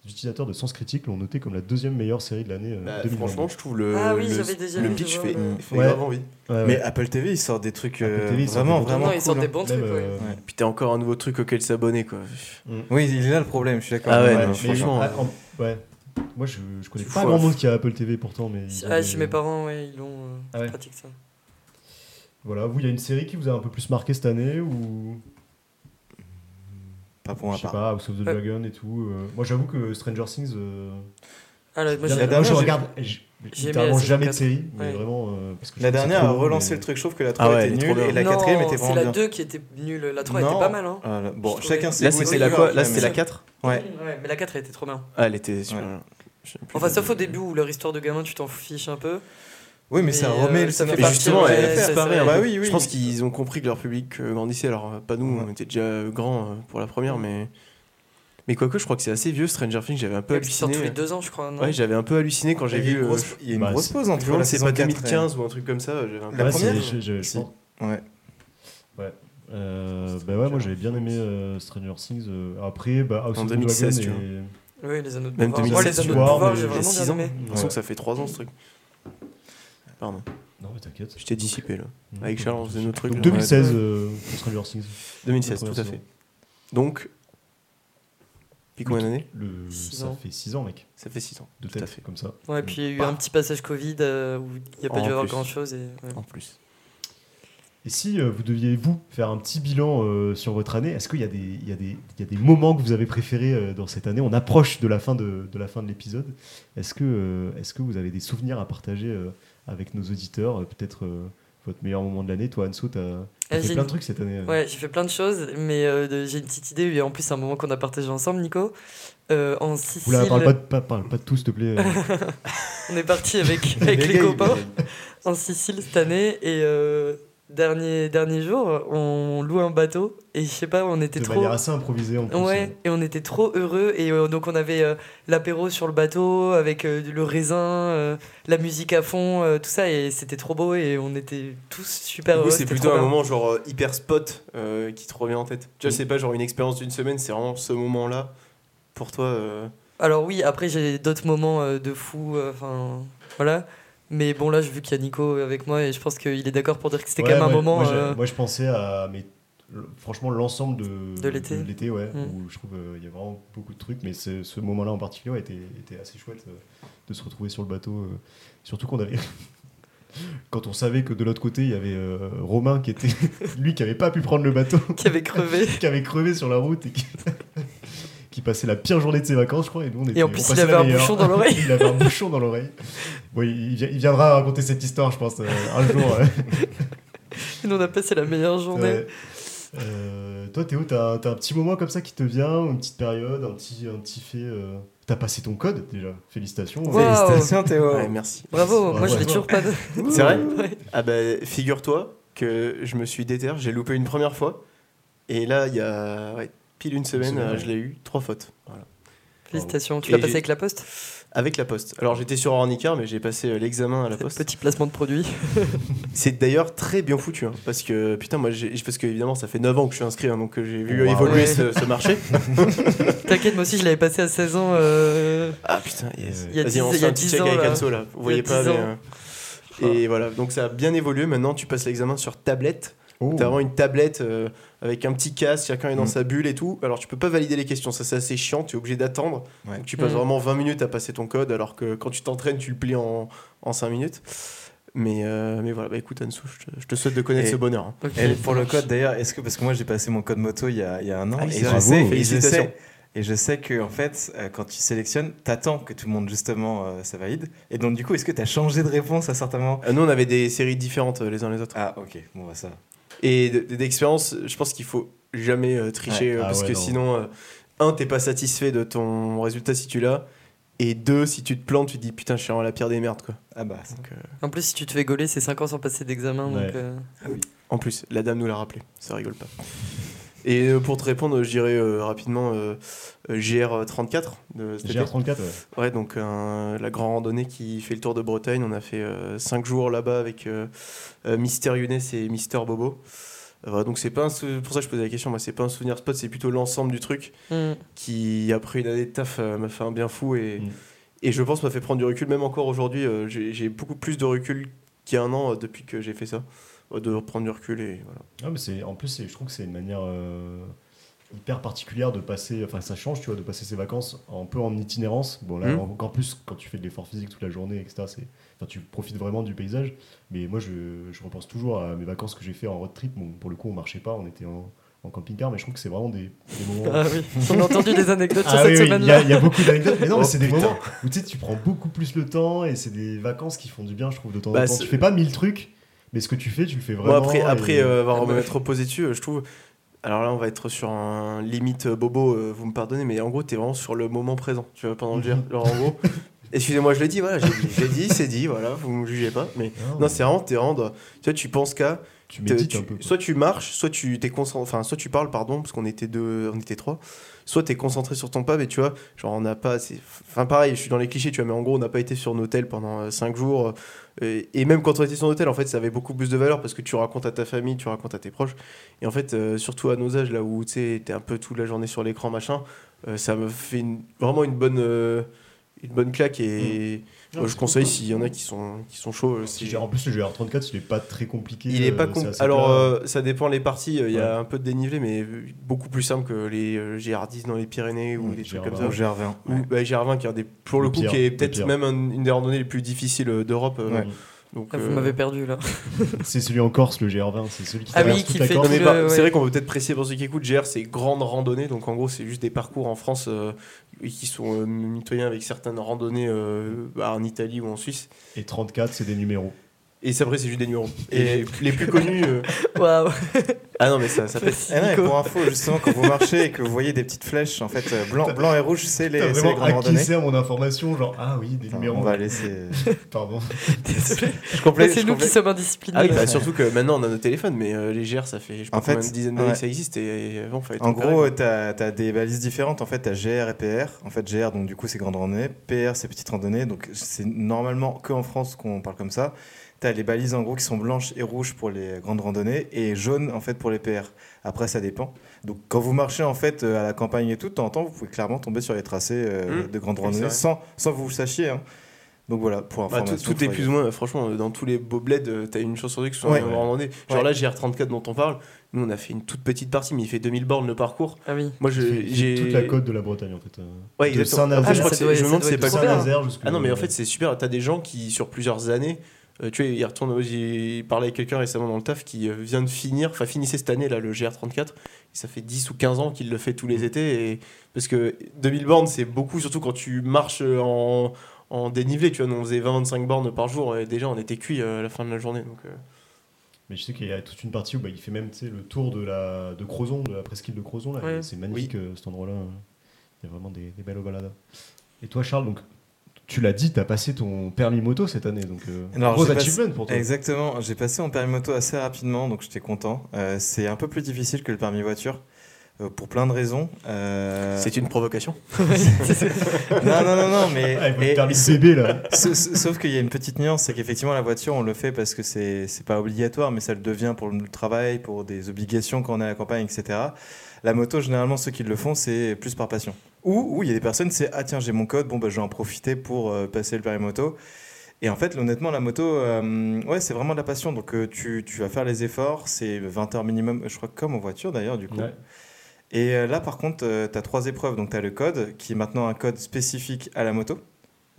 [SPEAKER 1] utilisateurs de Sens Critique l'ont noté comme la deuxième meilleure série de l'année euh,
[SPEAKER 3] Bah,
[SPEAKER 1] 2022.
[SPEAKER 3] franchement, je trouve le,
[SPEAKER 2] Ah oui,
[SPEAKER 3] le-
[SPEAKER 2] j'avais déjà
[SPEAKER 3] le
[SPEAKER 2] envie de
[SPEAKER 3] pitch
[SPEAKER 2] voir
[SPEAKER 3] fait,
[SPEAKER 2] le-
[SPEAKER 3] fait
[SPEAKER 1] Ouais.
[SPEAKER 3] grave envie.
[SPEAKER 1] Ouais,
[SPEAKER 4] Mais
[SPEAKER 1] ouais.
[SPEAKER 4] Apple TV, ils sortent des trucs
[SPEAKER 1] Apple
[SPEAKER 4] euh,
[SPEAKER 1] TV, ils sortent
[SPEAKER 4] vraiment,
[SPEAKER 1] des trucs.
[SPEAKER 4] vraiment.
[SPEAKER 2] non, ils sortent
[SPEAKER 4] cool,
[SPEAKER 2] des
[SPEAKER 4] hein.
[SPEAKER 2] bons trucs.
[SPEAKER 1] Même,
[SPEAKER 2] ouais.
[SPEAKER 1] euh,
[SPEAKER 4] Ouais.
[SPEAKER 3] Putain, encore un nouveau truc auquel s'abonner quoi.
[SPEAKER 4] Oui, il est là le problème, je suis d'accord.
[SPEAKER 3] Ah ouais,
[SPEAKER 1] Ouais,
[SPEAKER 4] non,
[SPEAKER 1] mais-
[SPEAKER 3] franchement,
[SPEAKER 1] ah, en- ouais. Moi, je, je connais
[SPEAKER 3] C'est
[SPEAKER 1] pas
[SPEAKER 3] fou,
[SPEAKER 1] grand
[SPEAKER 3] hein.
[SPEAKER 1] monde qui a Apple TV pourtant. Mais ils
[SPEAKER 2] Ah,
[SPEAKER 1] avaient-
[SPEAKER 2] chez mes parents, ouais, ils l'ont euh,
[SPEAKER 1] Ah ouais.
[SPEAKER 2] pratique ça.
[SPEAKER 1] Voilà, vous, il y a une série qui vous a un peu plus marqué cette année ou
[SPEAKER 4] Pas pour
[SPEAKER 1] je
[SPEAKER 4] ma
[SPEAKER 1] sais
[SPEAKER 4] part.
[SPEAKER 1] pas, House of the
[SPEAKER 2] Euh.
[SPEAKER 1] Dragon et tout. euh, Moi, j'avoue que Stranger Things. euh,
[SPEAKER 2] Ah, là, moi,
[SPEAKER 1] bien-
[SPEAKER 2] j'ai-
[SPEAKER 1] moi, je
[SPEAKER 4] j'ai-
[SPEAKER 1] regarde j-
[SPEAKER 2] j'ai
[SPEAKER 1] littéralement
[SPEAKER 2] aimé la
[SPEAKER 1] jamais de
[SPEAKER 2] saison
[SPEAKER 1] série, mais
[SPEAKER 2] Ouais.
[SPEAKER 1] vraiment. euh, parce que je
[SPEAKER 4] La
[SPEAKER 1] trouve que c'est
[SPEAKER 4] dernière a
[SPEAKER 1] trop long,
[SPEAKER 4] relancé
[SPEAKER 1] mais-
[SPEAKER 4] le truc, je trouve que la 3
[SPEAKER 3] Ah ouais, elle est
[SPEAKER 4] était
[SPEAKER 3] trop
[SPEAKER 4] nulle
[SPEAKER 3] bien.
[SPEAKER 4] et la
[SPEAKER 2] Non,
[SPEAKER 4] 4 était
[SPEAKER 2] C'est
[SPEAKER 4] vraiment
[SPEAKER 2] la
[SPEAKER 4] bien.
[SPEAKER 2] 2 qui était nulle, la 3 était
[SPEAKER 4] Non.
[SPEAKER 2] pas mal. Hein.
[SPEAKER 4] Ah, là- Bon,
[SPEAKER 2] Je
[SPEAKER 4] chacun
[SPEAKER 2] trouvais-
[SPEAKER 4] ses
[SPEAKER 3] Là,
[SPEAKER 4] goûts et
[SPEAKER 3] c'était
[SPEAKER 4] ses
[SPEAKER 3] la quoi
[SPEAKER 4] couleurs,
[SPEAKER 3] Là,
[SPEAKER 4] mais-
[SPEAKER 3] c'était la 4
[SPEAKER 4] Ouais.
[SPEAKER 2] mais la 4 elle était trop bien.
[SPEAKER 3] Ah, elle était super.
[SPEAKER 4] Ouais.
[SPEAKER 3] bien. Je sais plus
[SPEAKER 2] Enfin,
[SPEAKER 3] le-
[SPEAKER 2] sauf au début où leur histoire de gamin, tu t'en fiches un peu.
[SPEAKER 4] Oui, mais ça
[SPEAKER 2] Mais,
[SPEAKER 4] remet
[SPEAKER 2] euh,
[SPEAKER 4] le
[SPEAKER 2] ça fait
[SPEAKER 4] scénario.
[SPEAKER 3] Mais
[SPEAKER 2] partie,
[SPEAKER 3] justement,
[SPEAKER 2] ouais,
[SPEAKER 3] elle
[SPEAKER 2] ça,
[SPEAKER 3] disparaît.
[SPEAKER 2] ça,
[SPEAKER 3] un
[SPEAKER 4] Bah
[SPEAKER 3] peu.
[SPEAKER 4] oui, oui.
[SPEAKER 3] Je pense qu'ils ont compris que leur public euh, grandissait. Alors, euh, pas nous,
[SPEAKER 4] Ouais.
[SPEAKER 3] on était déjà euh, grands euh, pour la première, mais. Mais quoique, je crois que c'est assez vieux Stranger Things. J'avais un peu
[SPEAKER 2] Ouais, puis ils sortent
[SPEAKER 3] halluciné.
[SPEAKER 2] tous les deux ans, je crois. non
[SPEAKER 3] Ouais, j'avais un peu halluciné quand j'ai
[SPEAKER 4] Il y a
[SPEAKER 3] vu.
[SPEAKER 4] une
[SPEAKER 3] euh,
[SPEAKER 4] grosse- il y a une
[SPEAKER 1] bah,
[SPEAKER 4] grosse
[SPEAKER 1] c'est-
[SPEAKER 4] pause hein,
[SPEAKER 3] je
[SPEAKER 4] entre
[SPEAKER 3] crois
[SPEAKER 4] la
[SPEAKER 3] que c'est
[SPEAKER 4] saison
[SPEAKER 3] pas
[SPEAKER 4] 4 et-
[SPEAKER 3] 2015 ou un truc comme ça. j'avais un peu-
[SPEAKER 4] La
[SPEAKER 1] Ouais,
[SPEAKER 4] première
[SPEAKER 1] c'est- je- je- je
[SPEAKER 4] Si.
[SPEAKER 1] pense-
[SPEAKER 4] Ouais.
[SPEAKER 1] euh, bah ouais, moi j'avais bien aimé euh, Stranger Things. euh, après, bah, House
[SPEAKER 3] En
[SPEAKER 1] of the
[SPEAKER 3] 2016,
[SPEAKER 1] Dragon
[SPEAKER 3] tu
[SPEAKER 1] et-
[SPEAKER 2] Oui, les anneaux de
[SPEAKER 3] Même
[SPEAKER 2] pouvoir.
[SPEAKER 3] 2007,
[SPEAKER 2] Moi, les
[SPEAKER 1] tu
[SPEAKER 2] anneaux de
[SPEAKER 1] vois,
[SPEAKER 2] pouvoir,
[SPEAKER 1] mais
[SPEAKER 2] j'ai
[SPEAKER 1] j'ai
[SPEAKER 2] vraiment
[SPEAKER 3] six
[SPEAKER 2] bien
[SPEAKER 3] ans.
[SPEAKER 2] aimé.
[SPEAKER 3] De toute façon,
[SPEAKER 1] Ouais.
[SPEAKER 3] ça fait 3 ans ce truc. Pardon,
[SPEAKER 1] Non, mais t'inquiette.
[SPEAKER 3] je t'ai dissipé là. Avec Charles, on faisait nos trucs.
[SPEAKER 1] Donc
[SPEAKER 3] là.
[SPEAKER 1] 2016 euh, pour Stranger Things.
[SPEAKER 3] 2016,
[SPEAKER 1] La
[SPEAKER 3] tout à
[SPEAKER 1] première
[SPEAKER 3] fait. Donc, puis combien d'années
[SPEAKER 1] Le,
[SPEAKER 2] Six
[SPEAKER 1] ça
[SPEAKER 2] ans.
[SPEAKER 1] fait 6 ans, mec.
[SPEAKER 3] Ça fait 6 ans.
[SPEAKER 1] De
[SPEAKER 3] Tout à
[SPEAKER 1] tête,
[SPEAKER 3] fait.
[SPEAKER 1] comme ça.
[SPEAKER 2] Ouais, puis il y a eu
[SPEAKER 3] Bah.
[SPEAKER 2] un petit passage Covid euh, où il
[SPEAKER 1] Ah,
[SPEAKER 2] n'y a pas
[SPEAKER 3] En
[SPEAKER 2] dû avoir
[SPEAKER 3] plus.
[SPEAKER 2] grand chose. Et, ouais.
[SPEAKER 3] En plus.
[SPEAKER 1] Et si euh, vous deviez, vous, faire un petit bilan euh, sur votre année, est-ce qu'il y, a des- il y, a des- il y a des moments que vous avez préférés euh, dans cette année On approche de la fin de, de la fin de l'épisode. Est-ce que, euh, est-ce que vous avez des souvenirs à partager euh, avec nos auditeurs Euh, Peut-être euh, votre meilleur moment de l'année Toi, Anso, t'as t'as
[SPEAKER 2] Ah,
[SPEAKER 1] fait
[SPEAKER 2] j'ai
[SPEAKER 1] plein
[SPEAKER 2] une-
[SPEAKER 1] de trucs cette année. euh.
[SPEAKER 2] Ouais, j'ai fait plein de choses, mais euh, de- j'ai une petite idée. Et en plus, c'est un moment qu'on a partagé ensemble, Nico. Euh, en Sicile,
[SPEAKER 1] Oula, parle pas, de, pas- parle pas de tout, s'il te plaît. euh.
[SPEAKER 2] on est parti avec, avec les copains en Sicile cette année. Et euh, dernier, dernier jour, on loue un bateau. Et je sais pas, on était
[SPEAKER 1] de
[SPEAKER 2] trop.
[SPEAKER 1] manière assez improvisée en plus.
[SPEAKER 2] Ouais, et on était trop heureux. Et euh, donc, on avait euh, l'apéro sur le bateau avec euh, le raisin, euh, la musique à fond, euh, tout ça. Et c'était trop beau. Et on était tous super
[SPEAKER 3] Du coup,
[SPEAKER 2] heureux.
[SPEAKER 3] c'est
[SPEAKER 2] Ah c'était
[SPEAKER 3] plutôt
[SPEAKER 2] trop
[SPEAKER 3] un
[SPEAKER 2] bien.
[SPEAKER 3] moment genre euh, hyper spot euh, qui te revient en tête. Tu vois, c'est pas genre une expérience d'une semaine, c'est vraiment ce moment-là pour toi. euh,
[SPEAKER 2] Alors, oui, après, j'ai d'autres moments euh, de fou. euh, Enfin, voilà. Mais bon, là, vu qu'il y a Nico avec moi, et je pense qu'il est d'accord pour dire que c'était
[SPEAKER 1] Ouais,
[SPEAKER 2] quand
[SPEAKER 1] moi,
[SPEAKER 2] même un moment.
[SPEAKER 1] Moi, j'ai-
[SPEAKER 2] euh,
[SPEAKER 1] moi, je pensais à. Mais, le- franchement, l'ensemble de,
[SPEAKER 2] De l'été.
[SPEAKER 1] ouais,
[SPEAKER 2] Mm.
[SPEAKER 1] où je trouve euh, il y a vraiment beaucoup de trucs, mais ce, ce moment-là en particulier ouais, était, était assez chouette euh, de se retrouver sur le bateau. euh, surtout qu'on avait. Quand on savait que de l'autre côté, il y avait euh, Romain qui était. lui qui avait pas pu prendre le bateau,
[SPEAKER 2] qui avait crevé.
[SPEAKER 1] qui avait crevé sur la route et qui. qui passait la pire journée de ses vacances, je crois, et nous on était
[SPEAKER 2] en
[SPEAKER 1] on
[SPEAKER 2] plus, il
[SPEAKER 1] passait
[SPEAKER 2] avait
[SPEAKER 1] la
[SPEAKER 2] un
[SPEAKER 1] meilleure.
[SPEAKER 2] bouchon dans l'oreille.
[SPEAKER 1] il avait un bouchon dans l'oreille. Bon, il, il viendra raconter cette histoire, je pense, euh, un jour. euh.
[SPEAKER 2] Et nous, on a passé la meilleure journée.
[SPEAKER 1] Ouais. Euh, toi, Théo, t'as t'as un petit moment comme ça qui te vient, une petite période, un petit, un petit fait. euh, T'as passé ton code déjà, félicitations.
[SPEAKER 2] Ouais. Waouh.
[SPEAKER 4] Félicitations, Théo.
[SPEAKER 3] hein. Ouais, merci.
[SPEAKER 2] Bravo,
[SPEAKER 1] Ouais,
[SPEAKER 2] moi, je
[SPEAKER 1] ouais.
[SPEAKER 2] l'ai toujours pas. de-
[SPEAKER 3] C'est vrai
[SPEAKER 2] Ouais.
[SPEAKER 3] Ah bah, figure-toi que je me suis déter, j'ai loupé une première fois. Et là, il y a ouais, pile une semaine,
[SPEAKER 1] semaine,
[SPEAKER 3] euh,
[SPEAKER 1] ouais.
[SPEAKER 3] je l'ai eu, trois fautes. Voilà.
[SPEAKER 2] Félicitations. Tu
[SPEAKER 3] Et
[SPEAKER 2] l'as passé
[SPEAKER 3] j'ai-
[SPEAKER 2] avec la poste
[SPEAKER 3] Avec la poste. Alors j'étais sur Ornica, mais j'ai passé euh, l'examen à la poste.
[SPEAKER 2] Petit placement de produit.
[SPEAKER 3] C'est d'ailleurs très bien foutu, hein, parce que putain, moi, j'ai- parce que évidemment, ça fait 9 ans que je suis inscrit, hein, donc euh, j'ai vu
[SPEAKER 1] Wow.
[SPEAKER 3] évoluer
[SPEAKER 2] Ouais.
[SPEAKER 3] ce, ce marché.
[SPEAKER 2] T'inquiète, moi aussi, je l'avais passé à 16 ans. euh,
[SPEAKER 3] Ah putain, yes.
[SPEAKER 2] Il y a
[SPEAKER 3] Vas-y,
[SPEAKER 2] 10
[SPEAKER 3] on
[SPEAKER 2] il y
[SPEAKER 3] fait
[SPEAKER 2] a
[SPEAKER 3] un petit
[SPEAKER 2] 10
[SPEAKER 3] check
[SPEAKER 2] ans,
[SPEAKER 3] avec
[SPEAKER 2] là.
[SPEAKER 3] Anso là. Vous
[SPEAKER 2] Il
[SPEAKER 3] voyez
[SPEAKER 2] y a
[SPEAKER 3] pas,
[SPEAKER 2] 10
[SPEAKER 3] mais,
[SPEAKER 2] ans.
[SPEAKER 3] euh, Et voilà, donc ça a bien évolué. Maintenant, tu passes l'examen sur tablette.
[SPEAKER 1] Oh.
[SPEAKER 3] T'as vraiment une tablette euh, avec un petit casque, chacun est dans
[SPEAKER 2] Mmh.
[SPEAKER 4] Mm.
[SPEAKER 3] sa bulle et tout. Alors, tu peux pas valider les questions, ça c'est assez chiant, tu es obligé d'attendre.
[SPEAKER 4] Ouais.
[SPEAKER 3] Donc, tu passes
[SPEAKER 2] Mm.
[SPEAKER 3] vraiment 20 minutes à passer ton code, alors que quand tu t'entraînes, tu le plies en, en 5 minutes. Mais, euh, mais voilà, bah écoute, Anso, je te, je te souhaite de connaître
[SPEAKER 4] Et-
[SPEAKER 3] ce bonheur. hein.
[SPEAKER 2] ok.
[SPEAKER 4] Et Eh, pour le code d'ailleurs, est-ce que parce que moi j'ai passé mon code moto il y a, il y a un an
[SPEAKER 3] Ah oui,
[SPEAKER 4] et,
[SPEAKER 3] c'est
[SPEAKER 4] je
[SPEAKER 1] vrai.
[SPEAKER 4] sais,
[SPEAKER 1] Bravo.
[SPEAKER 4] et je
[SPEAKER 3] Félicitations.
[SPEAKER 4] sais et je sais que en fait euh, quand tu sélectionnes, t'attends que tout le monde justement euh, ça valide. Et donc du coup, est-ce que t'as changé de réponse à certains moments
[SPEAKER 3] Euh, Nous, on avait des séries différentes euh, les uns les autres.
[SPEAKER 4] Ah ok, bon bah ça.
[SPEAKER 3] Et de- de- d'expérience, je pense qu'il faut jamais euh, tricher
[SPEAKER 1] Ouais.
[SPEAKER 3] euh,
[SPEAKER 1] Ah
[SPEAKER 3] parce
[SPEAKER 1] ouais,
[SPEAKER 3] que
[SPEAKER 1] non.
[SPEAKER 3] sinon, euh, un, t'es pas satisfait de ton résultat si tu l'as. Et deux, si tu te plantes, tu te dis putain, je suis vraiment la pire des merdes quoi.
[SPEAKER 4] Ah bah ça.
[SPEAKER 2] En plus, si tu te fais gauler, c'est 5 ans sans passer d'examen.
[SPEAKER 1] Ouais.
[SPEAKER 2] donc, euh,
[SPEAKER 3] En plus, la dame nous l'a rappelé, ça rigole pas. Et euh, pour te répondre, je dirais euh, rapidement euh, euh, GR34 de cet été.
[SPEAKER 1] GR34, ouais.
[SPEAKER 3] Ouais, donc un- la grande randonnée qui fait le tour de Bretagne. On a fait 5 jours là-bas avec euh, euh, Mister Younes et Mister Bobo. Euh, voilà, donc c'est pas un sou- pour ça que je posais la question. Moi, c'est pas un souvenir spot, c'est plutôt l'ensemble du truc
[SPEAKER 2] hmm.
[SPEAKER 3] qui, après une année de taf, euh, m'a fait un bien fou et,
[SPEAKER 1] Mm.
[SPEAKER 3] et je pense m'a fait prendre du recul. Même encore aujourd'hui, euh, j'ai j'ai beaucoup plus de recul qu'il y a un an euh, depuis que j'ai fait ça, euh, de reprendre du recul et voilà.
[SPEAKER 1] Ah, mais c'est- en plus, c'est- je trouve que c'est une manière euh, hyper particulière de passer, enfin ça change, tu vois, de passer ses vacances un peu en itinérance. Bon là,
[SPEAKER 3] Mhm.
[SPEAKER 1] encore plus quand tu fais de l'effort physique toute la journée, etc. c'est- Enfin, tu profites vraiment du paysage. Mais moi, je, je repense toujours à mes vacances que j'ai fait en road trip. Bon, pour le coup, on marchait pas, on était en, en camping-car, mais je trouve que c'est vraiment des, des moments.
[SPEAKER 2] Ah oui, on a entendu des anecdotes sur
[SPEAKER 1] Ah
[SPEAKER 2] cette
[SPEAKER 1] oui, oui, il y,
[SPEAKER 2] semaine-là.
[SPEAKER 1] a- il y a beaucoup d'anecdotes, mais non, mais
[SPEAKER 3] Oh,
[SPEAKER 1] c'est des
[SPEAKER 3] putain.
[SPEAKER 1] moments où tu sais, tu prends beaucoup plus le temps et c'est des vacances qui font du bien, je trouve, de temps
[SPEAKER 3] Bah,
[SPEAKER 1] en temps.
[SPEAKER 3] c'est-
[SPEAKER 1] Tu fais pas mille trucs, mais ce que tu fais, tu le fais
[SPEAKER 3] Moi,
[SPEAKER 1] vraiment.
[SPEAKER 3] après,
[SPEAKER 1] et-
[SPEAKER 3] après euh, avoir
[SPEAKER 2] Ah bah.
[SPEAKER 3] me mettre reposé dessus, euh, je trouve. Alors là, on va être sur un limite euh, bobo, euh, vous me pardonnez, mais en gros, t'es vraiment sur le moment présent, tu vois, pendant le dire. Alors en gros, excusez-moi, je l'ai dit, voilà, j'ai j'ai dit, c'est dit, voilà, vous me jugez pas, mais.
[SPEAKER 1] Ah,
[SPEAKER 3] Non, c'est vraiment, t'es vraiment. dans- Tu vois, tu penses qu'à.
[SPEAKER 1] tu
[SPEAKER 3] t'es-
[SPEAKER 1] médites
[SPEAKER 3] tu-
[SPEAKER 1] un peu. quoi.
[SPEAKER 3] Soit tu marches, soit tu t'es concentré. Enfin, soit tu parles, pardon, parce qu'on était deux, on était trois. Soit t'es concentré sur ton pas, mais tu vois, genre on n'a pas. assez- Enfin, pareil, je suis dans les clichés, tu vois, mais en gros, on n'a pas été sur un hôtel pendant 5 jours. euh, et même quand on était sur un hôtel, en fait, ça avait beaucoup plus de valeur parce que tu racontes à ta famille, tu racontes à tes proches. Et en fait, euh, surtout à nos âges, là où tu sais, t'es un peu toute la journée sur l'écran, machin, euh, ça me fait une- vraiment une bonne. euh, une bonne claque et
[SPEAKER 1] Non,
[SPEAKER 3] euh, je
[SPEAKER 1] c'est
[SPEAKER 3] conseille
[SPEAKER 1] cool.
[SPEAKER 3] s'il y en a qui sont, qui sont chauds. euh,
[SPEAKER 1] Mmh. Si
[SPEAKER 3] c'est-
[SPEAKER 1] j'ai- En plus, le GR34, il est pas très compliqué.
[SPEAKER 3] il est
[SPEAKER 1] euh,
[SPEAKER 3] pas
[SPEAKER 1] c'est
[SPEAKER 3] compl-
[SPEAKER 1] assez
[SPEAKER 3] Alors,
[SPEAKER 1] plat.
[SPEAKER 3] euh, ça dépend les parties. euh, Il y a un peu de dénivelé, mais euh, beaucoup plus simple que les euh, GR10 dans les Pyrénées ou
[SPEAKER 1] Ouais,
[SPEAKER 3] des trucs
[SPEAKER 1] GR20.
[SPEAKER 3] comme ça.
[SPEAKER 4] Ou GR20.
[SPEAKER 3] Ou bah, GR20 qui est un des, pour le,
[SPEAKER 1] Le
[SPEAKER 3] coup,
[SPEAKER 1] pire,
[SPEAKER 3] qui est
[SPEAKER 1] le
[SPEAKER 3] peut-être
[SPEAKER 1] pire.
[SPEAKER 3] même un- une des randonnées les plus difficiles euh, d'Europe. euh,
[SPEAKER 4] Ouais.
[SPEAKER 3] Donc,
[SPEAKER 2] Ah, vous
[SPEAKER 3] euh,
[SPEAKER 2] m'avez perdu là.
[SPEAKER 1] C'est celui en Corse, le GR20. C'est celui qui
[SPEAKER 2] Ah oui,
[SPEAKER 1] traverse
[SPEAKER 2] qui
[SPEAKER 1] toute la
[SPEAKER 2] fait
[SPEAKER 3] non,
[SPEAKER 1] Corse.
[SPEAKER 3] mais
[SPEAKER 2] le-
[SPEAKER 3] bah,
[SPEAKER 2] ouais.
[SPEAKER 3] c'est vrai qu'on peut peut-être préciser pour ceux qui écoutent, GR c'est grande randonnée, donc en gros c'est juste des parcours en France euh, et qui sont euh, mitoyens avec certaines randonnées euh, bah, en Italie ou en Suisse.
[SPEAKER 1] Et 34, c'est des numéros.
[SPEAKER 3] Et ça, après c'est juste des numéros.
[SPEAKER 4] Et-
[SPEAKER 3] Et les plus connus... euh,
[SPEAKER 2] Waouh,
[SPEAKER 3] Ah non mais ça, ça pète.
[SPEAKER 2] merci
[SPEAKER 4] Ah non, mais
[SPEAKER 2] Nico.
[SPEAKER 4] pour info, justement, quand vous marchez et que vous voyez des petites flèches, en fait, euh, blanc, blanc et rouge, c'est les,
[SPEAKER 1] T'as
[SPEAKER 4] c'est les
[SPEAKER 1] vraiment
[SPEAKER 4] grandes randonnées.
[SPEAKER 1] acquis à mon information, genre, ah oui, des
[SPEAKER 4] Attends,
[SPEAKER 1] numéros.
[SPEAKER 4] on va laisser. euh,
[SPEAKER 1] Pardon.
[SPEAKER 2] Désolé.
[SPEAKER 4] je
[SPEAKER 2] Mais
[SPEAKER 4] complète.
[SPEAKER 2] C'est nous qui sommes indisciplinés.
[SPEAKER 3] Ah oui, bah, surtout que maintenant on a nos téléphones, mais euh, les GR ça fait je
[SPEAKER 4] En
[SPEAKER 3] pense
[SPEAKER 4] fait,
[SPEAKER 3] une dizaine d'années
[SPEAKER 4] ouais.
[SPEAKER 3] que ça existe et, et avant fallait
[SPEAKER 4] En
[SPEAKER 3] tempérer,
[SPEAKER 4] gros,
[SPEAKER 3] quoi.
[SPEAKER 4] t'as as des balises différentes. En fait, t'as GR et PR. En fait, GR, donc du coup, c'est grande randonnée. PR, c'est petite randonnée. Donc, c'est normalement que en France qu'on parle comme ça. T'as les balises en gros qui sont blanches et rouges pour les grandes randonnées et jaunes en fait pour les PR. Après, ça dépend. Donc, quand vous marchez en fait euh, à la campagne et tout, de temps en temps, vous pouvez clairement tomber sur les tracés euh,
[SPEAKER 3] Mmh.
[SPEAKER 4] de grandes
[SPEAKER 3] Oui, c'est
[SPEAKER 4] randonnées
[SPEAKER 3] vrai.
[SPEAKER 4] sans, sans que vous le sachiez. hein. Donc voilà, pour
[SPEAKER 3] Bah, tout,
[SPEAKER 4] information.
[SPEAKER 3] tout est
[SPEAKER 4] faudrait-
[SPEAKER 3] plus ou moins, franchement, euh, dans tous les beaux bleds, euh, t'as une chance sur deux qui sont
[SPEAKER 4] Ouais.
[SPEAKER 3] en randonnée. Genre
[SPEAKER 4] Ouais.
[SPEAKER 3] là, GR34 dont on parle, nous on a fait une toute petite partie, mais il fait 2000 bornes le parcours.
[SPEAKER 2] Ah oui.
[SPEAKER 3] Moi je- j'ai.
[SPEAKER 1] Toute la côte de la Bretagne, en fait. euh,
[SPEAKER 3] Ouais,
[SPEAKER 1] de
[SPEAKER 3] exactement.
[SPEAKER 1] Saint-Nazaire.
[SPEAKER 3] Après, je
[SPEAKER 2] Ah,
[SPEAKER 3] crois que
[SPEAKER 2] ça
[SPEAKER 3] c'est-
[SPEAKER 2] doit-
[SPEAKER 3] je me
[SPEAKER 2] ça
[SPEAKER 3] demande
[SPEAKER 2] doit
[SPEAKER 3] si c'est
[SPEAKER 2] être
[SPEAKER 3] pas
[SPEAKER 2] trop
[SPEAKER 3] ça.
[SPEAKER 2] bien.
[SPEAKER 1] Saint-Nazaire jusque-
[SPEAKER 3] Ah non, mais en fait, c'est super. T'as des gens qui, sur plusieurs années, euh, tu vois, ils retournent. J'ai parlé avec quelqu'un récemment dans le taf qui euh, vient de finir, enfin, finissait cette année, là, le GR34. Et ça fait 10 ou 15 ans qu'il le fait tous les étés. Et... Parce que 2000 bornes, c'est beaucoup, surtout quand tu marches euh, en, en dénivelé. Tu vois, nous, on faisait 20-25 bornes par jour. Et déjà, on était cuit à la fin de la journée. Donc, euh,
[SPEAKER 1] Mais je sais qu'il y a toute une partie où bah, il fait même tu sais, le tour de la de Crozon, de la presqu'île de Crozon. là.
[SPEAKER 2] Ouais.
[SPEAKER 1] C'est magnifique euh, cet endroit-là. Il y a vraiment des, des belles balades. Et toi, Charles, donc, tu l'as dit, tu as passé ton permis moto cette année. Donc, euh,
[SPEAKER 4] Alors,
[SPEAKER 1] gros
[SPEAKER 4] j'ai passé-
[SPEAKER 1] achievement pour toi.
[SPEAKER 4] Exactement, j'ai passé mon permis moto assez rapidement, donc j'étais content. Euh, c'est un peu plus difficile que le permis voiture. euh, pour plein de raisons. Euh,
[SPEAKER 3] C'est une provocation.
[SPEAKER 4] Non, non, non, non, mais.
[SPEAKER 1] Ah, il faut
[SPEAKER 4] et-
[SPEAKER 1] le permis de bébé là.
[SPEAKER 4] sa- sa- Sauf qu'il y a une petite nuance, c'est qu'effectivement, la voiture, on le fait parce que c'est c'est pas obligatoire, mais ça le devient pour le travail, pour des obligations quand on est à la campagne, etc. La moto, généralement, ceux qui le font, c'est plus par passion. Ou ou il y a des personnes, c'est Ah, tiens, j'ai mon code, bon, bah, je vais en profiter pour euh, passer le permis moto. Et en fait, honnêtement, la moto, euh, ouais, c'est vraiment de la passion. Donc, euh, tu, tu vas faire les efforts, c'est 20 heures minimum, je crois, comme en voiture d'ailleurs, du coup.
[SPEAKER 1] Ouais.
[SPEAKER 4] Et euh, là, par contre, tu as trois épreuves. Donc, tu as le code, qui est maintenant un code spécifique à la moto.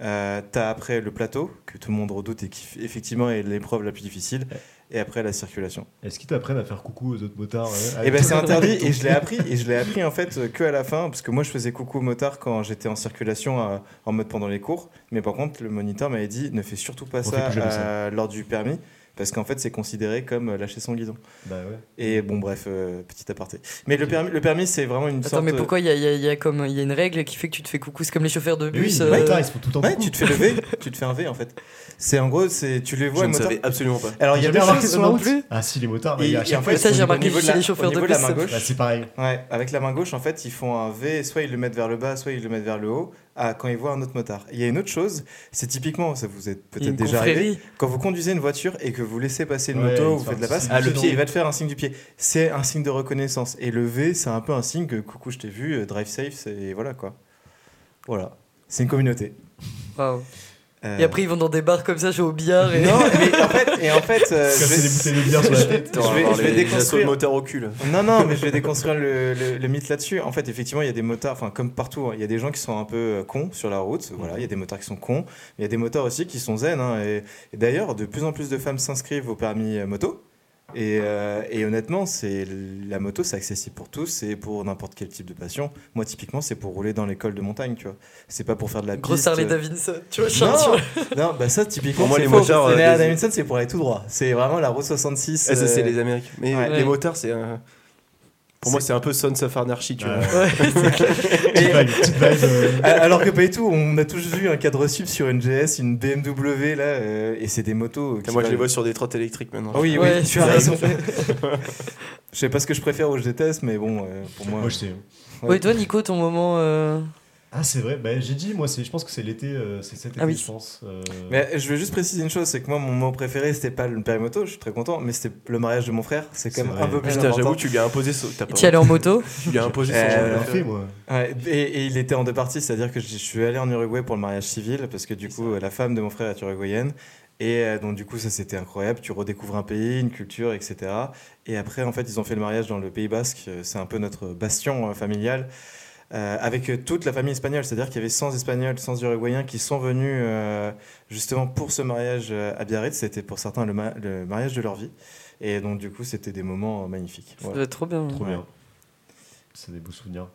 [SPEAKER 4] Euh, tu as après le plateau, que tout le monde redoute et qui, effectivement, est l'épreuve la plus difficile.
[SPEAKER 1] Ouais.
[SPEAKER 4] Et après, la circulation.
[SPEAKER 1] Est-ce qu'ils t'apprennent à faire coucou aux autres motards euh,
[SPEAKER 4] et
[SPEAKER 1] avec-
[SPEAKER 4] ben c'est interdit, et je l'ai appris, et je l'ai appris en fait euh, que à la fin, parce que moi, je faisais coucou au motard quand j'étais en circulation, euh, en mode pendant les cours. Mais par contre, le moniteur m'avait dit ne fais surtout pas
[SPEAKER 1] On
[SPEAKER 4] ça,
[SPEAKER 1] fait plus jamais ça.
[SPEAKER 4] euh, lors du permis, parce qu'en fait, c'est considéré comme euh, lâcher son guidon.
[SPEAKER 1] Bah ouais.
[SPEAKER 4] Et bon, bref, euh, petit aparté. Mais le permis, le permis c'est vraiment une
[SPEAKER 2] Attends,
[SPEAKER 4] sorte. euh,
[SPEAKER 2] mais pourquoi il y a, il y a- il y a comme- il y a une règle qui fait que tu te fais coucou C'est comme les chauffeurs de
[SPEAKER 1] Mais oui,
[SPEAKER 2] bus.
[SPEAKER 1] les
[SPEAKER 2] euh,
[SPEAKER 1] motards, ils se font tout le temps
[SPEAKER 4] Ouais,
[SPEAKER 1] coucou.
[SPEAKER 4] tu te fais lever, tu te fais un V en fait. C'est en gros, c'est tu les vois.
[SPEAKER 3] je
[SPEAKER 4] les
[SPEAKER 3] ne
[SPEAKER 4] motards.
[SPEAKER 3] savais absolument pas.
[SPEAKER 4] Alors il y a
[SPEAKER 1] Jamais
[SPEAKER 4] deux
[SPEAKER 1] remarqué
[SPEAKER 4] choses
[SPEAKER 1] sur la
[SPEAKER 4] non
[SPEAKER 1] route
[SPEAKER 4] plus.
[SPEAKER 1] Ah si, les motards, bah,
[SPEAKER 4] Et-
[SPEAKER 1] il y a à
[SPEAKER 4] et
[SPEAKER 1] chaque
[SPEAKER 4] en
[SPEAKER 1] fois,
[SPEAKER 4] fait,
[SPEAKER 1] ils se
[SPEAKER 2] ça,
[SPEAKER 1] font
[SPEAKER 2] j'ai
[SPEAKER 1] des-
[SPEAKER 2] remarqué
[SPEAKER 4] niveau
[SPEAKER 2] chez
[SPEAKER 4] de la-
[SPEAKER 2] les chauffeurs
[SPEAKER 4] au
[SPEAKER 2] de
[SPEAKER 4] niveau de la
[SPEAKER 2] bus.
[SPEAKER 4] main gauche.
[SPEAKER 1] Bah, c'est pareil.
[SPEAKER 4] Ouais, avec la main gauche, en fait, ils font un V, soit ils le mettent vers le bas, soit ils le mettent vers le haut, à, quand ils voient un autre motard. Il y a une autre chose, c'est typiquement, ça vous êtes
[SPEAKER 2] il y a
[SPEAKER 4] peut-être
[SPEAKER 2] une
[SPEAKER 4] déjà arrivé,
[SPEAKER 2] confrérie.
[SPEAKER 4] quand vous conduisez une voiture et que vous laissez passer une
[SPEAKER 1] Ouais,
[SPEAKER 4] moto,
[SPEAKER 1] ils
[SPEAKER 4] vous
[SPEAKER 1] font
[SPEAKER 4] faites de
[SPEAKER 1] un
[SPEAKER 4] la passe,
[SPEAKER 1] signe
[SPEAKER 4] ah,
[SPEAKER 1] du
[SPEAKER 4] le
[SPEAKER 1] pied,
[SPEAKER 4] pied,
[SPEAKER 1] non
[SPEAKER 4] il va te faire un signe du pied. C'est un signe de reconnaissance. Et le V, c'est un peu un signe que coucou, je t'ai vu, euh, drive safe, c'est voilà quoi. Voilà. C'est une communauté.
[SPEAKER 2] Waouh.
[SPEAKER 4] Euh,
[SPEAKER 2] Et après, ils vont dans des bars comme ça, jouer au billard. Et...
[SPEAKER 4] Non, mais en fait, et en fait euh, je
[SPEAKER 1] Casser
[SPEAKER 4] vais-
[SPEAKER 1] des bouteilles de bière sur la tête.
[SPEAKER 4] je vais- je vais déconstruire.
[SPEAKER 3] le moteur au cul. là.
[SPEAKER 4] Non, non, mais je vais déconstruire le, le- le mythe là-dessus. En fait, effectivement, il y a des motards, enfin, comme partout, hein, il y a des gens qui sont un peu euh, cons sur la route. Voilà, il y a des motards qui sont cons. Mais il y a des motards aussi qui sont zen. hein, et et d'ailleurs, de plus en plus de femmes s'inscrivent au permis euh, moto. Et, euh, et honnêtement, c'est la moto, c'est accessible pour tous, c'est pour n'importe quel type de passion. Moi, typiquement, c'est pour rouler dans l'école de montagne, tu vois. C'est pas pour faire de la
[SPEAKER 2] Grosse
[SPEAKER 4] piste.
[SPEAKER 2] Harley Davidson. Tu vois, je suis un
[SPEAKER 4] euh. non,
[SPEAKER 2] petit-
[SPEAKER 4] non, bah ça
[SPEAKER 3] Pour
[SPEAKER 4] typiquement
[SPEAKER 3] moi,
[SPEAKER 4] c'est
[SPEAKER 3] les
[SPEAKER 4] faux.
[SPEAKER 3] motards,
[SPEAKER 4] Les
[SPEAKER 3] euh,
[SPEAKER 4] Harley
[SPEAKER 3] des-
[SPEAKER 4] Davidson c'est pour aller tout droit. C'est vraiment la route 66.
[SPEAKER 3] Ah, ça, c'est
[SPEAKER 4] euh,
[SPEAKER 3] les Amériques. Mais
[SPEAKER 4] ouais.
[SPEAKER 3] les
[SPEAKER 2] Ouais.
[SPEAKER 3] moteurs, c'est. un- Pour moi, c'est un peu Sons of Anarchy, tu
[SPEAKER 1] Ouais.
[SPEAKER 3] vois.
[SPEAKER 2] Ouais, c'est clair.
[SPEAKER 1] Petite vibe, petite vibe, euh,
[SPEAKER 4] Alors que pas du tout, on a tous vu un cadre sup sur une GS, une BMW là, euh, et c'est des motos. qui
[SPEAKER 3] Ah, Moi, je les vois
[SPEAKER 4] valent-
[SPEAKER 3] sur des trottes électriques maintenant.
[SPEAKER 4] Ah oui,
[SPEAKER 2] Ouais,
[SPEAKER 4] oui, tu as raison. je sais pas ce que je préfère ou je déteste, mais bon, euh, pour moi.
[SPEAKER 1] Moi, je sais.
[SPEAKER 4] Ouais.
[SPEAKER 2] Ouais, toi, Nico, ton moment. euh,
[SPEAKER 1] Ah, c'est vrai, bah, j'ai dit, moi, c'est- je pense que c'est l'été, euh, c'est cet été,
[SPEAKER 2] Ah oui.
[SPEAKER 1] je pense. euh,
[SPEAKER 4] Mais je veux juste préciser une chose, c'est que moi mon moment préféré c'était pas le périmoto, je suis très content, mais c'était le mariage de mon frère, c'est quand
[SPEAKER 1] C'est
[SPEAKER 4] même
[SPEAKER 1] vrai.
[SPEAKER 4] un peu plus
[SPEAKER 3] Putain, j'avoue,
[SPEAKER 4] important.
[SPEAKER 3] tu lui as imposé son. t'as pas-
[SPEAKER 2] Tu y allais en moto
[SPEAKER 3] Tu lui as imposé son.
[SPEAKER 4] Euh,
[SPEAKER 1] j'ai
[SPEAKER 3] genre
[SPEAKER 1] rien
[SPEAKER 3] de-
[SPEAKER 1] fait, moi.
[SPEAKER 4] Ouais, et, et il était en deux parties, c'est-à-dire que je je suis allé en Uruguay pour le mariage civil, parce que du coup, la femme de mon frère est uruguayenne. Et euh, donc, du coup, ça c'était incroyable. Tu redécouvres un pays, une culture, etc. Et après, en fait, ils ont fait le mariage dans le Pays Basque. Euh, C'est un peu notre bastion euh, familial. euh, avec euh, toute la famille espagnole, c'est-à-dire qu'il y avait 100 Espagnols, 100 Uruguayens qui sont venus euh, justement pour ce mariage euh, à Biarritz. C'était pour certains le, ma- le mariage de leur vie. Et donc, du coup, c'était des moments euh, magnifiques.
[SPEAKER 2] Ça
[SPEAKER 4] Voilà.
[SPEAKER 2] doit être trop bien.
[SPEAKER 1] Trop
[SPEAKER 4] Ouais.
[SPEAKER 1] bien. C'est des beaux souvenirs.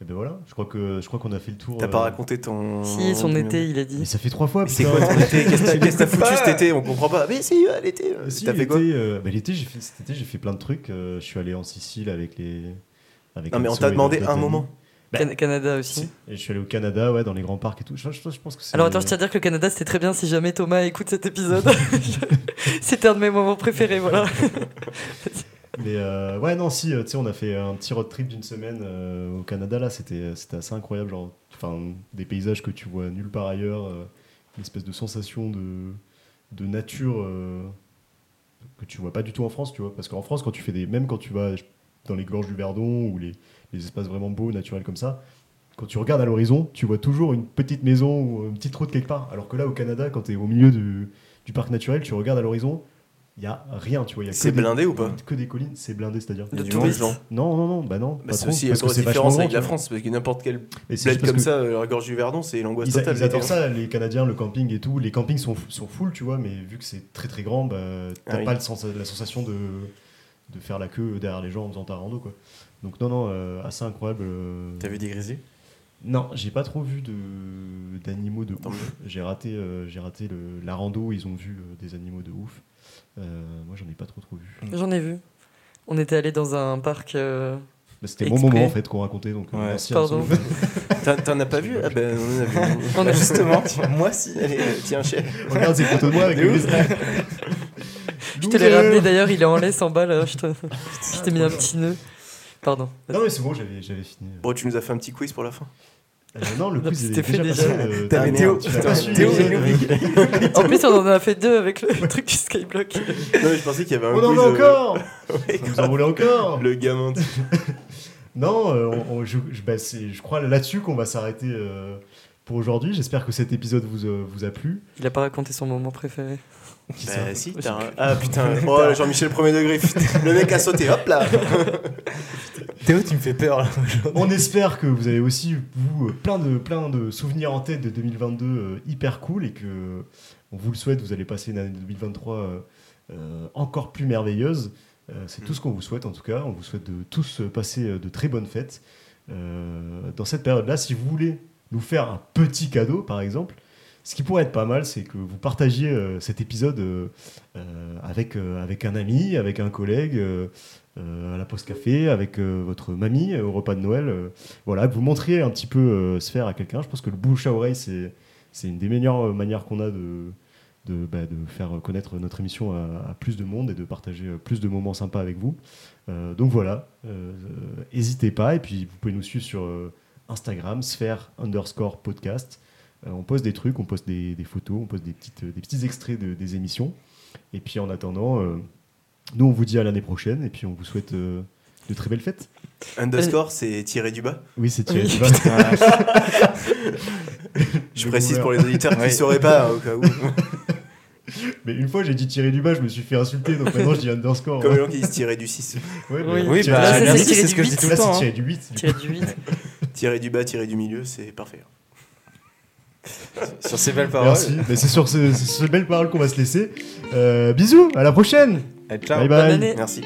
[SPEAKER 1] Et ben voilà, je crois que je crois qu'on a fait le tour.
[SPEAKER 3] T'as
[SPEAKER 1] euh,
[SPEAKER 3] pas raconté ton.
[SPEAKER 2] Si, son été, il a
[SPEAKER 1] Mais
[SPEAKER 2] dit.
[SPEAKER 1] ça fait trois fois.
[SPEAKER 3] Mais C'est
[SPEAKER 1] putain.
[SPEAKER 3] quoi ton été Qu'est-ce que t'as- qu'est-ce que t'as foutu
[SPEAKER 4] pas.
[SPEAKER 3] cet été On comprend pas. Mais si, ouais, l'été. euh,
[SPEAKER 1] Si,
[SPEAKER 3] T'as fait
[SPEAKER 1] l'été,
[SPEAKER 3] quoi
[SPEAKER 1] euh, bah, l'été, j'ai fait, cet été, j'ai fait plein de trucs. euh, je suis allé en Sicile avec les. Avec
[SPEAKER 3] Non, mais on
[SPEAKER 1] Enzo
[SPEAKER 3] t'a
[SPEAKER 1] et
[SPEAKER 3] demandé
[SPEAKER 1] d'autres
[SPEAKER 3] un
[SPEAKER 1] amis.
[SPEAKER 3] moment.
[SPEAKER 1] Bah,
[SPEAKER 2] Can- Canada aussi.
[SPEAKER 1] Et je suis allé au Canada, ouais, dans les grands parcs et tout. Je, je- je pense que c'est.
[SPEAKER 2] Alors attends, je tiens à dire que le Canada c'était très bien si jamais Thomas écoute cet épisode. c'était un de mes moments préférés, voilà.
[SPEAKER 1] Mais euh, ouais, non, si, euh, tu sais, on a fait un petit road trip d'une semaine euh, au Canada, là, c'était c'était assez incroyable. Genre, enfin, des paysages que tu vois nulle part ailleurs, euh, une espèce de sensation de, de nature euh, que tu vois pas du tout en France, tu vois. Parce qu'en France, quand tu fais des. Même quand tu vas dans les gorges du Verdon ou les, les espaces vraiment beaux, naturels comme ça, quand tu regardes à l'horizon, tu vois toujours une petite maison ou une petite route quelque part. Alors que là, au Canada, quand tu es au milieu du, du parc naturel, tu regardes à l'horizon, il y a rien, tu vois. y a que
[SPEAKER 3] C'est
[SPEAKER 1] des-
[SPEAKER 3] blindé ou pas
[SPEAKER 1] que des collines, c'est blindé, c'est-à-dire.
[SPEAKER 3] Il y a
[SPEAKER 2] De
[SPEAKER 3] du
[SPEAKER 2] touristes.
[SPEAKER 3] monde, genre.
[SPEAKER 1] Non, non, non, bah non.
[SPEAKER 3] Bah,
[SPEAKER 1] pas
[SPEAKER 3] c'est
[SPEAKER 1] trop,
[SPEAKER 3] aussi la
[SPEAKER 1] parce que
[SPEAKER 3] grosse
[SPEAKER 1] c'est
[SPEAKER 3] différence
[SPEAKER 1] vachement
[SPEAKER 3] avec
[SPEAKER 1] grand,
[SPEAKER 3] la
[SPEAKER 1] tu vois.
[SPEAKER 3] France, parce que n'importe quel
[SPEAKER 1] Et c'est juste
[SPEAKER 3] bled
[SPEAKER 1] parce
[SPEAKER 3] comme
[SPEAKER 1] que
[SPEAKER 3] ça, euh, la gorge du Verdon, c'est l'angoisse
[SPEAKER 1] Ils, a-
[SPEAKER 3] totale.
[SPEAKER 1] ils adorent ça, les Canadiens, le camping et tout. Les campings sont, sont full, tu vois, mais vu que c'est très très grand, bah, t'as
[SPEAKER 3] Ah oui.
[SPEAKER 1] pas le sens, la sensation de, de faire la queue derrière les gens en faisant ta rando, quoi. Donc, non, non, euh, assez incroyable. euh.
[SPEAKER 4] T'as vu des grizzlies
[SPEAKER 1] Non, j'ai pas trop vu de- d'animaux de,
[SPEAKER 3] Tant
[SPEAKER 1] ouf. J'ai raté, euh, j'ai raté le, la rando, où ils ont vu euh, des animaux de ouf. Euh, moi, j'en ai pas trop trop vu.
[SPEAKER 2] J'en ai vu. On était allé dans un parc. euh,
[SPEAKER 1] Bah, C'était mon
[SPEAKER 2] Exprès.
[SPEAKER 1] moment en fait qu'on racontait, donc euh,
[SPEAKER 4] Ouais.
[SPEAKER 1] merci.
[SPEAKER 2] Pardon.
[SPEAKER 1] Anso.
[SPEAKER 3] T'en- T'en as pas vu Ah ben, on en a vu.
[SPEAKER 2] On a-
[SPEAKER 4] Justement, moi si.
[SPEAKER 3] Allez, euh, tiens, chef.
[SPEAKER 1] Regarde ces photos de moi avec
[SPEAKER 4] De
[SPEAKER 1] le
[SPEAKER 4] ouf.
[SPEAKER 1] Israël.
[SPEAKER 3] euh,
[SPEAKER 2] Je te l'ai ramené d'ailleurs, il est en laisse en bas là. Je te- je t'ai mis un petit nœud. Pardon.
[SPEAKER 1] Non, mais c'est bon, j'avais j'avais fini.
[SPEAKER 3] Bon, tu nous as fait un petit quiz pour la fin.
[SPEAKER 1] Euh, non, le
[SPEAKER 2] Non,
[SPEAKER 1] quiz il
[SPEAKER 2] c'était
[SPEAKER 1] est déjà
[SPEAKER 2] fait
[SPEAKER 1] passé.
[SPEAKER 2] déjà.
[SPEAKER 1] euh,
[SPEAKER 3] T'avais
[SPEAKER 1] dernière,
[SPEAKER 3] Théo,
[SPEAKER 1] tu l'as
[SPEAKER 3] putain,
[SPEAKER 1] pas su,
[SPEAKER 2] Théo,
[SPEAKER 1] euh,
[SPEAKER 2] il oublie. En plus, on en a fait deux avec le truc du skyblock.
[SPEAKER 3] Non, mais je pensais qu'il y avait un
[SPEAKER 1] On en
[SPEAKER 3] quiz.
[SPEAKER 1] veut
[SPEAKER 3] euh,
[SPEAKER 1] encore
[SPEAKER 3] ouais,
[SPEAKER 1] Vous en voulez encore
[SPEAKER 3] Le gamin. tu-
[SPEAKER 1] Non, euh, on- on- je, je- bah, c'est- je crois là-dessus qu'on va s'arrêter euh, pour aujourd'hui. J'espère que cet épisode vous, euh, vous a plu.
[SPEAKER 2] Il a pas raconté son moment préféré.
[SPEAKER 1] Qui ça
[SPEAKER 3] Bah, si,
[SPEAKER 2] Je
[SPEAKER 3] t'as
[SPEAKER 2] sais
[SPEAKER 3] un- Ah putain, oh, Jean-Michel premier degré. putain, Le mec a sauté, hop là.
[SPEAKER 4] Théo, tu me fais peur là.
[SPEAKER 1] On espère que vous avez aussi vous euh, plein de plein de souvenirs en tête de 2022 euh, hyper cool et que euh, on vous le souhaite. Vous allez passer une année 2023 euh, euh, encore plus merveilleuse. Euh, c'est tout ce qu'on vous souhaite en tout cas. On vous souhaite de tous euh, passer euh, de très bonnes fêtes Euh, dans cette période-là. Si vous voulez nous faire un petit cadeau, par exemple. Ce qui pourrait être pas mal, c'est que vous partagiez euh, cet épisode euh, euh, avec, euh, avec un ami, avec un collègue, euh, euh, à la poste café, avec euh, votre mamie, euh, au repas de Noël. euh, voilà, que vous montriez un petit peu euh, se faire à quelqu'un. Je pense que le bouche à oreille, c'est, c'est une des meilleures euh, manières qu'on a de, de, bah, de faire connaître notre émission à, à plus de monde et de partager euh, plus de moments sympas avec vous. Euh, donc voilà, euh, euh, n'hésitez pas. Et puis vous pouvez nous suivre sur euh, Instagram, sphère underscore podcast. Euh, on poste des trucs, on poste des, des photos, on poste des, petites, des petits extraits de- des émissions. Et puis en attendant, euh, nous on vous dit à l'année prochaine et puis on vous souhaite euh, de très belles fêtes.
[SPEAKER 3] Underscore, c'est tiré du bas.
[SPEAKER 1] Oui, c'est Thierry.
[SPEAKER 2] Oui.
[SPEAKER 1] tu vas-
[SPEAKER 3] Je
[SPEAKER 1] Le
[SPEAKER 3] précise
[SPEAKER 1] boomer.
[SPEAKER 3] pour les auditeurs qui ne
[SPEAKER 4] Ouais.
[SPEAKER 3] sauraient pas, hein, au cas où.
[SPEAKER 1] Mais une fois, j'ai dit tirer du bas, je me suis fait insulter, donc maintenant je dis underscore. hein.
[SPEAKER 3] Comme les gens qui disent tirer du 6.
[SPEAKER 1] Ouais,
[SPEAKER 2] Oui.
[SPEAKER 1] mais
[SPEAKER 4] Oui,
[SPEAKER 1] tirer-
[SPEAKER 2] Là,
[SPEAKER 4] bah
[SPEAKER 2] ça, c'est
[SPEAKER 4] merci,
[SPEAKER 2] tiré
[SPEAKER 4] c'est
[SPEAKER 2] du
[SPEAKER 4] ce que je dis
[SPEAKER 2] but.
[SPEAKER 4] tout
[SPEAKER 1] là,
[SPEAKER 4] le
[SPEAKER 1] c'est
[SPEAKER 4] temps. hein.
[SPEAKER 1] tirer du 8.
[SPEAKER 2] Tiré du 8.
[SPEAKER 3] Tirer du bas, tirer du milieu, c'est parfait.
[SPEAKER 4] Sur ces belles paroles.
[SPEAKER 1] Merci. Mais c'est sur ce- c'est sur ces belles paroles qu'on va se laisser. Euh, bisous, à la prochaine.
[SPEAKER 4] Allez, ciao.
[SPEAKER 1] Bye
[SPEAKER 2] Bonne
[SPEAKER 1] bye.
[SPEAKER 2] année.
[SPEAKER 3] Merci.